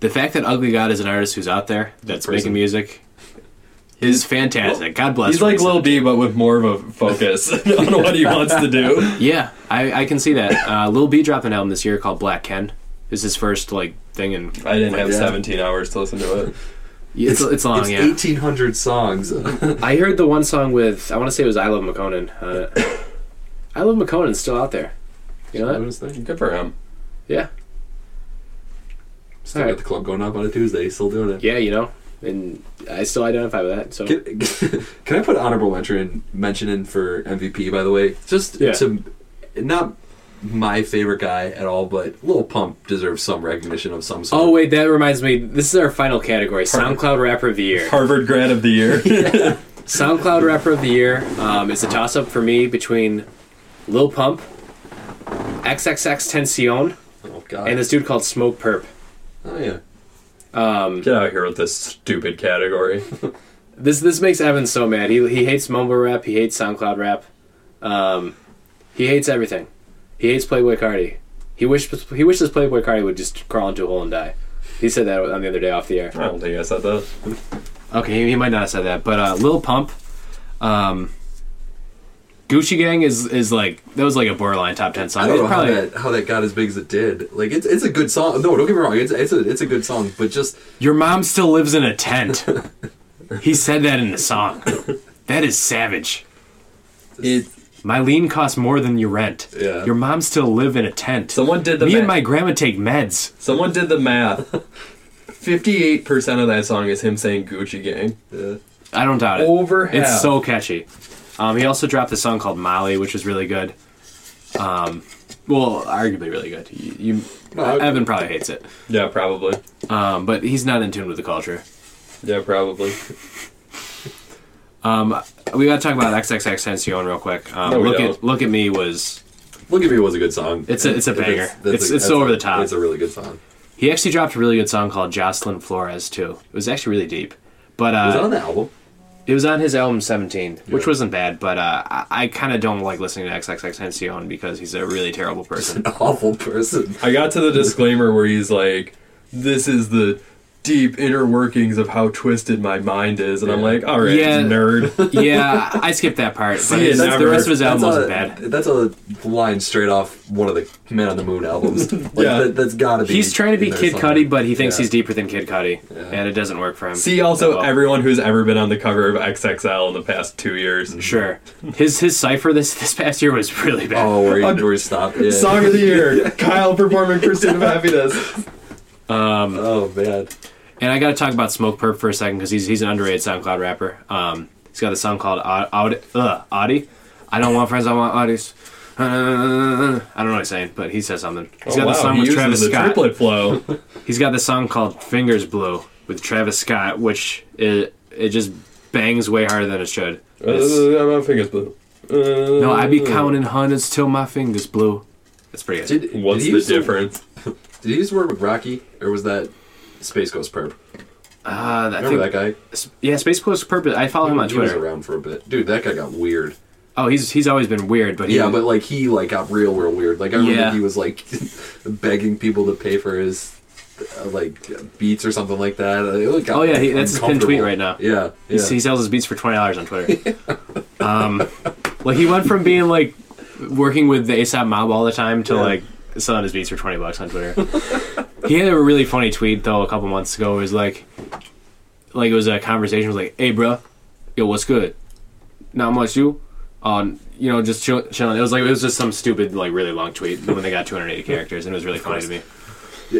Speaker 1: The fact that Ugly God is an artist who's out there that's making music is fantastic. God bless.
Speaker 2: He's like
Speaker 1: Winston.
Speaker 2: Lil D, but with more of a focus on what he wants to do.
Speaker 1: Yeah, I, I can see that. Uh, Lil B dropped an album this year called Black Ken. Is his first like thing, and
Speaker 2: I didn't have
Speaker 3: Yeah.
Speaker 2: 17 hours to listen to it.
Speaker 1: it's it's long.
Speaker 3: It's
Speaker 1: yeah,
Speaker 3: 1,800 songs.
Speaker 5: I heard the one song with I want to say it was I Love McConan. On it. I Love McConan's still out there. You know that?
Speaker 2: Good for him.
Speaker 5: Yeah,
Speaker 3: Still got the club going up on a Tuesday. Still doing it.
Speaker 5: yeah. You know, and I still identify with that. So
Speaker 3: Can, can I put honorable mention in, mention in for MVP? By the way, just
Speaker 5: Yeah.
Speaker 3: to not my favorite guy at all, but Lil Pump deserves some recognition of some sort.
Speaker 5: Oh wait, that reminds me. This is our final category: SoundCloud Rapper of the Year.
Speaker 2: Harvard grad of the year.
Speaker 5: SoundCloud Rapper of the Year. Um, it's a toss-up for me between Lil Pump, XXX Tension,
Speaker 3: oh God!
Speaker 5: and this dude called Smoke Perp.
Speaker 3: oh yeah.
Speaker 5: Um,
Speaker 2: Get out of here with this stupid category.
Speaker 5: This this makes Evan so mad. He he hates mumble rap. He hates SoundCloud rap. Um, he hates everything. He hates Playboy Cardi. He wishes he wishes Playboy Cardi would just crawl into a hole and die. He said that on the other day off the air.
Speaker 2: I don't think I said that.
Speaker 1: Okay, he, he might not have said that, but uh, Lil Pump, um, Gucci Gang is is like that was like a borderline top ten song.
Speaker 3: I don't
Speaker 1: It's
Speaker 3: know
Speaker 1: probably-
Speaker 3: how that how that got as big as it did. Like it's it's a good song. No, don't get me wrong. It's it's a it's a good song, but just
Speaker 1: Your mom still lives in a tent. he said that in the song. That is savage.
Speaker 2: It-
Speaker 1: My lean costs more than your rent.
Speaker 3: Yeah.
Speaker 1: Your mom still live in a tent.
Speaker 2: someone did the
Speaker 1: Me
Speaker 2: math.
Speaker 1: and my grandma take meds.
Speaker 2: someone did the math. 58% of that song is him saying Gucci Gang.
Speaker 3: uh,
Speaker 1: I don't doubt it.
Speaker 2: Over half.
Speaker 1: It's so catchy. Um, he also dropped a song called Molly, which was really good. Um, well, arguably really good. You, you
Speaker 3: Well, I-
Speaker 1: Evan probably hates it,
Speaker 2: Yeah, probably.
Speaker 1: um, but he's not in tune with the culture.
Speaker 2: Yeah, probably.
Speaker 1: Um, we got to talk about XXXTentacion real quick. Um,
Speaker 2: No, we
Speaker 1: look at
Speaker 2: don't.
Speaker 1: look at me was
Speaker 3: look at me was a good song.
Speaker 1: It's a- it's a
Speaker 3: If
Speaker 1: banger. It's-
Speaker 3: a-
Speaker 1: it's over the top.
Speaker 3: It's a really good song.
Speaker 1: he actually dropped a really good song called Jocelyn Flores too. It was actually really deep, but uh,
Speaker 3: Was that on the album?
Speaker 1: It was on his album Seventeen, which
Speaker 3: Yeah.
Speaker 1: wasn't bad, but uh, I, I kind of don't like listening to XXXTentacion because he's a really terrible person.
Speaker 3: An awful person.
Speaker 2: I got to the disclaimer where he's like, "This is the deep inner workings of how twisted my mind is," and I'm
Speaker 3: Yeah.
Speaker 2: like, "All right,
Speaker 1: Yeah.
Speaker 2: nerd."
Speaker 1: yeah, I skipped that part. But
Speaker 2: See,
Speaker 1: his-
Speaker 2: that's
Speaker 1: the
Speaker 2: the
Speaker 1: rest of his album
Speaker 3: That's
Speaker 1: wasn't
Speaker 3: a-
Speaker 1: bad.
Speaker 3: That's a line straight off one of the Men on the Moon albums. Like,
Speaker 2: Yeah.
Speaker 3: that, that's gotta be.
Speaker 1: He's trying to be
Speaker 3: in there
Speaker 1: Kid
Speaker 3: somewhere.
Speaker 1: Cudi, but he thinks
Speaker 3: Yeah.
Speaker 1: he's deeper than Kid Cudi,
Speaker 3: Yeah.
Speaker 1: and it doesn't work for him.
Speaker 2: See, also
Speaker 1: Well,
Speaker 2: everyone who's ever been on the cover of XXL in the past two years.
Speaker 1: sure, his his cipher this this past year was really bad.
Speaker 3: Oh, where he, where he stopped. Yeah.
Speaker 2: Song of the year, Kyle performing "Pursuit of Happiness."
Speaker 3: Oh man.
Speaker 1: And I got to talk about Smoke Perp for a second because he's he's an underrated SoundCloud rapper. Um, he's got a song called Aud- Aud- uh, Audi. I don't want friends, I want Audis. Uh, I don't know what he's saying, but he says something. He's
Speaker 2: Oh,
Speaker 1: got
Speaker 2: wow,
Speaker 1: the song
Speaker 2: he
Speaker 1: with
Speaker 2: uses
Speaker 1: Travis
Speaker 2: the
Speaker 1: Scott.
Speaker 2: triplet flow.
Speaker 1: He's got the song called Fingers Blue with Travis Scott, which it it just bangs way harder than it should. It's-
Speaker 2: Uh, my fingers blue. Uh,
Speaker 1: no, I be counting hundreds till my fingers blue. That's pretty good.
Speaker 3: Did,
Speaker 2: What's
Speaker 3: did he
Speaker 2: the
Speaker 3: use
Speaker 2: difference?
Speaker 3: Did he use the word with Rocky, or was that Space Ghost Perp?
Speaker 1: Uh, I
Speaker 3: Remember
Speaker 1: think,
Speaker 3: that guy?
Speaker 1: S- yeah, Space Coast Purpose. I follow him on
Speaker 3: He was
Speaker 1: Twitter.
Speaker 3: around for a bit. Dude, that guy got weird.
Speaker 1: Oh, he's he's always been weird, but he,
Speaker 3: Yeah, but like he like got real, real weird. Like I remember
Speaker 1: Yeah.
Speaker 3: he was like begging people to pay for his uh, like beats or something like that. Uh, it, like, got
Speaker 1: Oh, yeah, he- that's his pinned tweet
Speaker 3: uncomfortable.
Speaker 1: right now.
Speaker 3: Yeah, yeah.
Speaker 1: He- He sells his beats for twenty dollars on Twitter. um, like he went from being like working with the ASAP Mob all the time to
Speaker 3: Yeah.
Speaker 1: like selling his beats for twenty bucks on Twitter. he had a really funny tweet though a couple months ago. It was like, like it was a conversation. It was like, "Hey, bro, yo, what's good? Not much, you." On you know, just chill, chilling. It was like it was just some stupid, like really long tweet when they got 280 characters, and it was really funny to me.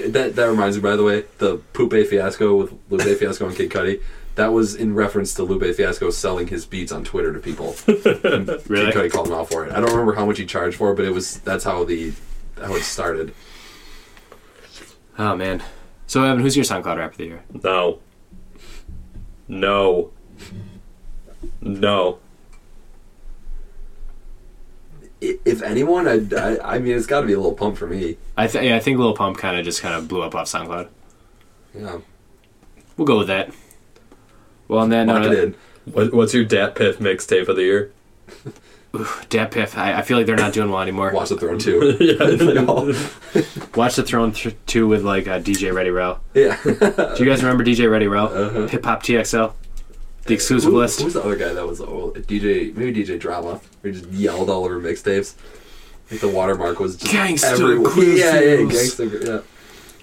Speaker 3: That that reminds me, by the way, the Poupe fiasco with Lupe Fiasco and Kid Cudi. That was in reference to Lupe Fiasco selling his beats on Twitter to people.
Speaker 1: Really?
Speaker 3: Kid Cudi called him out for it. I don't remember how much he charged for, it, but it was that's how the how it started.
Speaker 1: Oh man. So Evan, who's your SoundCloud rapper of the year?
Speaker 2: No. No. No.
Speaker 3: I- If anyone, I'd- I I, mean, it's got to be a little pump for me.
Speaker 1: I th- yeah, I think Lil Pump kind of just kind of blew up off SoundCloud.
Speaker 3: Yeah,
Speaker 1: We'll go with that.
Speaker 4: Well, and then uh,
Speaker 3: Bucketed.
Speaker 6: What, what's your Dat Piff mixtape of the year?
Speaker 1: Dat Piff, I, I feel like they're not doing well anymore.
Speaker 3: Watch the Throne too.
Speaker 1: Watch the Throne th- 2 with like uh, DJ Ready Row.
Speaker 3: yeah.
Speaker 1: Do you guys remember DJ Ready Row?
Speaker 3: Uh-huh.
Speaker 1: Hip Hop TXL? The exclusive
Speaker 3: Who,
Speaker 1: list?
Speaker 3: who's the other guy that was old? DJ, maybe DJ Drama. He just yelled all over mixtapes. I think the watermark was just
Speaker 1: Gangsta
Speaker 3: everywhere.
Speaker 1: Grizzlies.
Speaker 3: Yeah, yeah, gangster. Yeah.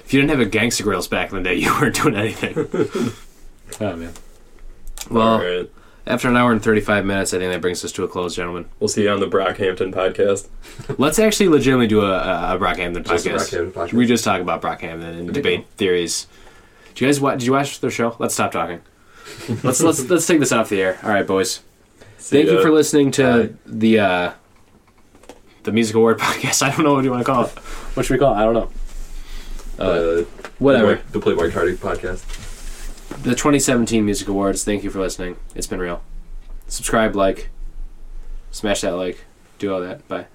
Speaker 1: If you didn't have a Gangsta Grills back in the day, you weren't doing anything.
Speaker 6: Oh man.
Speaker 1: Well,
Speaker 6: All right.
Speaker 1: after an hour and 35 minutes, I think that brings us to a close, gentlemen.
Speaker 6: We'll see you on the Brockhampton podcast.
Speaker 1: Let's actually legitimately do a, a Brockhampton
Speaker 3: Just a
Speaker 1: podcast.
Speaker 3: Brockhampton podcast.
Speaker 1: We just talk about Brockhampton and debate theories. Do you guys watch? Did you watch their show? Let's stop talking. let's let's let's take this off the air. All right, boys. Thank you
Speaker 6: ya.
Speaker 1: for listening to the uh, the music award podcast. I don't know what you want to call it.
Speaker 4: what should we call? it? I don't know.
Speaker 3: Uh,
Speaker 1: Whatever.
Speaker 3: The Playboy Cardi podcast.
Speaker 1: The 2017 Music Awards. Thank you for listening. It's been real. Subscribe, like, smash that like, do all that. Bye.